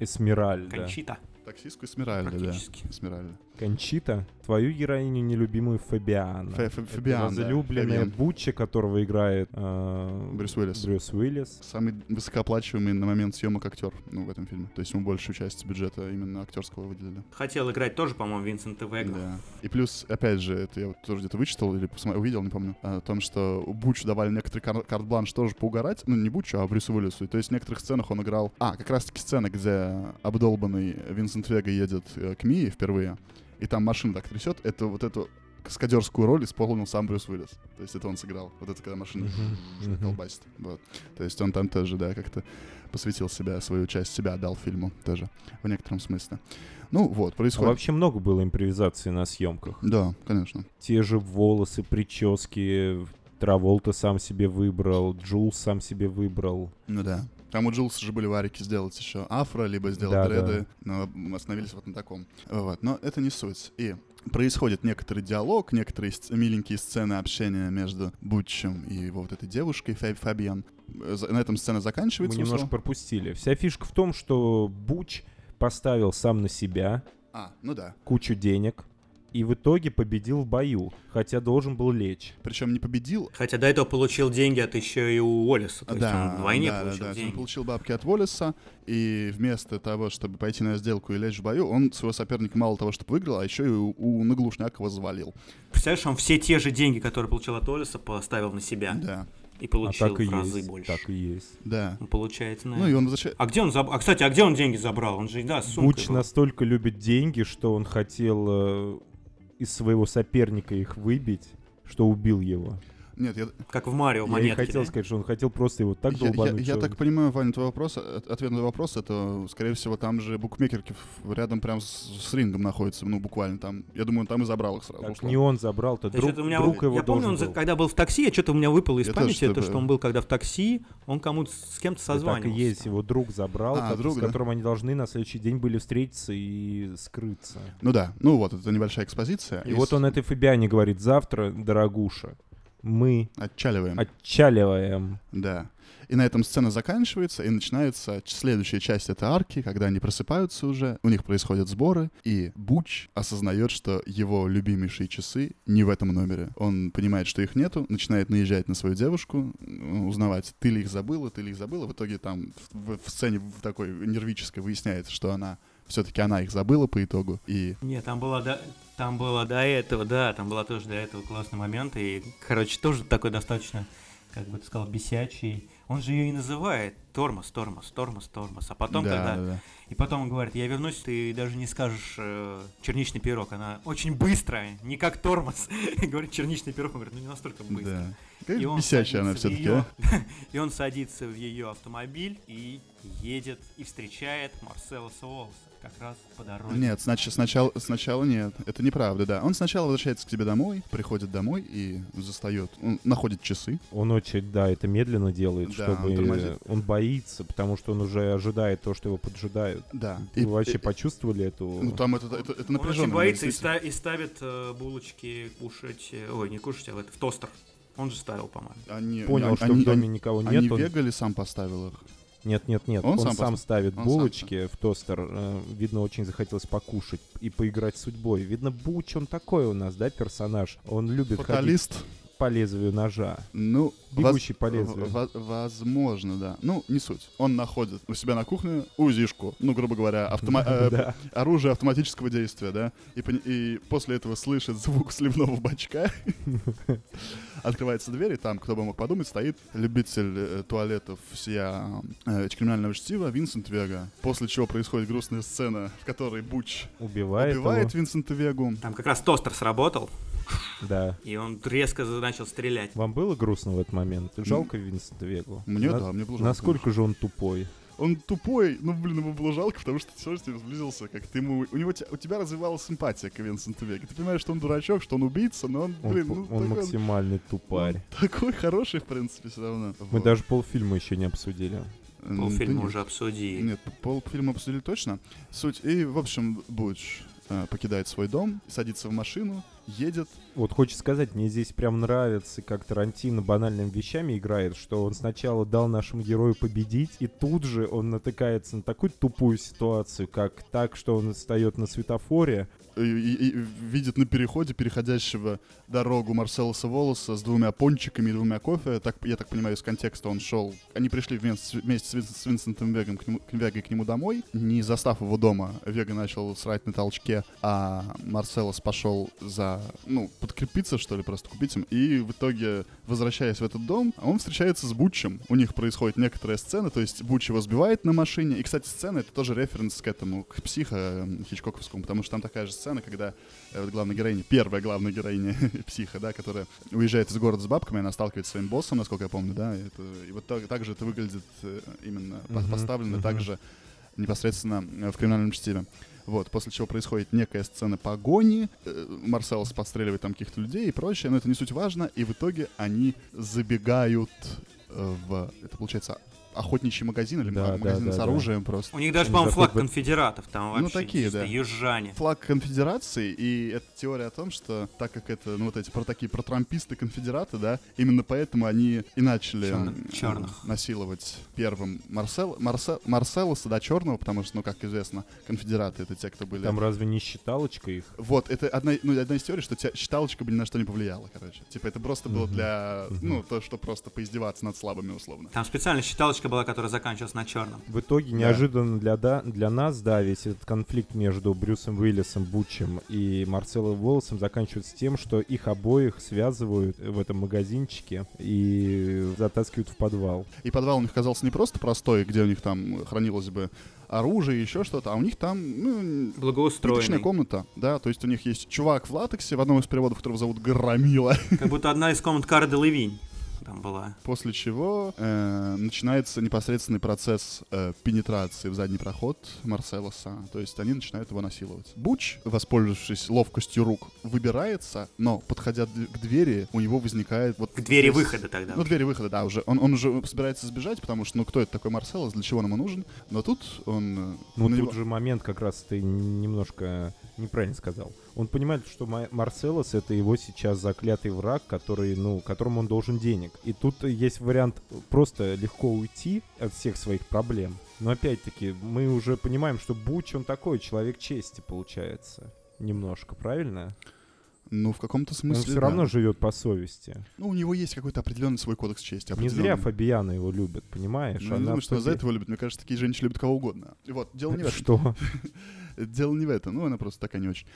Speaker 7: Эсмеральда.
Speaker 9: Кончита,
Speaker 8: Таксистку Эсмеральда, да.
Speaker 9: практически.
Speaker 8: Эсмеральда.
Speaker 7: Кончита. Твою героиню нелюбимую Фабиана.
Speaker 8: Фе-
Speaker 7: Это
Speaker 8: Фе- Фабиан, да,
Speaker 7: Возлюбленная
Speaker 8: Фабиан.
Speaker 7: Буччи, которого играет э,
Speaker 8: Брюс Уиллис.
Speaker 7: Брюс Уиллис.
Speaker 8: самый высокооплачиваемый на момент съемок актер ну, в этом фильме. То есть ему большую часть бюджета именно актерского выделили.
Speaker 9: Хотел играть тоже, по-моему, Винсент Вегла.
Speaker 8: Да. И плюс, опять же, это я вот тоже где-то вычитал или посмотрел, увидел, не помню, о том, что Бучу давали некоторые кар- карт-бланш тоже поугарать. Ну, не Бучу, а Брюсу Уиллису. И то есть в некоторых сценах он играл... А, как раз-таки сцена, где обдолбанный Винсент Вега едет э, к Мии впервые, и там машина так трясет, это вот эту каскадерскую роль исполнил сам Брюс Уиллис. То есть это он сыграл. Вот это когда машина
Speaker 7: Мгм, мгм.
Speaker 8: колбасит. Вот. То есть он там тоже, да, как-то посвятил себя, свою часть себя отдал фильму тоже, в некотором смысле. Ну, вот,
Speaker 7: А
Speaker 8: происходит.
Speaker 7: вообще много было импровизации на съемках.
Speaker 8: Да, конечно.
Speaker 7: Те же волосы, прически. Траволта сам себе выбрал, Джулс сам себе выбрал.
Speaker 8: Ну да. Там у Джулса же были варики сделать еще афро, либо сделать
Speaker 7: Да,
Speaker 8: дреды, но остановились вот на таком. Вот, но это не суть. И происходит некоторый диалог, некоторые сц- миленькие сцены общения между Бутчем и его вот этой девушкой Фаб- Фабиан. Э, за- На этом сцена
Speaker 7: Мы
Speaker 8: заканчивается.
Speaker 7: немножко
Speaker 8: условно.
Speaker 7: пропустили. Вся фишка в том, что Буч поставил сам на себя
Speaker 8: А, ну да.
Speaker 7: кучу денег и в итоге победил в бою, хотя должен был лечь.
Speaker 8: Причем не победил,
Speaker 9: Хотя до этого получил деньги от еще и у Уоллеса, то есть
Speaker 8: да,
Speaker 9: он вдвойне
Speaker 8: да, да,
Speaker 9: получил
Speaker 8: да.
Speaker 9: деньги.
Speaker 8: Он получил бабки от Уоллеса, и вместо того, чтобы пойти на сделку и лечь в бою, он своего соперника мало того, чтобы выиграл, а еще и у, у Наглушнякова звалил.
Speaker 9: Представляешь, он все те же деньги, которые получил от Уоллеса, поставил на себя
Speaker 8: Да,
Speaker 9: и получил
Speaker 7: а так и
Speaker 9: в разы
Speaker 7: есть,
Speaker 9: больше.
Speaker 7: Так и есть.
Speaker 8: да.
Speaker 9: Ну, Получается,
Speaker 8: Ну
Speaker 9: наверное.
Speaker 8: и он возвращается...
Speaker 9: А где он забрал? А кстати, а где он деньги забрал? Он же, да, с сумкой
Speaker 7: Буч
Speaker 9: был.
Speaker 7: настолько любит деньги, что он хотел э, из своего соперника их выбить, что убил его.
Speaker 8: Нет, я,
Speaker 9: Как в Марио
Speaker 7: я и
Speaker 9: монетки.
Speaker 7: хотел
Speaker 9: да?
Speaker 7: сказать, что он хотел просто его так
Speaker 8: я, я-
Speaker 7: долбануть.
Speaker 8: я
Speaker 7: что-
Speaker 8: так понимаю, Ваня, твой вопрос, э, ответ на твой вопрос, это, скорее всего, там же букмекерки в- рядом прям с, с рингом находятся, ну, буквально там. Я думаю, он там и забрал их сразу.
Speaker 7: Так
Speaker 8: условно.
Speaker 7: не он забрал, то
Speaker 9: Я
Speaker 7: друг,
Speaker 9: чё-то у меня-
Speaker 7: друг его
Speaker 9: я помню,
Speaker 7: должен
Speaker 9: он за-
Speaker 7: был.
Speaker 9: когда был в такси, я что-то у меня выпало из
Speaker 8: Я тоже
Speaker 9: памяти, это
Speaker 8: что-то-
Speaker 9: что он был когда в такси, он кому-то с кем-то
Speaker 7: Да
Speaker 9: созванивался.
Speaker 7: Так и есть, его друг забрал,
Speaker 8: А,
Speaker 7: ко-
Speaker 8: друг,
Speaker 7: с
Speaker 8: да.
Speaker 7: которым они должны на следующий день были встретиться и скрыться.
Speaker 8: Ну да, ну вот, это небольшая экспозиция.
Speaker 7: И вот
Speaker 8: с-
Speaker 7: он этой Фабиане говорит, завтра, дорогуша, мы
Speaker 8: Отчаливаем.
Speaker 7: отчаливаем.
Speaker 8: Да. И на этом сцена заканчивается, и начинается ч- следующая часть этой арки, когда они просыпаются уже, у них происходят сборы, и Буч осознает, что его любимейшие часы не в этом номере. Он понимает, что их нету, начинает наезжать на свою девушку, м, узнавать, ты ли их забыла, ты ли их забыла. В итоге там в, в сцене в такой нервической выясняется, что она все-таки она их забыла по итогу, и
Speaker 4: Не, там было до... Там было до этого, да, там было тоже до этого классный момент, и, короче, тоже такой достаточно, как бы ты сказал, бесячий. Он же ее и называет тормоз, тормоз, тормоз, тормоз. А потом,
Speaker 8: да,
Speaker 4: когда...
Speaker 8: да, да.
Speaker 4: И потом он говорит, я вернусь, ты даже не скажешь э, черничный пирог. Она очень быстрая, не как тормоз. Говорит черничный пирог, он говорит, ну не настолько быстро.
Speaker 8: Да. Какая
Speaker 4: он
Speaker 8: бесячая она
Speaker 4: садится в
Speaker 8: все-таки,
Speaker 4: её-
Speaker 8: а?
Speaker 4: И он садится в ее автомобиль и едет, и встречает Марсела Уоллса как раз по дороге.
Speaker 8: Нет, снач- сначала, сначала нет. Это неправда, да. Он сначала возвращается к тебе домой, приходит домой и застает. Он находит часы.
Speaker 7: Он очень, да, это медленно делает,
Speaker 8: Да, он
Speaker 7: чтобы
Speaker 8: тормозит.
Speaker 7: он боится, потому что он уже ожидает то, что его поджидают.
Speaker 8: Да.
Speaker 7: Вы вообще почувствовали эту...
Speaker 8: э, Ну там это, это, это
Speaker 9: Он очень
Speaker 8: напряженно.
Speaker 9: боится и, ста- и ставит э, булочки кушать. э, Ой, не кушать, а в, это, в тостер. Он же ставил, по-моему.
Speaker 8: Они,
Speaker 7: Понял,
Speaker 8: они-
Speaker 7: что
Speaker 8: они-
Speaker 7: в доме
Speaker 8: они-
Speaker 7: никого
Speaker 8: Они
Speaker 7: нет. он-
Speaker 8: Вега ли сам поставил их?
Speaker 7: Нет, нет, нет. Он,
Speaker 8: Он сам
Speaker 7: сам,
Speaker 8: поставил?
Speaker 7: ставит
Speaker 8: Он сам
Speaker 7: булочки в тостер. Э, Видно, очень захотелось покушать и поиграть с судьбой. Видно, Буч, он такой у нас, да, персонаж. Он любит
Speaker 8: Фаталист?
Speaker 7: ходить по лезвию ножа.
Speaker 8: Ну, воз-
Speaker 7: Бегущий по лезвию.
Speaker 8: в- в- возможно, да. Ну, не суть. Он находит у себя на кухне УЗИшку, ну, грубо говоря, автома- э,
Speaker 7: Да.
Speaker 8: оружие автоматического действия, да, и, пон- и после этого слышит звук сливного бачка, открывается дверь, и там, кто бы мог подумать, стоит любитель э, туалетов сия э, криминального чтива Винсент Вега, после чего происходит грустная сцена, в которой Буч
Speaker 7: Убивает,
Speaker 8: убивает
Speaker 7: его.
Speaker 8: Винсента Вегу.
Speaker 9: Там как раз тостер сработал,
Speaker 7: Да.
Speaker 9: и он резко за- начал стрелять.
Speaker 7: Вам было грустно в этот момент? Жалко Винсента Вегу?
Speaker 8: Мне
Speaker 7: На-
Speaker 8: да, мне было жалко.
Speaker 7: Насколько же он тупой?
Speaker 8: Он тупой, ну, блин, ему было жалко, потому что все с ним сблизился, как ты ему... У, него, те- у тебя развивалась симпатия к Винсенту Веге. Ты понимаешь, что он дурачок, что он убийца, но он,
Speaker 7: Он,
Speaker 8: блин,
Speaker 7: п-
Speaker 8: ну,
Speaker 7: он
Speaker 8: такой,
Speaker 7: максимальный тупарь.
Speaker 8: такой хороший, в принципе, все равно.
Speaker 7: Мы даже полфильма еще не обсудили.
Speaker 9: Полфильма уже обсудили.
Speaker 8: Нет, полфильма обсудили точно. Суть. И, в общем, Буч э, покидает свой дом, садится в машину, едет.
Speaker 7: Вот хочется сказать, мне здесь прям нравится, как Тарантино банальными вещами играет, что он сначала дал нашему герою победить, и тут же он натыкается на такую тупую ситуацию, как так, что он встает на светофоре.
Speaker 8: и- и- и видит на переходе переходящего дорогу Марселоса Волоса с двумя пончиками и двумя кофе. Так, я так понимаю, из контекста он шел. Они пришли вместе, вместе с, Вин- с Винсентом Вегом к нему, к Вегой к нему домой. Не застав его дома, Вега начал срать на толчке, а Марселос пошел за, ну, подкрепиться, что ли, просто купить им. И в итоге, возвращаясь в этот дом, он встречается с Бучем. У них происходит некоторая сцена, то есть Буч его сбивает на машине. И, кстати, сцена — это тоже референс к этому, к психо м, Хичкоковскому, потому что там такая же сцена, когда э, вот главная героиня, первая главная героиня психа, да, которая уезжает из города с бабками, она сталкивается с своим боссом, насколько я помню, да, и, это, и вот так, так же это выглядит э, именно по-
Speaker 7: Мгм,
Speaker 8: поставлено
Speaker 7: мгм.
Speaker 8: так же непосредственно э, в криминальном чтиве. Вот, после чего происходит некая сцена погони, э, Марселос подстреливает там каких-то людей и прочее, но это не суть важно, и в итоге они забегают э, в, это получается, охотничий магазин или
Speaker 7: Да,
Speaker 8: ма-
Speaker 7: да,
Speaker 8: магазин
Speaker 7: да,
Speaker 8: с
Speaker 7: да.
Speaker 8: оружием просто.
Speaker 9: У них даже,
Speaker 7: Они
Speaker 9: по-моему, флаг
Speaker 7: заходят в-
Speaker 9: конфедератов там вообще.
Speaker 8: Ну, такие,
Speaker 9: чисто
Speaker 8: да.
Speaker 9: Южане.
Speaker 8: флаг конфедерации, и это теория о том, что так как это, ну, вот эти про такие протрамписты конфедераты, да, именно поэтому они и начали
Speaker 4: Чёрных-
Speaker 8: м,
Speaker 4: чёрных.
Speaker 8: насиловать первым Марсел, Марсел, Марселоса, да, черного, потому что, ну, как известно, конфедераты — это те, кто были...
Speaker 7: Там разве не считалочка их?
Speaker 8: Вот, это одна, ну, одна из теорий, что те- считалочка бы ни на что не повлияла, короче. Типа, это просто было для, ну, то, что просто поиздеваться над слабыми, условно.
Speaker 9: Там специально считалочка была, которая заканчивалась на черном.
Speaker 7: В итоге неожиданно для, да, для нас, да, весь этот конфликт между Брюсом Уиллисом, Бучем и Марселом Волосом заканчивается тем, что их обоих связывают в этом магазинчике и затаскивают в подвал.
Speaker 8: И подвал у них оказался не просто простой, где у них там хранилось бы оружие и еще что-то, а у них там, ну, Плиточная
Speaker 9: Благоустроенный.
Speaker 8: комната, да, то есть у них есть чувак в латексе, в одном из переводов, которого зовут Громила,
Speaker 9: Как будто одна из комнат Кары Делевинь там была.
Speaker 8: после чего э, начинается непосредственный процесс э, пенетрации в задний проход Марселоса, то есть они начинают его насиловать. Буч, воспользовавшись ловкостью рук, выбирается, но, подходя д- к двери, у него возникает вот...
Speaker 9: К двери
Speaker 8: то есть-
Speaker 9: выхода тогда.
Speaker 8: Ну, двери выхода, да, уже. Он, он уже собирается сбежать, потому что, ну, кто это такой Марселос, для чего он ему нужен? Но тут он... э,
Speaker 7: Ну, тут
Speaker 8: на него-
Speaker 7: же момент как раз ты немножко неправильно сказал. Он понимает, что Ма- Марселос это его сейчас заклятый враг, который, ну, которому он должен денег. И тут есть вариант просто легко уйти от всех своих проблем. Но опять-таки, мы уже понимаем, что Буч, он такой, человек чести, получается. Немножко, правильно?
Speaker 8: Ну, в каком-то
Speaker 7: он
Speaker 8: смысле,
Speaker 7: все
Speaker 8: да.
Speaker 7: равно живет по совести.
Speaker 8: Ну, у него есть какой-то определенный свой кодекс чести.
Speaker 7: Не зря а
Speaker 8: определенный.
Speaker 7: Фабиана его любит, понимаешь?
Speaker 8: Ну, я не
Speaker 7: Она
Speaker 8: думаю, что
Speaker 7: Фаби-
Speaker 8: за это его любят. Мне кажется, такие женщины любят кого угодно. И Вот, дело не в этом.
Speaker 7: Что?
Speaker 8: Дело не в этом. Ну, она просто такая не очень.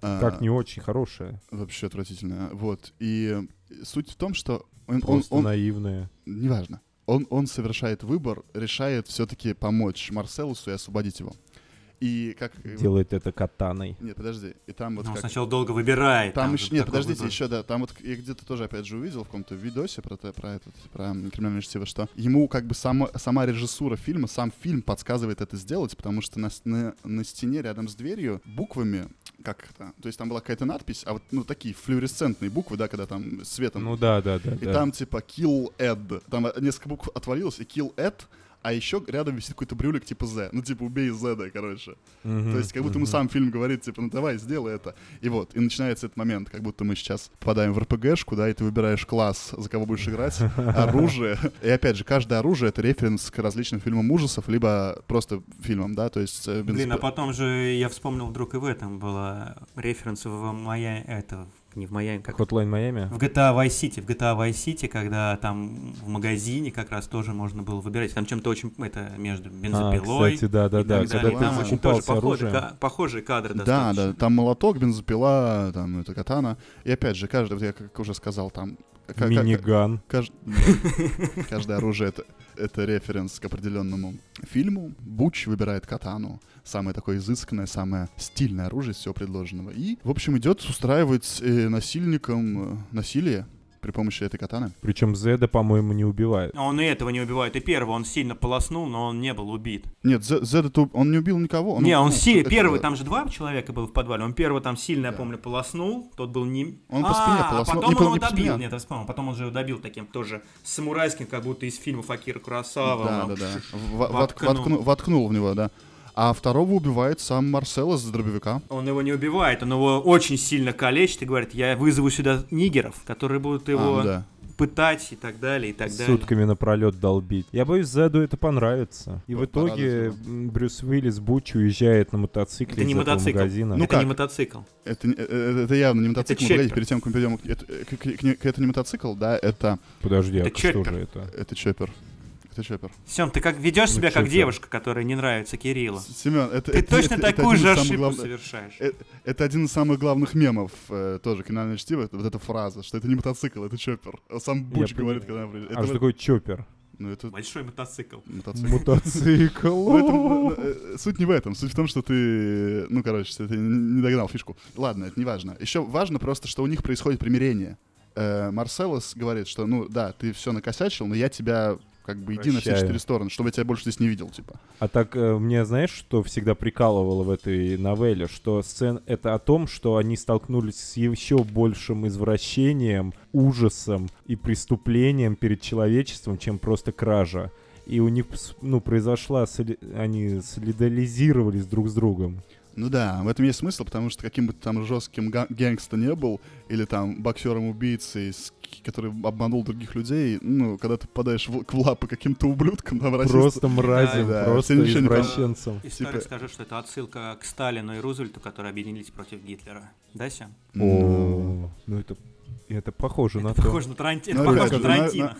Speaker 8: А,
Speaker 7: Как не очень хорошая.
Speaker 8: Вообще отвратительная. Вот. И суть в том, что он, он,
Speaker 7: Просто
Speaker 8: он,
Speaker 7: наивная.
Speaker 8: неважно. Он, он совершает выбор, решает все-таки помочь Марселусу и освободить его. И как...
Speaker 7: Делает это катаной.
Speaker 8: Нет, подожди. И там вот
Speaker 9: Ну,
Speaker 8: как...
Speaker 9: сначала долго выбирает.
Speaker 8: Там
Speaker 9: же
Speaker 8: еще, нет,
Speaker 9: такой
Speaker 8: подождите,
Speaker 9: выбор.
Speaker 8: еще, да, там вот я где-то тоже, опять же, увидел в каком-то видосе про, те- про этот, про криминальное чтиво, что ему как бы сама, сама режиссура фильма, сам фильм подсказывает это сделать, потому что на, с- на, на стене рядом с дверью буквами, как это, то есть там была какая-то надпись, а вот, ну, такие флюоресцентные буквы, да, когда там светом
Speaker 7: Ну да, да, да.
Speaker 8: и
Speaker 7: да.
Speaker 8: там типа Kill Ed. Там э, несколько букв отвалилось, и Kill Ed, а еще рядом висит какой-то брюлик типа Z. Ну, типа, убей Зеда, короче.
Speaker 7: Мгм,
Speaker 8: То есть, как будто ему
Speaker 7: мгм.
Speaker 8: сам фильм говорит, типа, ну давай, сделай это. И вот, и начинается этот момент, как будто мы сейчас попадаем в РПГшку, да, и ты выбираешь класс, за кого будешь играть, оружие. И опять же, каждое оружие — это референс к различным фильмам ужасов, либо просто фильмам, да, то есть... э,
Speaker 9: Блин,
Speaker 8: бенз-
Speaker 9: а потом же я вспомнил вдруг и в этом была референс в Майами, это, не в Майами, как
Speaker 7: Hotline Miami?
Speaker 9: В GTA Vice City, в GTA Vice City, когда там в магазине как раз тоже можно было выбирать, там чем-то очень это между бензопилой.
Speaker 7: А, кстати, да, да,
Speaker 9: и
Speaker 7: да.
Speaker 9: так
Speaker 7: Когда
Speaker 9: далее.
Speaker 8: ты
Speaker 9: там очень тоже
Speaker 7: закупался
Speaker 9: похожие,
Speaker 7: оружием.
Speaker 9: ка- похожие кадры
Speaker 8: Да,
Speaker 9: достаточно.
Speaker 8: да, там молоток, бензопила, там это катана. И опять же, каждый, вот я как уже сказал, там... как- как-
Speaker 7: Миниган.
Speaker 8: Кажд- Каждое оружие это, это референс к определенному фильму. Буч выбирает катану. Самое такое изысканное, самое стильное оружие из всего предложенного. И, в общем, идет устраивать э, насильникам э, насилие при помощи этой катаны.
Speaker 7: Причем Зеда, по-моему, не убивает.
Speaker 9: А Он и этого не убивает. И первого он сильно полоснул, но он не был убит.
Speaker 8: Нет, Зе- Зед это он не убил никого.
Speaker 9: не, он
Speaker 8: ну,
Speaker 9: си...
Speaker 8: это-
Speaker 9: первый, там же два человека было в подвале. Он первый там сильно, я помню, полоснул. Тот был не...
Speaker 8: Он по
Speaker 9: а,
Speaker 8: спине
Speaker 9: а
Speaker 8: полоснул.
Speaker 9: потом
Speaker 8: Не
Speaker 9: он
Speaker 8: по-
Speaker 9: его
Speaker 8: не по спине.
Speaker 9: добил. Нет, я вспомнил. Потом он же его добил таким тоже самурайским, как будто из фильмов Акира Курасава.
Speaker 8: Да,
Speaker 9: Он
Speaker 8: да, да. В- вотк-
Speaker 9: ну. воткнул.
Speaker 8: воткну- Воткнул в него, да. А второго убивает сам Марсело с дробовика.
Speaker 9: Он его не убивает, он его очень сильно калечит и говорит, я вызову сюда нигеров, которые будут его
Speaker 8: А, да.
Speaker 9: пытать и так далее, и так далее.
Speaker 7: Сутками напролет долбить. Я боюсь, Зеду это понравится. И в
Speaker 8: Вот,
Speaker 7: итоге
Speaker 8: порадует
Speaker 7: м, Брюс Уиллис Буч уезжает на мотоцикле
Speaker 9: Это
Speaker 7: из
Speaker 9: не
Speaker 7: этого
Speaker 9: мотоцикл.
Speaker 7: магазина.
Speaker 8: Ну
Speaker 9: это не
Speaker 8: как?
Speaker 9: мотоцикл.
Speaker 8: Это, не- э, э, это явно не мотоцикл.
Speaker 9: чеппер.
Speaker 8: Погодите, перед тем, как мы перейдем к, это- к- к- к не- к это не мотоцикл, да, это,
Speaker 7: Подожди, а
Speaker 9: это
Speaker 7: что
Speaker 9: чоппер.
Speaker 7: же это?
Speaker 8: это чоппер. Это чоппер.
Speaker 9: Сем, ты как ведешь
Speaker 7: Ну,
Speaker 9: себя
Speaker 7: чё
Speaker 9: как
Speaker 7: ты?
Speaker 9: девушка, которая не нравится Кириллу.
Speaker 8: Семен, это,
Speaker 9: Ты
Speaker 8: это-
Speaker 9: точно
Speaker 8: это- это
Speaker 9: такую
Speaker 8: один
Speaker 9: же
Speaker 8: из самых
Speaker 9: ошибку
Speaker 8: глав-
Speaker 9: совершаешь.
Speaker 8: э, Это один из самых главных мемов э, тоже криминальное чтиво, это вот эта фраза, что это не мотоцикл, это чоппер. А Сам Буч
Speaker 7: Я
Speaker 8: говорит, когда
Speaker 7: понимаю.
Speaker 8: он приезжает.
Speaker 7: А что
Speaker 8: Это вот-
Speaker 7: такое чоппер?
Speaker 8: Ну это
Speaker 9: Большой мотоцикл.
Speaker 8: мотоцикл. В этом,
Speaker 7: Мотоцикл.
Speaker 8: э, э, суть не в этом. Суть в том, что ты, ну, короче, ты не не догнал фишку. Ладно, это не важно. Еще важно просто, что у них происходит примирение. Э, Марселос говорит, что, ну, да, ты все накосячил, но я тебя как бы иди на все
Speaker 7: Прощаю.
Speaker 8: четыре стороны, чтобы я тебя больше здесь не видел, типа.
Speaker 7: А так э, мне, знаешь, что всегда прикалывало в этой новелле, что сцен это о том, что они столкнулись с еще большим извращением, ужасом и преступлением перед человечеством, чем просто кража. И у них, пс- ну, произошла, соли- они солидализировались друг с другом.
Speaker 8: Ну да, в этом есть смысл, потому что каким бы ты там жестким га- гэнгста не был, или там боксером-убийцей, с к- который обманул других людей, ну, когда ты попадаешь в, к в лапы каким-то ублюдкам, там, расистам,
Speaker 7: Просто мразем,
Speaker 8: да,
Speaker 7: просто
Speaker 8: всем ничего не понятно.
Speaker 7: извращенцем.
Speaker 9: Историк
Speaker 8: Типа-
Speaker 9: скажет, что это отсылка к Сталину и Рузвельту, которые объединились против Гитлера. Да, Сем?
Speaker 8: Ну,
Speaker 7: О, ну это, это похоже на
Speaker 9: Это
Speaker 7: то.
Speaker 9: похоже на Таранти- это
Speaker 8: Ну,
Speaker 9: похоже
Speaker 8: ребята,
Speaker 9: на
Speaker 8: ну,
Speaker 9: Тарантино.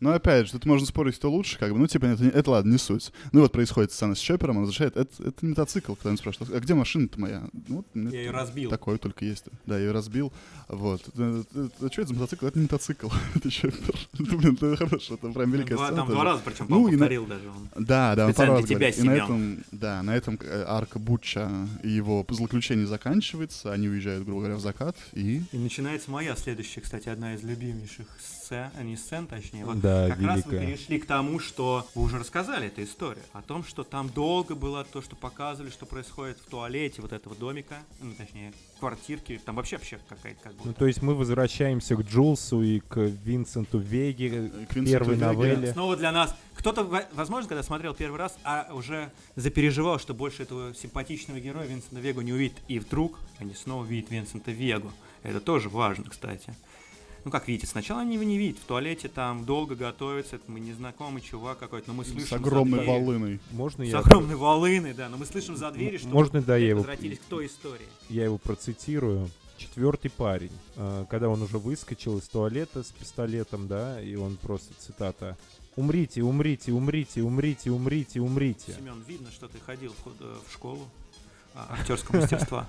Speaker 8: Но опять же, тут можно спорить, кто лучше, как бы, ну, типа, это, не- это ладно, не суть. Ну, вот происходит сцена с Чоппером, он возвращает, «Э, это, это не мотоцикл, когда он спрашивает, а где машина-то моя? Ну, вот, мне
Speaker 9: Я ее разбил.
Speaker 8: Такое только есть. Да, я ее разбил. Вот. Э, э, э, Что это за мотоцикл? Это не мотоцикл. Это Чоппер. Ну, Блин, это хорошо, это прям великая
Speaker 9: Два-
Speaker 8: сцена.
Speaker 9: Там
Speaker 8: тоже.
Speaker 9: два раза, причем
Speaker 8: Ну,
Speaker 9: по-моему,
Speaker 8: и на-
Speaker 9: повторил даже он.
Speaker 8: Да, да, он
Speaker 9: Специально
Speaker 8: пару раз
Speaker 9: для тебя,
Speaker 8: говорит. И на
Speaker 9: Семен.
Speaker 8: этом, да, на этом э, арка Буча и его злоключение заканчивается, они уезжают, грубо говоря, в закат, и...
Speaker 9: И начинается моя следующая, кстати, одна из любимейших сцен, а, не сцен, точнее. Вот
Speaker 7: Да,
Speaker 9: как раз вы
Speaker 7: великая.
Speaker 9: перешли к тому, что вы уже рассказали эту историю. О том, что там долго было то, что показывали, что происходит в туалете вот этого домика, ну, точнее, квартирки. Там вообще вообще какая-то как
Speaker 7: Ну,
Speaker 9: будто.
Speaker 7: то есть мы возвращаемся к Джулсу и к Винсенту Веге,
Speaker 8: Э,
Speaker 7: к
Speaker 8: Винсенту
Speaker 7: первой
Speaker 8: Веге.
Speaker 7: новелле.
Speaker 9: Снова для нас, Кто-то, во- возможно, когда смотрел первый раз, а уже запереживал, что больше этого симпатичного героя Винсента Вегу не увидит. И вдруг они снова видят Винсента Вегу. Это тоже важно, кстати. Ну, как видите, сначала они его не видят. В туалете там долго готовится, это мы незнакомый чувак какой-то, но мы слышим
Speaker 8: С
Speaker 9: за
Speaker 8: огромной
Speaker 9: дверью-
Speaker 8: волыной.
Speaker 7: Можно
Speaker 9: С
Speaker 7: я,
Speaker 9: огромной волыны, да, но мы слышим за дверью, что
Speaker 7: Можно, да, я его-
Speaker 9: возвратились к той истории.
Speaker 7: я его процитирую? Четвертый парень, э, когда он уже выскочил из туалета с пистолетом, да, и он просто, цитата, «Умрите, умрите, умрите, умрите, умрите, умрите».
Speaker 9: Семен, видно, что ты ходил в, ход- э, в школу а, актерского мастерства.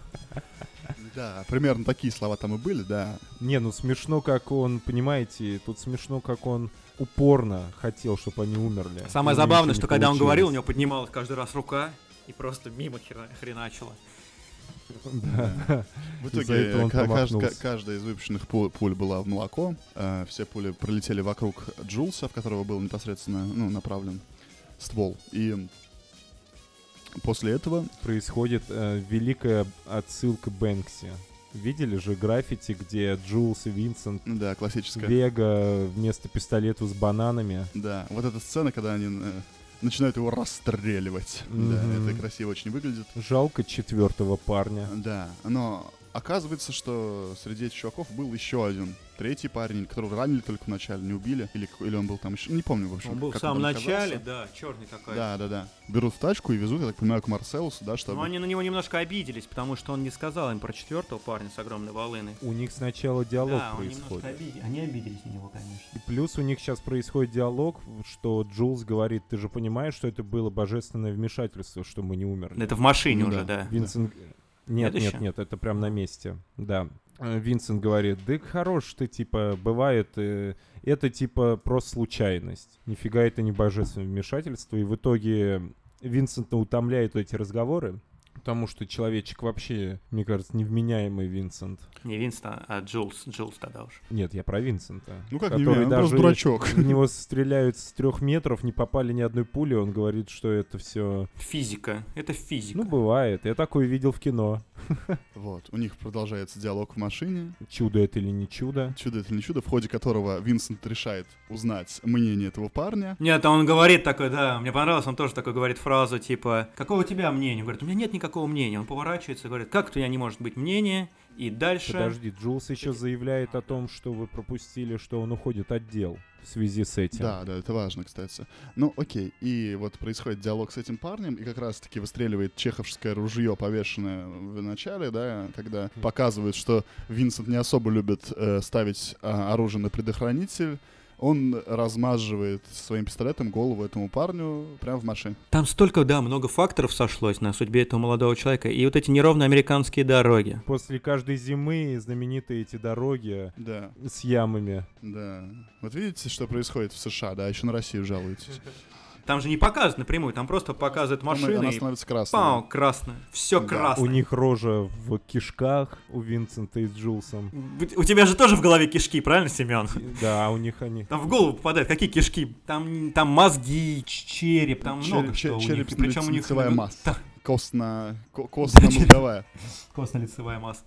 Speaker 8: Да, примерно такие слова там и были, да.
Speaker 7: Не, ну смешно, как он, понимаете, тут смешно, как он упорно хотел, чтобы они умерли.
Speaker 9: Самое
Speaker 7: У него
Speaker 9: забавное,
Speaker 7: ничего
Speaker 9: что
Speaker 7: не
Speaker 9: когда он говорил, у
Speaker 7: получилось.
Speaker 9: него поднималась каждый раз рука и просто мимо хера- хреначила.
Speaker 8: В
Speaker 7: Из-за
Speaker 8: итоге
Speaker 7: этого он
Speaker 8: ка- кажд- ка-
Speaker 7: промахнулся.
Speaker 8: каждая из выпущенных пу- пуль была в молоко. Э, Все пули пролетели вокруг Джулса, в которого был непосредственно ну, направлен ствол. И после этого
Speaker 7: происходит э, великая отсылка Бэнкси. Видели же граффити, где Джулс и Винсент
Speaker 8: Ну Да, классическая.
Speaker 7: Вега вместо пистолета с бананами.
Speaker 8: Да, вот эта сцена, когда они э, начинают его расстреливать.
Speaker 7: Мгм.
Speaker 8: Да, это красиво очень выглядит.
Speaker 7: Жалко четвертого парня.
Speaker 8: Да, но оказывается, что среди этих чуваков был еще один. Третий парень, которого ранили только вначале, не убили. Или, или он был там еще, не помню, в общем.
Speaker 9: Он был в
Speaker 8: как
Speaker 9: самом
Speaker 8: там
Speaker 9: начале,
Speaker 8: оказался.
Speaker 9: да, черный какой.
Speaker 8: Да, да, да. Берут в тачку и везут, я так понимаю, к Марселусу, да, чтобы...
Speaker 9: Но Ну, они на него немножко обиделись, потому что он не сказал им про четвертого парня с огромной волыной.
Speaker 7: У них сначала диалог
Speaker 9: Да, он немножко
Speaker 7: происходит.
Speaker 9: обиделись. Они обиделись на него, конечно.
Speaker 7: И плюс у них сейчас происходит диалог, что Джулс говорит, ты же понимаешь, что это было божественное вмешательство, что мы не умерли.
Speaker 9: Это в машине
Speaker 8: Ну
Speaker 9: уже,
Speaker 8: да.
Speaker 9: да.
Speaker 7: Винсент... Нет,
Speaker 9: Это
Speaker 7: нет,
Speaker 9: ща?
Speaker 7: нет, это прям на месте. Да. Э, Винсент говорит, да хорош ты, типа, бывает, э, это типа просто случайность. Нифига это не божественное вмешательство. И в итоге Винсента утомляют эти разговоры, потому что человечек вообще, мне кажется, невменяемый Винсент.
Speaker 9: Не Винстон, а Джулс. Джулс тогда уж.
Speaker 7: Нет, я про Винсента.
Speaker 8: Ну как не
Speaker 7: который
Speaker 8: меня, он просто
Speaker 7: даже-
Speaker 8: дурачок.
Speaker 7: в него стреляют с трех метров, не попали ни одной пули, он говорит, что это все...
Speaker 9: Физика. Это физика.
Speaker 7: Ну, бывает. Я такое видел в кино.
Speaker 8: Вот, у них продолжается диалог в машине.
Speaker 7: Чудо это или не чудо.
Speaker 8: Чудо это не чудо, в ходе которого Винсент решает узнать мнение этого парня.
Speaker 9: Нет, а он говорит такой, да, мне понравилось, он тоже такой говорит фразу, типа, какого у тебя мнения? Он говорит, у меня нет никакого мнения. Он поворачивается и говорит, как у тебя не может быть мнения? И дальше...
Speaker 7: Подожди, Джулс еще заявляет о том, что вы пропустили, что он уходит от дел в связи с этим.
Speaker 8: Да, да, это важно, кстати. Ну, окей, и вот происходит диалог с этим парнем, и как раз-таки выстреливает чеховское ружье, повешенное в начале, да, когда показывает, что Винсент не особо любит э, ставить а, оружие на предохранитель. Он размазывает своим пистолетом голову этому парню прямо в машине.
Speaker 9: Там столько, да, много факторов сошлось на судьбе этого молодого человека. И вот эти неровные американские дороги.
Speaker 7: После каждой зимы знаменитые эти дороги
Speaker 8: Да,
Speaker 7: с ямами.
Speaker 8: да. Вот видите, что происходит в США, да, еще на Россию жалуетесь.
Speaker 9: Там же не показывают напрямую, там просто показывают
Speaker 8: Она-
Speaker 9: машины.
Speaker 8: Она
Speaker 9: и
Speaker 8: становится красной.
Speaker 9: пау, красное. Все
Speaker 8: Да.
Speaker 9: красное.
Speaker 7: У них рожа в кишках у Винсента и с Джулсом.
Speaker 9: У тебя же тоже в голове кишки, правильно, Семен?
Speaker 7: И- Да, а у них они...
Speaker 9: Там в голову попадают, какие кишки? Там, там мозги, ч- череп, там
Speaker 8: Череп-
Speaker 9: много
Speaker 8: череп-
Speaker 9: что у них.
Speaker 8: черепно-
Speaker 9: Причем у них
Speaker 8: лицевая
Speaker 9: ну,
Speaker 8: масса.
Speaker 9: та-
Speaker 8: Костно... ко- Костно-мозговая.
Speaker 9: Костно-лицевая масса.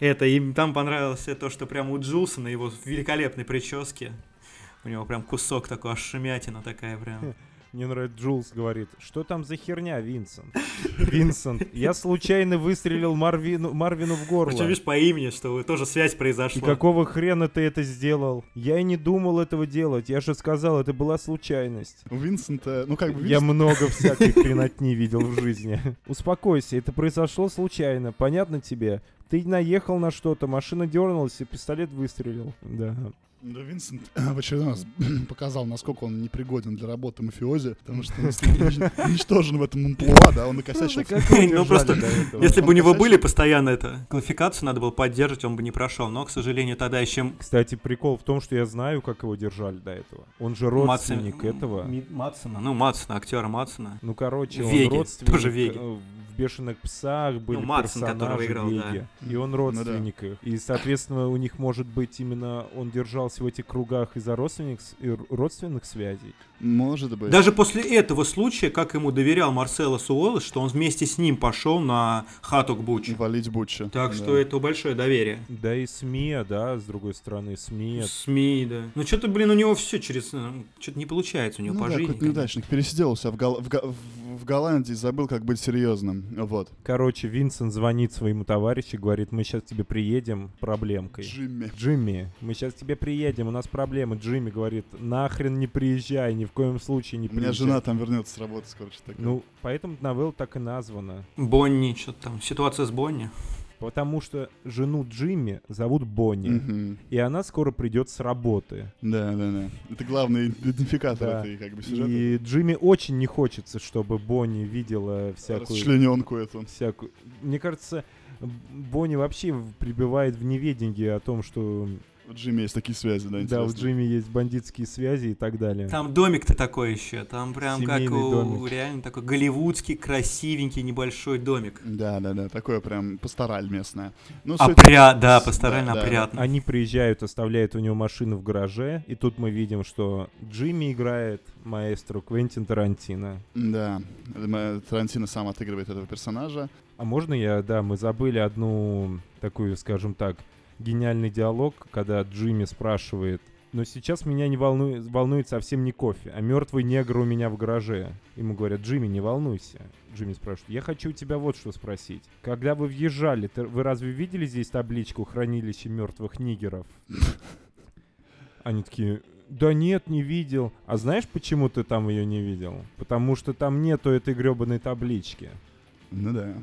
Speaker 9: Это, им там понравилось то, что прям у Джулса на его великолепной прическе, у него прям кусок такой, аж шумятина такая прям.
Speaker 7: Мне нравится, Джулс говорит, что там за херня, Винсент? Винсент, я случайно выстрелил Марвину, Марвину в
Speaker 9: Причем,
Speaker 7: горло.
Speaker 9: видишь, по имени, что тоже связь
Speaker 7: И
Speaker 9: произошла.
Speaker 7: какого хрена ты это сделал? Я и не думал этого делать, я же сказал, это была случайность.
Speaker 8: У Винсента, ну как бы
Speaker 7: Я много всякой хренотни видел в жизни. Успокойся, это произошло случайно, понятно тебе? Ты наехал на что-то, машина дернулась и пистолет выстрелил. Да.
Speaker 8: Да, Винсент в очередной раз показал, насколько он непригоден для работы мафиози, потому что он уничтожен в этом амплуа, да, он накосячил.
Speaker 7: Как его
Speaker 9: Ну,
Speaker 7: держали
Speaker 9: просто,
Speaker 7: до этого?
Speaker 9: Если бы у него
Speaker 8: Ну, Кстати-
Speaker 9: были постоянно это, квалификацию надо было поддерживать, он бы не прошел. Но, к сожалению, тогда еще...
Speaker 7: Кстати, прикол в том, что я знаю, как его держали до этого. Он же
Speaker 9: Матсен-
Speaker 7: родственник этого.
Speaker 9: Матсона, ну, Матсона, актера Матсона.
Speaker 7: Ну, короче, он
Speaker 9: Веги,
Speaker 7: родственник
Speaker 9: тоже Веги.
Speaker 7: э, в бешеных псах были
Speaker 9: Мадсен, которого
Speaker 7: персонажи
Speaker 9: играл, да.
Speaker 7: геи. И он
Speaker 8: да.
Speaker 7: родственник их. И, соответственно, у них, может быть, именно он держался в этих кругах из-за родственник, с- и р- родственных связей.
Speaker 8: Может быть.
Speaker 4: Даже после этого случая, как ему доверял Марсело Суолос, что он вместе с ним пошел на хату к Буче.
Speaker 8: Валить Буча.
Speaker 9: Так что это большое доверие.
Speaker 7: Да и СМИ, да, с другой стороны, СМИ.
Speaker 4: СМИ, да. Ну что-то, блин, у него все через... Что-то не получается у него
Speaker 8: Ну
Speaker 4: по
Speaker 8: да,
Speaker 4: жизни.
Speaker 8: какой-то
Speaker 4: конечно.
Speaker 8: неудачник. Пересидел у себя в, Гол- в Го- в- в Голландии, забыл, как быть серьезным. Вот.
Speaker 7: Короче, Винсент звонит своему товарищу, говорит, мы сейчас тебе приедем проблемкой.
Speaker 8: Джимми.
Speaker 7: Джимми, мы сейчас тебе приедем, у нас проблемы. Джимми говорит, нахрен не приезжай, ни в коем случае не
Speaker 8: У меня
Speaker 7: приезжай.
Speaker 8: жена там вернется с работы скоро. что такое.
Speaker 7: Ну, поэтому новелла так и названа.
Speaker 4: Бонни, что-то там. Ситуация с Бонни.
Speaker 7: Потому что жену Джимми зовут Бонни.
Speaker 8: Мгм.
Speaker 7: И она скоро придет с работы.
Speaker 8: Да, да, да. Это главный идентификатор
Speaker 7: Да.
Speaker 8: этой как бы сюжета.
Speaker 7: И Джимми очень не хочется, чтобы Бонни видела всякую...
Speaker 8: Расчлененку эту.
Speaker 7: всякую... Мне кажется, Бонни вообще в- пребывает в неведении о том, что
Speaker 8: У Джимми есть такие связи,
Speaker 7: да,
Speaker 8: да,
Speaker 7: у
Speaker 8: интересно.
Speaker 7: Джимми есть бандитские связи и так далее.
Speaker 4: Там домик-то такой еще. Там прям как
Speaker 7: Семейный
Speaker 4: у...
Speaker 7: домик.
Speaker 4: Реально такой голливудский, красивенький, небольшой домик.
Speaker 8: Да, да, да, такое прям пастораль местная. Ну,
Speaker 9: А
Speaker 8: суть-
Speaker 4: Опря... Да,
Speaker 8: Да,
Speaker 4: пасторально
Speaker 8: да, да.
Speaker 4: опрятно.
Speaker 7: Они приезжают, оставляют у него машину в гараже, и тут мы видим, что Джимми играет маэстро Квентин Тарантино.
Speaker 8: Да, М, э, Тарантино сам отыгрывает этого персонажа.
Speaker 7: А можно я, да, мы забыли одну такую, скажем так, гениальный диалог, когда Джимми спрашивает, но сейчас меня не волнует, волнует совсем не кофе, а мертвый негр у меня в гараже. Ему говорят, Джимми, не волнуйся. Джимми спрашивает, я хочу у тебя вот что спросить. Когда вы въезжали, ты- вы разве видели здесь табличку «Хранилище мертвых нигеров»? Они такие, да нет, не видел. А знаешь, почему ты там ее не видел? Потому что там нету этой гребаной таблички.
Speaker 8: Ну да.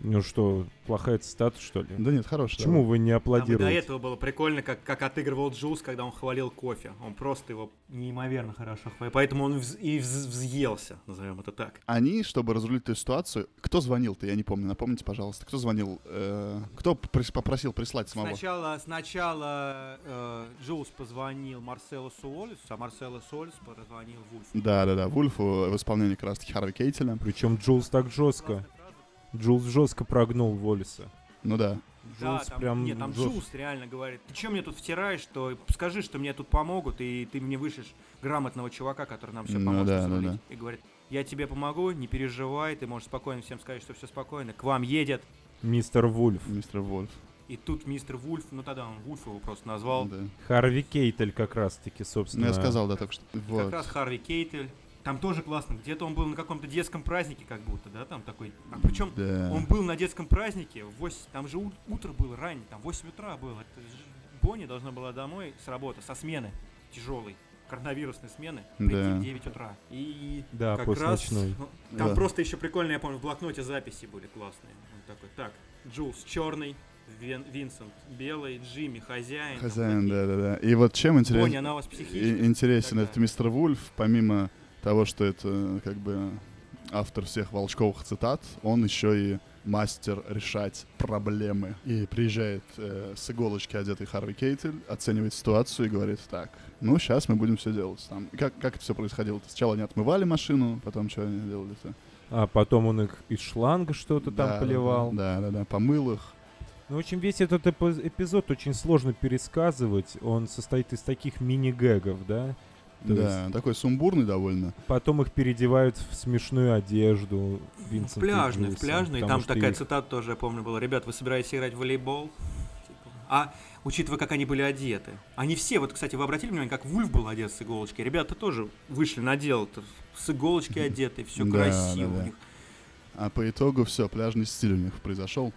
Speaker 7: Ну что, плохая цитата, что ли?
Speaker 8: Да нет, хороший.
Speaker 7: Почему вы не
Speaker 9: Там и до
Speaker 7: аплодируете?
Speaker 9: этого было прикольно, как, как отыгрывал Джулс, когда он хвалил кофе. Он просто его...
Speaker 4: Неимоверно хорошо хватит.
Speaker 9: Поэтому он вз- и вз- взъелся, назовем это так.
Speaker 8: Они, чтобы разрулить эту ситуацию, кто звонил-то, я не помню, напомните, пожалуйста, кто звонил, э, кто прис- попросил прислать самого?
Speaker 9: Сначала, сначала э, Джулс позвонил Марселу Суолису, а Марсело Суолис позвонил Вульфу.
Speaker 8: Да-да-да, Вульфу в исполнении как раз-таки Харви Кейтеля.
Speaker 7: Причем Джулс так жестко. Джулс жестко прогнул Волиса.
Speaker 8: Ну да.
Speaker 9: Да,
Speaker 7: Джулс
Speaker 9: там,
Speaker 7: прям
Speaker 9: нет, там
Speaker 7: жестко.
Speaker 9: Джулс реально говорит, ты что мне тут втираешь, что скажи, что мне тут помогут, и ты мне вышлешь грамотного чувака, который нам все
Speaker 8: Ну
Speaker 9: поможет
Speaker 8: да, да,
Speaker 9: разрулить». И говорит, я тебе помогу, не переживай, ты можешь спокойно всем сказать, что все спокойно, к вам едет.
Speaker 7: Мистер Вульф.
Speaker 8: Мистер Вольф.
Speaker 9: И тут мистер Вульф, ну тогда он Вульф его просто назвал.
Speaker 8: Да.
Speaker 7: Харви Кейтель как раз-таки,
Speaker 8: Ну
Speaker 7: собственно.
Speaker 8: я сказал, да, только что.
Speaker 9: И
Speaker 8: Вот.
Speaker 9: Как раз Харви Кейтель. Там тоже классно. Где-то он был на каком-то детском празднике, как будто, да, там такой. А причем
Speaker 8: Да.
Speaker 9: он был на детском празднике, в 8, там же у- утро было ранее, там 8 утра было. Это же Бонни должна была домой с работы, со смены тяжелой, коронавирусной смены, прийти
Speaker 8: Да.
Speaker 9: в 9 утра. И
Speaker 7: Да,
Speaker 9: как
Speaker 7: после
Speaker 9: раз,
Speaker 7: ночной.
Speaker 9: ну, там
Speaker 8: Да.
Speaker 9: просто еще прикольно, я помню, в блокноте записи были классные. Он такой, так, Джулс черный, Вин- Винсент белый, Джимми хозяин. там
Speaker 8: Хозяин,
Speaker 9: такие.
Speaker 8: да-да-да. И вот чем
Speaker 9: Бонни,
Speaker 8: интересен,
Speaker 9: она у вас
Speaker 8: и-
Speaker 9: психически.
Speaker 8: интересен
Speaker 9: Да-да.
Speaker 8: этот мистер Вульф, помимо того, что это как бы автор всех волчковых цитат, он еще и мастер решать проблемы. И приезжает э, с иголочки одетый Харви Кейтель, оценивает ситуацию и говорит так, ну, сейчас мы будем все делать. Там. И Как, как это все происходило? Сначала они отмывали машину, потом что они делали-то?
Speaker 7: А потом он их из шланга что-то там поливал.
Speaker 8: Да-да-да, помыл их.
Speaker 7: Ну, в общем, весь этот эпо- эпизод очень сложно пересказывать. Он состоит из таких мини-гэгов, да? То
Speaker 8: да, такой сумбурный довольно.
Speaker 7: Потом их переодевают в смешную одежду. Винсента и
Speaker 9: пляжный, в
Speaker 7: Джулса,
Speaker 9: пляжный.
Speaker 7: потому
Speaker 9: Там
Speaker 7: что
Speaker 9: такая
Speaker 7: их-
Speaker 9: цитата тоже, я помню, была. Ребят, вы собираетесь играть в волейбол? Типа. А учитывая, как они были одеты. Они все, вот, кстати, вы обратили внимание, как Вульф был одет с иголочки. Ребята тоже вышли на дело -то, с иголочки одеты, все
Speaker 8: Да,
Speaker 9: красиво
Speaker 8: да,
Speaker 9: у
Speaker 8: да.
Speaker 9: них.
Speaker 8: А по итогу все, пляжный стиль у них произошел.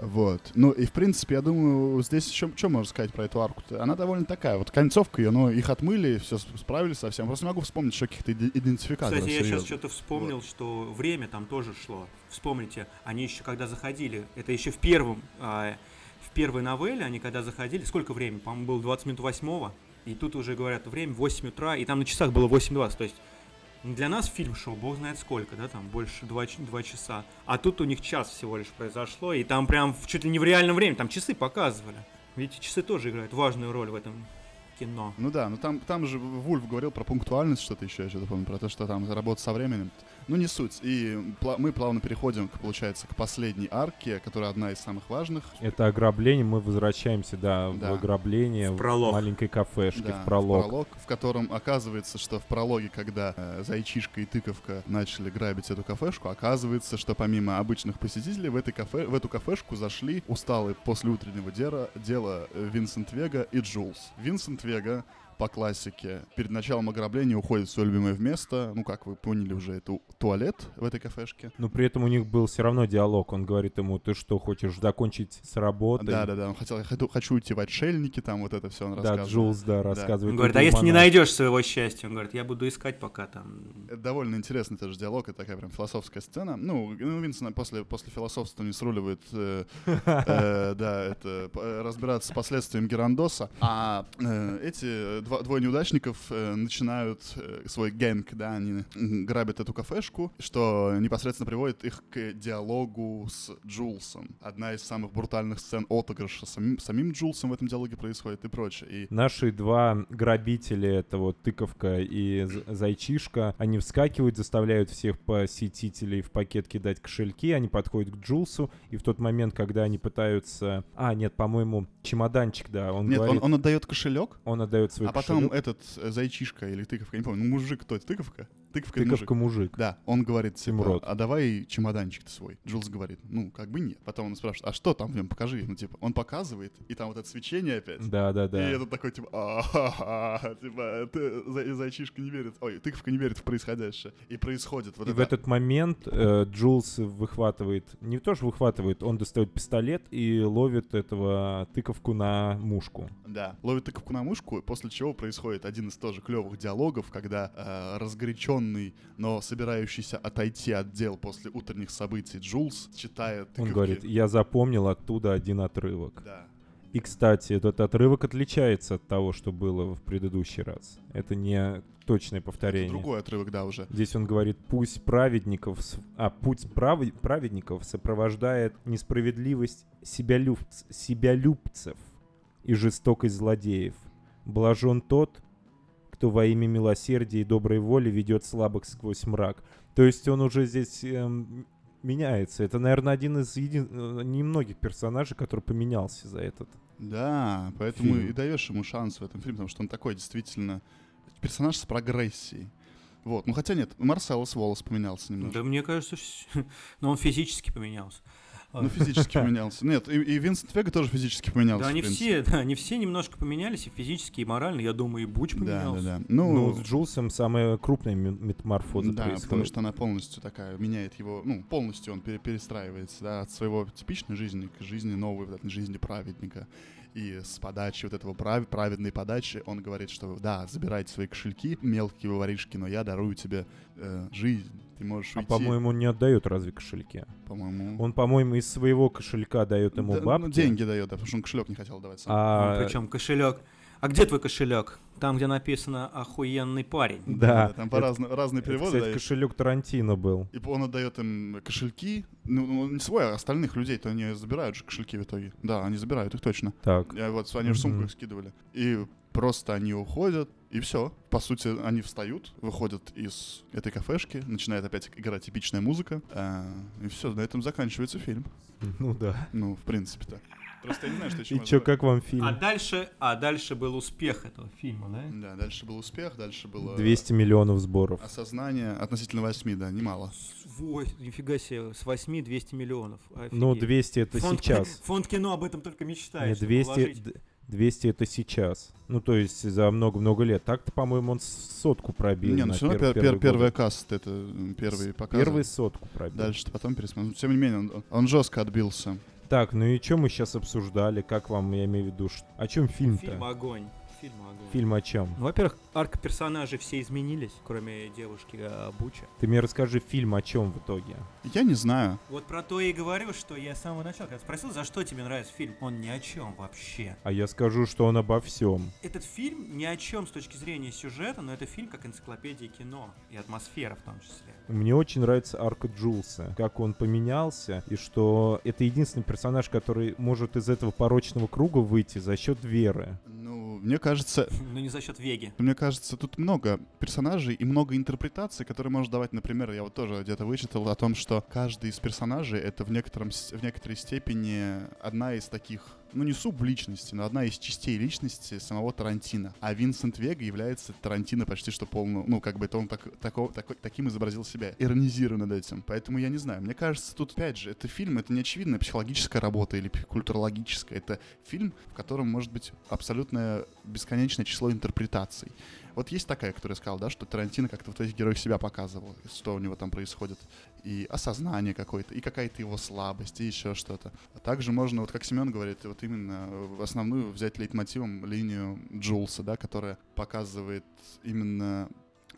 Speaker 8: Вот. Ну и в принципе, я думаю, здесь еще что можно сказать про эту арку-то? Она довольно такая. Вот концовка ее, но их отмыли, все справились совсем. Просто не могу вспомнить еще каких-то иде- идентификаторов.
Speaker 9: Кстати, я сейчас
Speaker 8: серьезных.
Speaker 9: что-то вспомнил, что время там тоже шло. Вспомните, они еще когда заходили, это еще в первом, а, в первой новелле, они когда заходили, сколько времени? По-моему, было 20 минут восьмого, и тут уже говорят, время 8 утра, и там на часах было 8.20, то есть для нас фильм шел, бог знает сколько, да, там больше 2, часа. А тут у них час всего лишь произошло, и там прям в- чуть ли не в реальном времени, там часы показывали. Видите, часы тоже играют важную роль в этом
Speaker 4: кино.
Speaker 8: Ну да, ну там, там же Вульф говорил про пунктуальность что-то еще, я что-то помню, про то, что там работа со временем. Ну не суть. И пла- мы плавно переходим, к, получается, к последней арке, которая одна из самых важных.
Speaker 7: Это ограбление, мы возвращаемся, да,
Speaker 8: Да.
Speaker 7: в ограбление
Speaker 4: В
Speaker 7: в
Speaker 4: пролог.
Speaker 7: маленькой кафешке,
Speaker 8: Да,
Speaker 7: в пролог.
Speaker 8: в котором оказывается, что в прологе, когда э, зайчишка и тыковка начали грабить эту кафешку, оказывается, что помимо обычных посетителей в, этой кафе, в эту кафешку зашли усталые после утреннего дера, дела э, Винсент Вега и Джулс. Винсент Вега по классике. Перед началом ограбления уходит в свое любимое место. Ну, как вы поняли уже, это у- туалет в этой кафешке.
Speaker 7: Но при этом у них был все равно диалог. Он говорит ему, ты что, хочешь закончить с работы?
Speaker 8: Да, да, да. Он хотел, я хочу, хочу уйти в отшельники, там вот это все он
Speaker 7: Да,
Speaker 8: рассказывает.
Speaker 7: Джулс, да, рассказывает.
Speaker 4: Он говорит, а если не
Speaker 7: лудомана».
Speaker 4: найдешь своего счастья? Он говорит, я буду искать пока там.
Speaker 8: Это довольно интересный тоже диалог, это такая прям философская сцена. Ну, ну Винсона после, после философства не сруливает, э, э, да, это п- э, разбираться с последствием Герандоса. А э, эти два- двое неудачников э, начинают э, свой гэнг, да, они м, грабят эту кафешку, что непосредственно приводит их к диалогу с Джулсом. Одна из самых брутальных сцен отыгрыша с самим, самим Джулсом в этом диалоге происходит и прочее. И
Speaker 7: Наши два грабителя, это вот тыковка и з- зайчишка, они вскакивают, заставляют всех посетителей в пакет кидать кошельки, они подходят к Джулсу, и в тот момент, когда они пытаются... А, нет, по-моему, чемоданчик, да, он
Speaker 8: нет, он-
Speaker 7: говорит... Он,
Speaker 8: он отдает кошелек,
Speaker 7: отдает свой
Speaker 8: А потом
Speaker 7: кошелек.
Speaker 8: этот э, зайчишка или тыковка, я не помню, ну мужик кто это, тыковка? Тыковка, или
Speaker 7: тыковка
Speaker 8: мужик.
Speaker 7: мужик.
Speaker 8: Да, он говорит, типа,
Speaker 7: Тимрот.
Speaker 8: а давай чемоданчик ты свой. Джулс говорит, ну, как бы нет. Потом он спрашивает, а что там в нем, покажи. Ну, типа, он показывает, и там вот это свечение опять.
Speaker 7: Да, да, да.
Speaker 8: И этот такой, типа, «А-ха-ха», типа, ты, за- зайчишка не верит, ой, тыковка не верит в происходящее. И происходит вот
Speaker 7: И
Speaker 8: это.
Speaker 7: в этот момент э, Джулс выхватывает, не то что выхватывает, он достает пистолет и ловит этого тыковку на мушку.
Speaker 8: Да. Ловит тыковку на мышку, после чего происходит один из тоже клевых диалогов, когда э, разгоряченный, но собирающийся отойти от дел после утренних событий Джулс читает
Speaker 7: Он говорит, я запомнил оттуда один отрывок.
Speaker 8: Да.
Speaker 7: И, кстати, этот отрывок отличается от того, что было в предыдущий раз. Это не точное
Speaker 8: Это
Speaker 7: повторение.
Speaker 8: другой отрывок, да, уже.
Speaker 7: Здесь он говорит, пусть праведников, с- а путь прави- праведников сопровождает несправедливость себялюб... себялюбцев и жестокость злодеев. Блажен тот, кто во имя милосердия и доброй воли ведет слабых сквозь мрак. То есть он уже здесь эм, меняется. Это, наверное, один из един- э, немногих персонажей, который поменялся за этот.
Speaker 8: Да, поэтому
Speaker 7: Фильм.
Speaker 8: и даешь ему шанс в этом фильме, потому что он такой действительно персонаж с прогрессией. Вот, ну хотя нет, Марселос Волос поменялся немножко.
Speaker 4: Ну, Да мне кажется, что- но он физически поменялся.
Speaker 8: Ну, физически поменялся. Нет, и, и Винсент Вега тоже физически поменялся.
Speaker 4: Да,
Speaker 8: в
Speaker 4: они
Speaker 8: принципе.
Speaker 4: все, да, они все немножко поменялись, и физически, и морально, я думаю, и Буч
Speaker 8: Да,
Speaker 4: поменялся.
Speaker 8: да, да.
Speaker 7: Ну,
Speaker 8: Ну,
Speaker 7: с Джулсом самая крупная ме- метаморфоза
Speaker 8: да,
Speaker 7: происходит.
Speaker 8: потому что она полностью такая, меняет его, ну, полностью он пере- перестраивается, да, от своего типичной жизни к жизни новой, вот этой жизни праведника. И с подачи вот этого прав- праведной подачи он говорит, что да, забирайте свои кошельки, мелкие воришки, но я дарую тебе э, жизнь. Ты можешь
Speaker 7: А
Speaker 8: уйти.
Speaker 7: по-моему, он не отдает разве кошельки?
Speaker 8: по-моему,
Speaker 7: Он, по-моему, из своего кошелька дает ему
Speaker 8: Да, ну,
Speaker 7: бабки.
Speaker 8: деньги дает, да, потому что он кошелек не хотел давать сам.
Speaker 7: А,
Speaker 9: Ну,
Speaker 4: Причем кошелек. А где твой кошелек? Там, где написано охуенный парень.
Speaker 7: да.
Speaker 8: там
Speaker 7: Это-
Speaker 8: по разно- разные
Speaker 7: это,
Speaker 8: переводы.
Speaker 7: кстати,
Speaker 8: дает.
Speaker 7: кошелек Тарантино был.
Speaker 8: И он отдает им кошельки. Ну, он не свой, а остальных людей, то они забирают же кошельки в итоге. Да, они забирают их точно.
Speaker 7: Так.
Speaker 8: Я Э, вот они же в сумку
Speaker 7: Мгм.
Speaker 8: их скидывали. И просто они уходят, и все. По сути, они встают, выходят из этой кафешки, начинает опять играть типичная музыка. а, и все, на этом заканчивается фильм.
Speaker 7: Ну да.
Speaker 8: Ну, в принципе, так. Просто я не знаю, что еще
Speaker 7: И чё, как вам фильм?
Speaker 4: А дальше, а дальше был успех этого фильма, да?
Speaker 8: Да, дальше был успех, дальше было...
Speaker 7: 200 миллионов сборов.
Speaker 8: Осознание относительно 8, да, немало.
Speaker 4: С- Ой, нифига себе, с 8 200 миллионов. Офигеть.
Speaker 7: Ну, 200 это
Speaker 4: Фонд-
Speaker 7: сейчас.
Speaker 4: Фонд кино об этом только мечтает.
Speaker 7: Нет,
Speaker 4: чтобы
Speaker 7: 200,
Speaker 4: вложить.
Speaker 7: д- 200 это сейчас. Ну, то есть за много-много лет. Так-то, по-моему, он сотку пробил.
Speaker 8: не, ну
Speaker 7: на
Speaker 8: все равно
Speaker 7: пер-
Speaker 8: пер- пер-
Speaker 7: первый
Speaker 8: первая
Speaker 7: год.
Speaker 8: касса, это м, первые показы.
Speaker 7: Первый сотку пробил.
Speaker 8: Дальше потом пересмотрим. Тем не менее, он, он жестко отбился.
Speaker 7: Так, ну и что мы сейчас обсуждали? Как вам, я имею в виду, ш- о чем фильм-то?
Speaker 4: Фильм огонь. Фильм огонь.
Speaker 7: Фильм о чем?
Speaker 4: Ну, во-первых, арка персонажей все изменились, кроме девушки э, Буча.
Speaker 7: Ты мне расскажи фильм о чем в итоге.
Speaker 8: Я не знаю.
Speaker 4: Вот про то и говорю, что я с самого начала, когда спросил, за что тебе нравится фильм, он ни о чем вообще.
Speaker 7: А я скажу, что он обо всем.
Speaker 4: Этот фильм ни о чем с точки зрения сюжета, но это фильм как энциклопедия кино и атмосфера в том числе.
Speaker 7: Мне очень нравится арка Джулса, как он поменялся, и что это единственный персонаж, который может из этого порочного круга выйти за счет веры.
Speaker 8: Ну, Мне кажется,
Speaker 9: Но
Speaker 4: Ну,
Speaker 9: не за счет Веги.
Speaker 8: мне кажется, тут много персонажей и много интерпретаций, которые можно давать. Например, я вот тоже где-то вычитал о том, что каждый из персонажей это в, некотором, с- в некоторой степени одна из таких, ну не субличности, но одна из частей личности самого Тарантино. А Винсент Вега является Тарантино почти что полным, ну как бы это он так, тако- тако- таким изобразил себя, иронизируя над этим. Поэтому я не знаю. Мне кажется, тут опять же, это фильм, это не очевидная психологическая работа или пи- культурологическая. Это фильм, в котором может быть абсолютно бесконечное число интерпретаций. Вот есть такая, которая сказала, да, что Тарантино как-то в этих героях себя показывал, что у него там происходит. И осознание какое-то, и какая-то его слабость, и еще что-то. А также можно, вот как Семен говорит, вот именно в основную взять лейтмотивом линию Джулса, да, которая показывает именно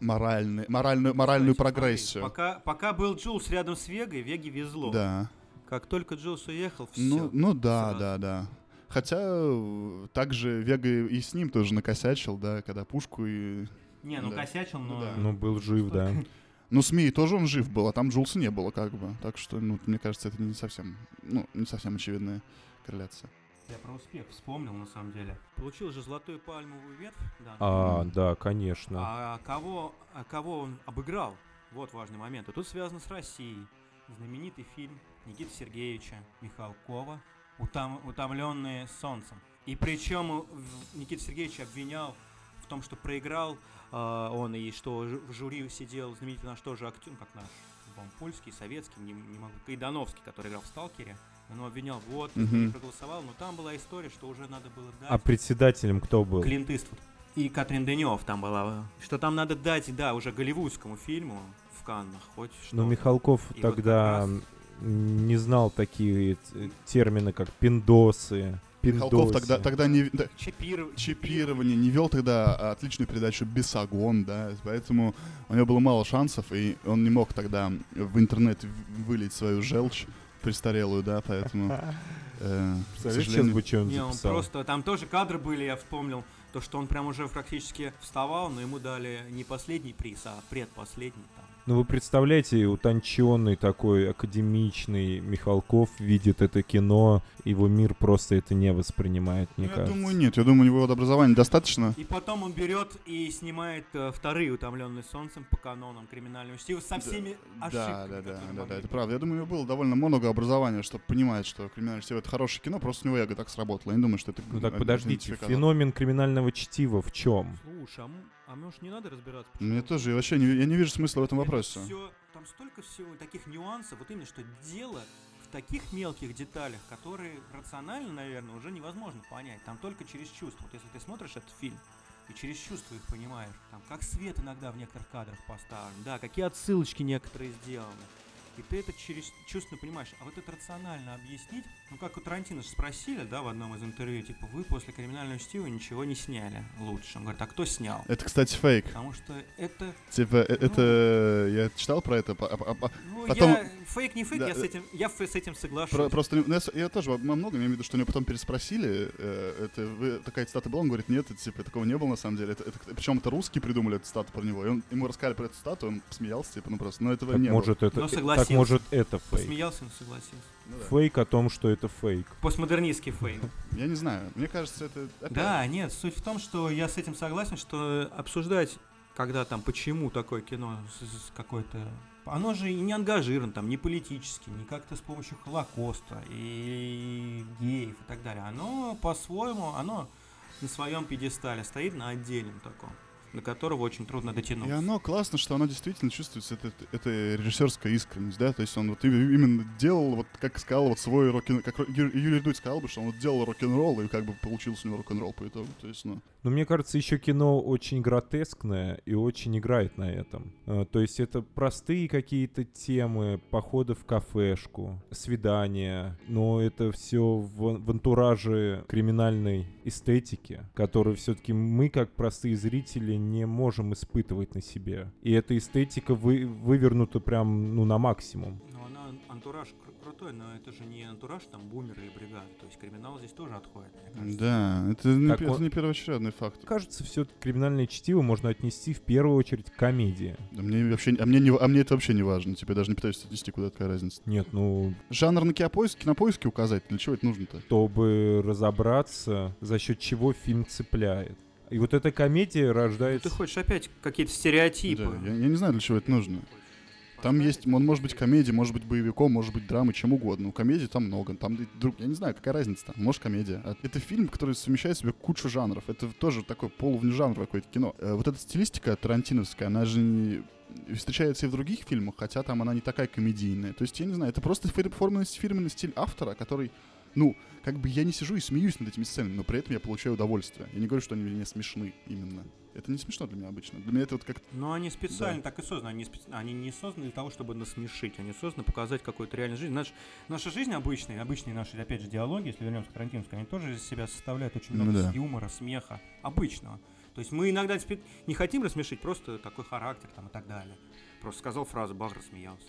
Speaker 8: моральный, моральную, моральную
Speaker 9: Кстати,
Speaker 8: прогрессию.
Speaker 9: смотри, пока, пока был Джулс рядом с Вегой, Веге везло.
Speaker 8: Да.
Speaker 9: Как только Джулс уехал, все.
Speaker 8: Ну, ну да,
Speaker 9: Сразу.
Speaker 8: да, да. Хотя э, также Вега и с ним тоже накосячил, да, когда пушку и...
Speaker 9: не, ну
Speaker 8: да.
Speaker 9: косячил, но...
Speaker 8: Ну да.
Speaker 7: Ну, был жив, да.
Speaker 8: Ну, СМИ тоже он жив был, а там Джулса не было, как бы. Так что, ну, мне кажется, это не совсем, ну, не совсем очевидная корреляция.
Speaker 9: Я про успех вспомнил, на самом деле. Получил же золотую пальмовую ветвь, да.
Speaker 7: А, да, конечно.
Speaker 9: А кого, а кого он обыграл? Вот важный момент. И тут связано с Россией. Знаменитый фильм Никиты Сергеевича Михалкова «Утом- «Утомленные солнцем». И причем у- в- Никита Сергеевич обвинял в том, что проиграл а, он, и что ж- в жюри сидел знаменитый наш тоже актер, ну, как наш, Бампольский, советский, не, не могу, Кайдановский, который играл в «Сталкере». Он его обвинял, вот, ты не
Speaker 8: Мгм.
Speaker 9: проголосовал, но там была история, что уже надо было дать...
Speaker 7: А председателем кто был?
Speaker 9: Клинт Иствуд. И Катрин Денев там была. Что там надо дать, да, уже голливудскому фильму в Каннах, хоть что.
Speaker 7: Ну, Михалков
Speaker 9: И вот
Speaker 7: тогда
Speaker 9: как раз-
Speaker 7: м, не знал такие т- термины, как пиндосы.
Speaker 8: Михалков
Speaker 7: пиндосы.
Speaker 8: тогда, тогда не... да,
Speaker 9: Чипиров...
Speaker 8: чипирование не вел тогда а отличную передачу «Бесогон», да, поэтому у него было мало шансов, и он не мог тогда в интернет в- вылить свою желчь престарелую, да, поэтому... э, к
Speaker 7: Представляешь, сейчас
Speaker 8: сожалению,
Speaker 7: бы что он
Speaker 9: Не, он
Speaker 7: записал?
Speaker 9: просто... Там тоже кадры были, я вспомнил. То, что он прям уже практически вставал, но ему дали не последний приз, а предпоследний там.
Speaker 7: Ну, вы представляете, утонченный такой, академичный Михалков видит это кино, его мир просто это не воспринимает, мне
Speaker 8: Ну, я
Speaker 7: кажется.
Speaker 8: думаю, нет, я думаю, у него образования достаточно.
Speaker 9: И потом он берет и снимает э, вторые «Утомленные солнцем» по канонам криминального чтива со всеми
Speaker 8: Да, да,
Speaker 9: ошибками,
Speaker 8: да,
Speaker 9: которые
Speaker 8: да, да,
Speaker 9: могли
Speaker 8: это
Speaker 9: быть.
Speaker 8: правда. Я думаю, у него было довольно много образования, чтобы понимать, что криминальное чтиво это хорошее кино, просто у него яга так сработала. Я не думаю, что это...
Speaker 7: Ну так
Speaker 8: э,
Speaker 7: подождите,
Speaker 8: идентификатор.
Speaker 7: феномен криминального чтива в чем?
Speaker 9: Слушай, а, м- а может не надо разбираться?
Speaker 8: Мне
Speaker 9: почему?
Speaker 8: тоже, я вообще не, я не вижу смысла в этом вопросе.
Speaker 9: Все, там столько всего, таких нюансов, вот именно, что дело в таких мелких деталях, которые рационально, наверное, уже невозможно понять. Там только через чувства. Вот если ты смотришь этот фильм, и через чувства их понимаешь. Там как свет иногда в некоторых кадрах поставлен, да, какие отсылочки некоторые сделаны. И ты это через чувственно понимаешь. А вот это рационально объяснить, ну как у Тарантино же спросили, да, в одном из интервью, типа, вы после «Криминального чтива» ничего не сняли лучше. Он говорит, а кто снял?
Speaker 8: Это, кстати, фейк.
Speaker 9: Потому что это
Speaker 8: Типа, э- это... Я читал про это, по- а- а- а-
Speaker 9: Ну,
Speaker 8: Потом-
Speaker 9: я фейк не фейк,
Speaker 8: Да,
Speaker 9: я с
Speaker 8: э,
Speaker 9: этим, я ф- с этим соглашусь.
Speaker 8: Про- просто ну, я, с- я тоже во во многом имею в виду, что у него потом переспросили, э, это вы- такая цитата была, он говорит, нет, это, типа такого не было на самом деле. Это, причем это русские придумали эту цитату про него. И он, ему рассказали про эту цитату, он смеялся, типа, ну просто, ну этого
Speaker 7: Так
Speaker 8: не
Speaker 7: может
Speaker 9: Но
Speaker 7: это, так
Speaker 9: согласился.
Speaker 7: может это фейк.
Speaker 9: Посмеялся, но согласился.
Speaker 8: было. Ну да.
Speaker 7: Фейк о том, что это фейк.
Speaker 9: Постмодернистский фейк.
Speaker 8: Я не знаю, мне кажется, это... опять-
Speaker 9: Да, нет, суть в том, что я с этим согласен, что обсуждать, когда там, почему такое кино с- с какое-то... Оно же и не ангажировано, там, не политически, не как-то с помощью Холокоста и геев и так далее. Оно по-своему, оно на своем пьедестале стоит на отдельном таком, до которого очень трудно
Speaker 7: ну.
Speaker 8: И
Speaker 9: дотянуться.
Speaker 8: оно классно, что оно действительно чувствуется, это, это режиссерская искренность, да, то есть он вот и- именно делал, вот как сказал, вот свой рок н как Ро- Ю- Юрий Дудь сказал бы, что он вот делал рок-н-ролл, и как бы получился у него рок-н-ролл по итогу, то есть, ну...
Speaker 7: Но мне кажется, еще кино очень гротескное и очень играет на этом. Э, То есть это простые какие-то темы, походы в кафешку, свидания, но это все в, в антураже криминальной эстетики, которую все-таки мы, как простые зрители, не можем испытывать на себе. И эта эстетика вы, вывернута прям ну, на максимум.
Speaker 9: Но она,
Speaker 4: антураж кру- крутой, но это же не антураж, там бумеры и бригады. То есть криминал здесь тоже отходит, мне кажется.
Speaker 8: Да, это не,
Speaker 7: Так
Speaker 8: пе- это
Speaker 7: вот-
Speaker 8: не первоочередный факт.
Speaker 7: Кажется, все-таки криминальное чтиво можно отнести в первую очередь к комедии.
Speaker 8: Да мне вообще, а мне, не, а мне это вообще не важно. Тебе даже не пытаюсь статистику, да, какая разница.
Speaker 7: Нет, ну,
Speaker 8: Жанр на кинопоиске, кинопоиске указать, для чего это нужно-то?
Speaker 7: чтобы разобраться, за счет чего фильм цепляет. И вот эта комедия рождается...
Speaker 8: Ну,
Speaker 9: Ты хочешь опять какие-то
Speaker 8: Да,
Speaker 7: Типа.
Speaker 9: стереотипы.
Speaker 8: я, я не знаю, для чего это нужно. Там есть, он может быть комедия, может быть боевиком, может быть драмой, чем угодно. У комедии там много. Там, и друг, я не знаю, какая разница там. Может, комедия. А Это фильм, который совмещает в себе кучу жанров. Это тоже такой полувнежанровое какое-то кино. Э, Вот эта стилистика тарантиновская, она же не встречается и в других фильмах, хотя там она не такая комедийная. То есть, я не знаю, это просто фир- форменный, фирменный стиль автора, который ну, как бы я не сижу и смеюсь над этими сценами, но при этом я получаю удовольствие. Я не говорю, что они мне смешны именно. Это не смешно для меня обычно. Для меня это вот как
Speaker 4: Но они специально так и созданы. Они, специ- они не созданы для того, чтобы насмешить. Они созданы показать какую-то реальную жизнь. Наш- наша жизнь обычная, обычные наши, опять же, диалоги, если вернемся к Тарантиновской, они тоже из себя составляют очень
Speaker 8: Ну
Speaker 4: много
Speaker 8: да.
Speaker 4: юмора, смеха, обычного. То есть мы иногда спе- не хотим рассмешить, просто такой характер там и так далее. Просто сказал фразу, бах, рассмеялся.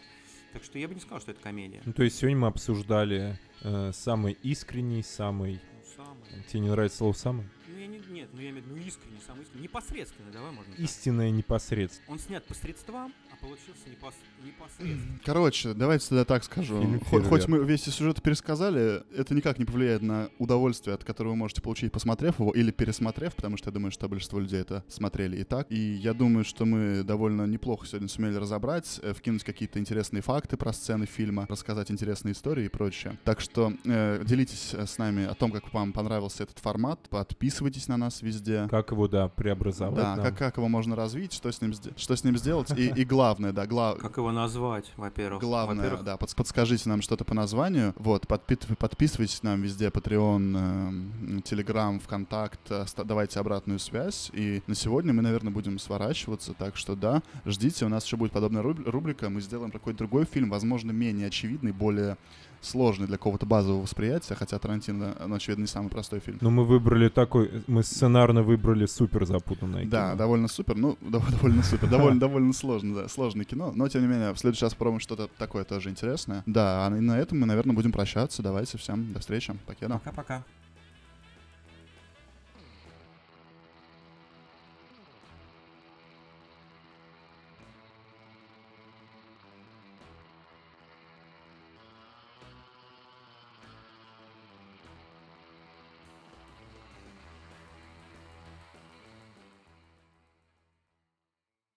Speaker 4: Так что я бы не сказал, что это комедия.
Speaker 7: Ну, то есть сегодня мы обсуждали э, самый искренний, самый...
Speaker 9: Ну, самое.
Speaker 7: Тебе не нравится слово «самый»?
Speaker 9: Ну, я не, нет, ну я имею в виду ну, искренне, самый искренне. Непосредственно, давай можно. так.
Speaker 7: Истинное непосредственно.
Speaker 9: Он снят по средствам, а получился непос... непосредственно.
Speaker 8: Короче, давайте тогда так скажу.
Speaker 7: Фильм
Speaker 8: Хо- Хоть
Speaker 7: «Фейерверк».
Speaker 8: мы весь сюжет пересказали, это никак не повлияет на удовольствие, от которого вы можете получить, посмотрев его или пересмотрев, потому что я думаю, что большинство людей это смотрели и так. И я думаю, что мы довольно неплохо сегодня сумели разобрать, э, вкинуть какие-то интересные факты про сцены фильма, рассказать интересные истории и прочее. Так что э, делитесь э, с нами о том, как вам понравился этот формат, подписывайтесь на нас везде.
Speaker 7: Как его, да, преобразовать?
Speaker 8: Да,
Speaker 7: нам?
Speaker 8: как, как его можно развить, что с ним, сде- что с ним сделать. И, и главное, да, гла-
Speaker 9: Как его назвать, во-первых?
Speaker 8: Главное,
Speaker 9: Во-первых,
Speaker 8: да, подс- подскажите нам что-то по названию. Вот, подпит- подписывайтесь нам везде, Patreon, эм, Telegram, ВКонтакт, оста- давайте обратную связь. И на сегодня мы, наверное, будем сворачиваться, так что да, ждите, у нас еще будет подобная руб- рубрика, мы сделаем какой-то другой фильм, возможно, менее очевидный, более сложный для какого-то базового восприятия, хотя Тарантино, он, очевидно, не самый простой фильм.
Speaker 7: Ну, мы выбрали такой... Мы сценарно выбрали супер запутанное
Speaker 8: Да,
Speaker 7: кино.
Speaker 8: довольно супер, ну, дов- довольно супер, довольно, довольно сложно, да, сложное кино, но, тем не менее, в следующий раз попробуем что-то такое тоже интересное. Да, а на- и на этом мы, наверное, будем прощаться, давайте всем до встречи, покеда.
Speaker 4: Пока-пока.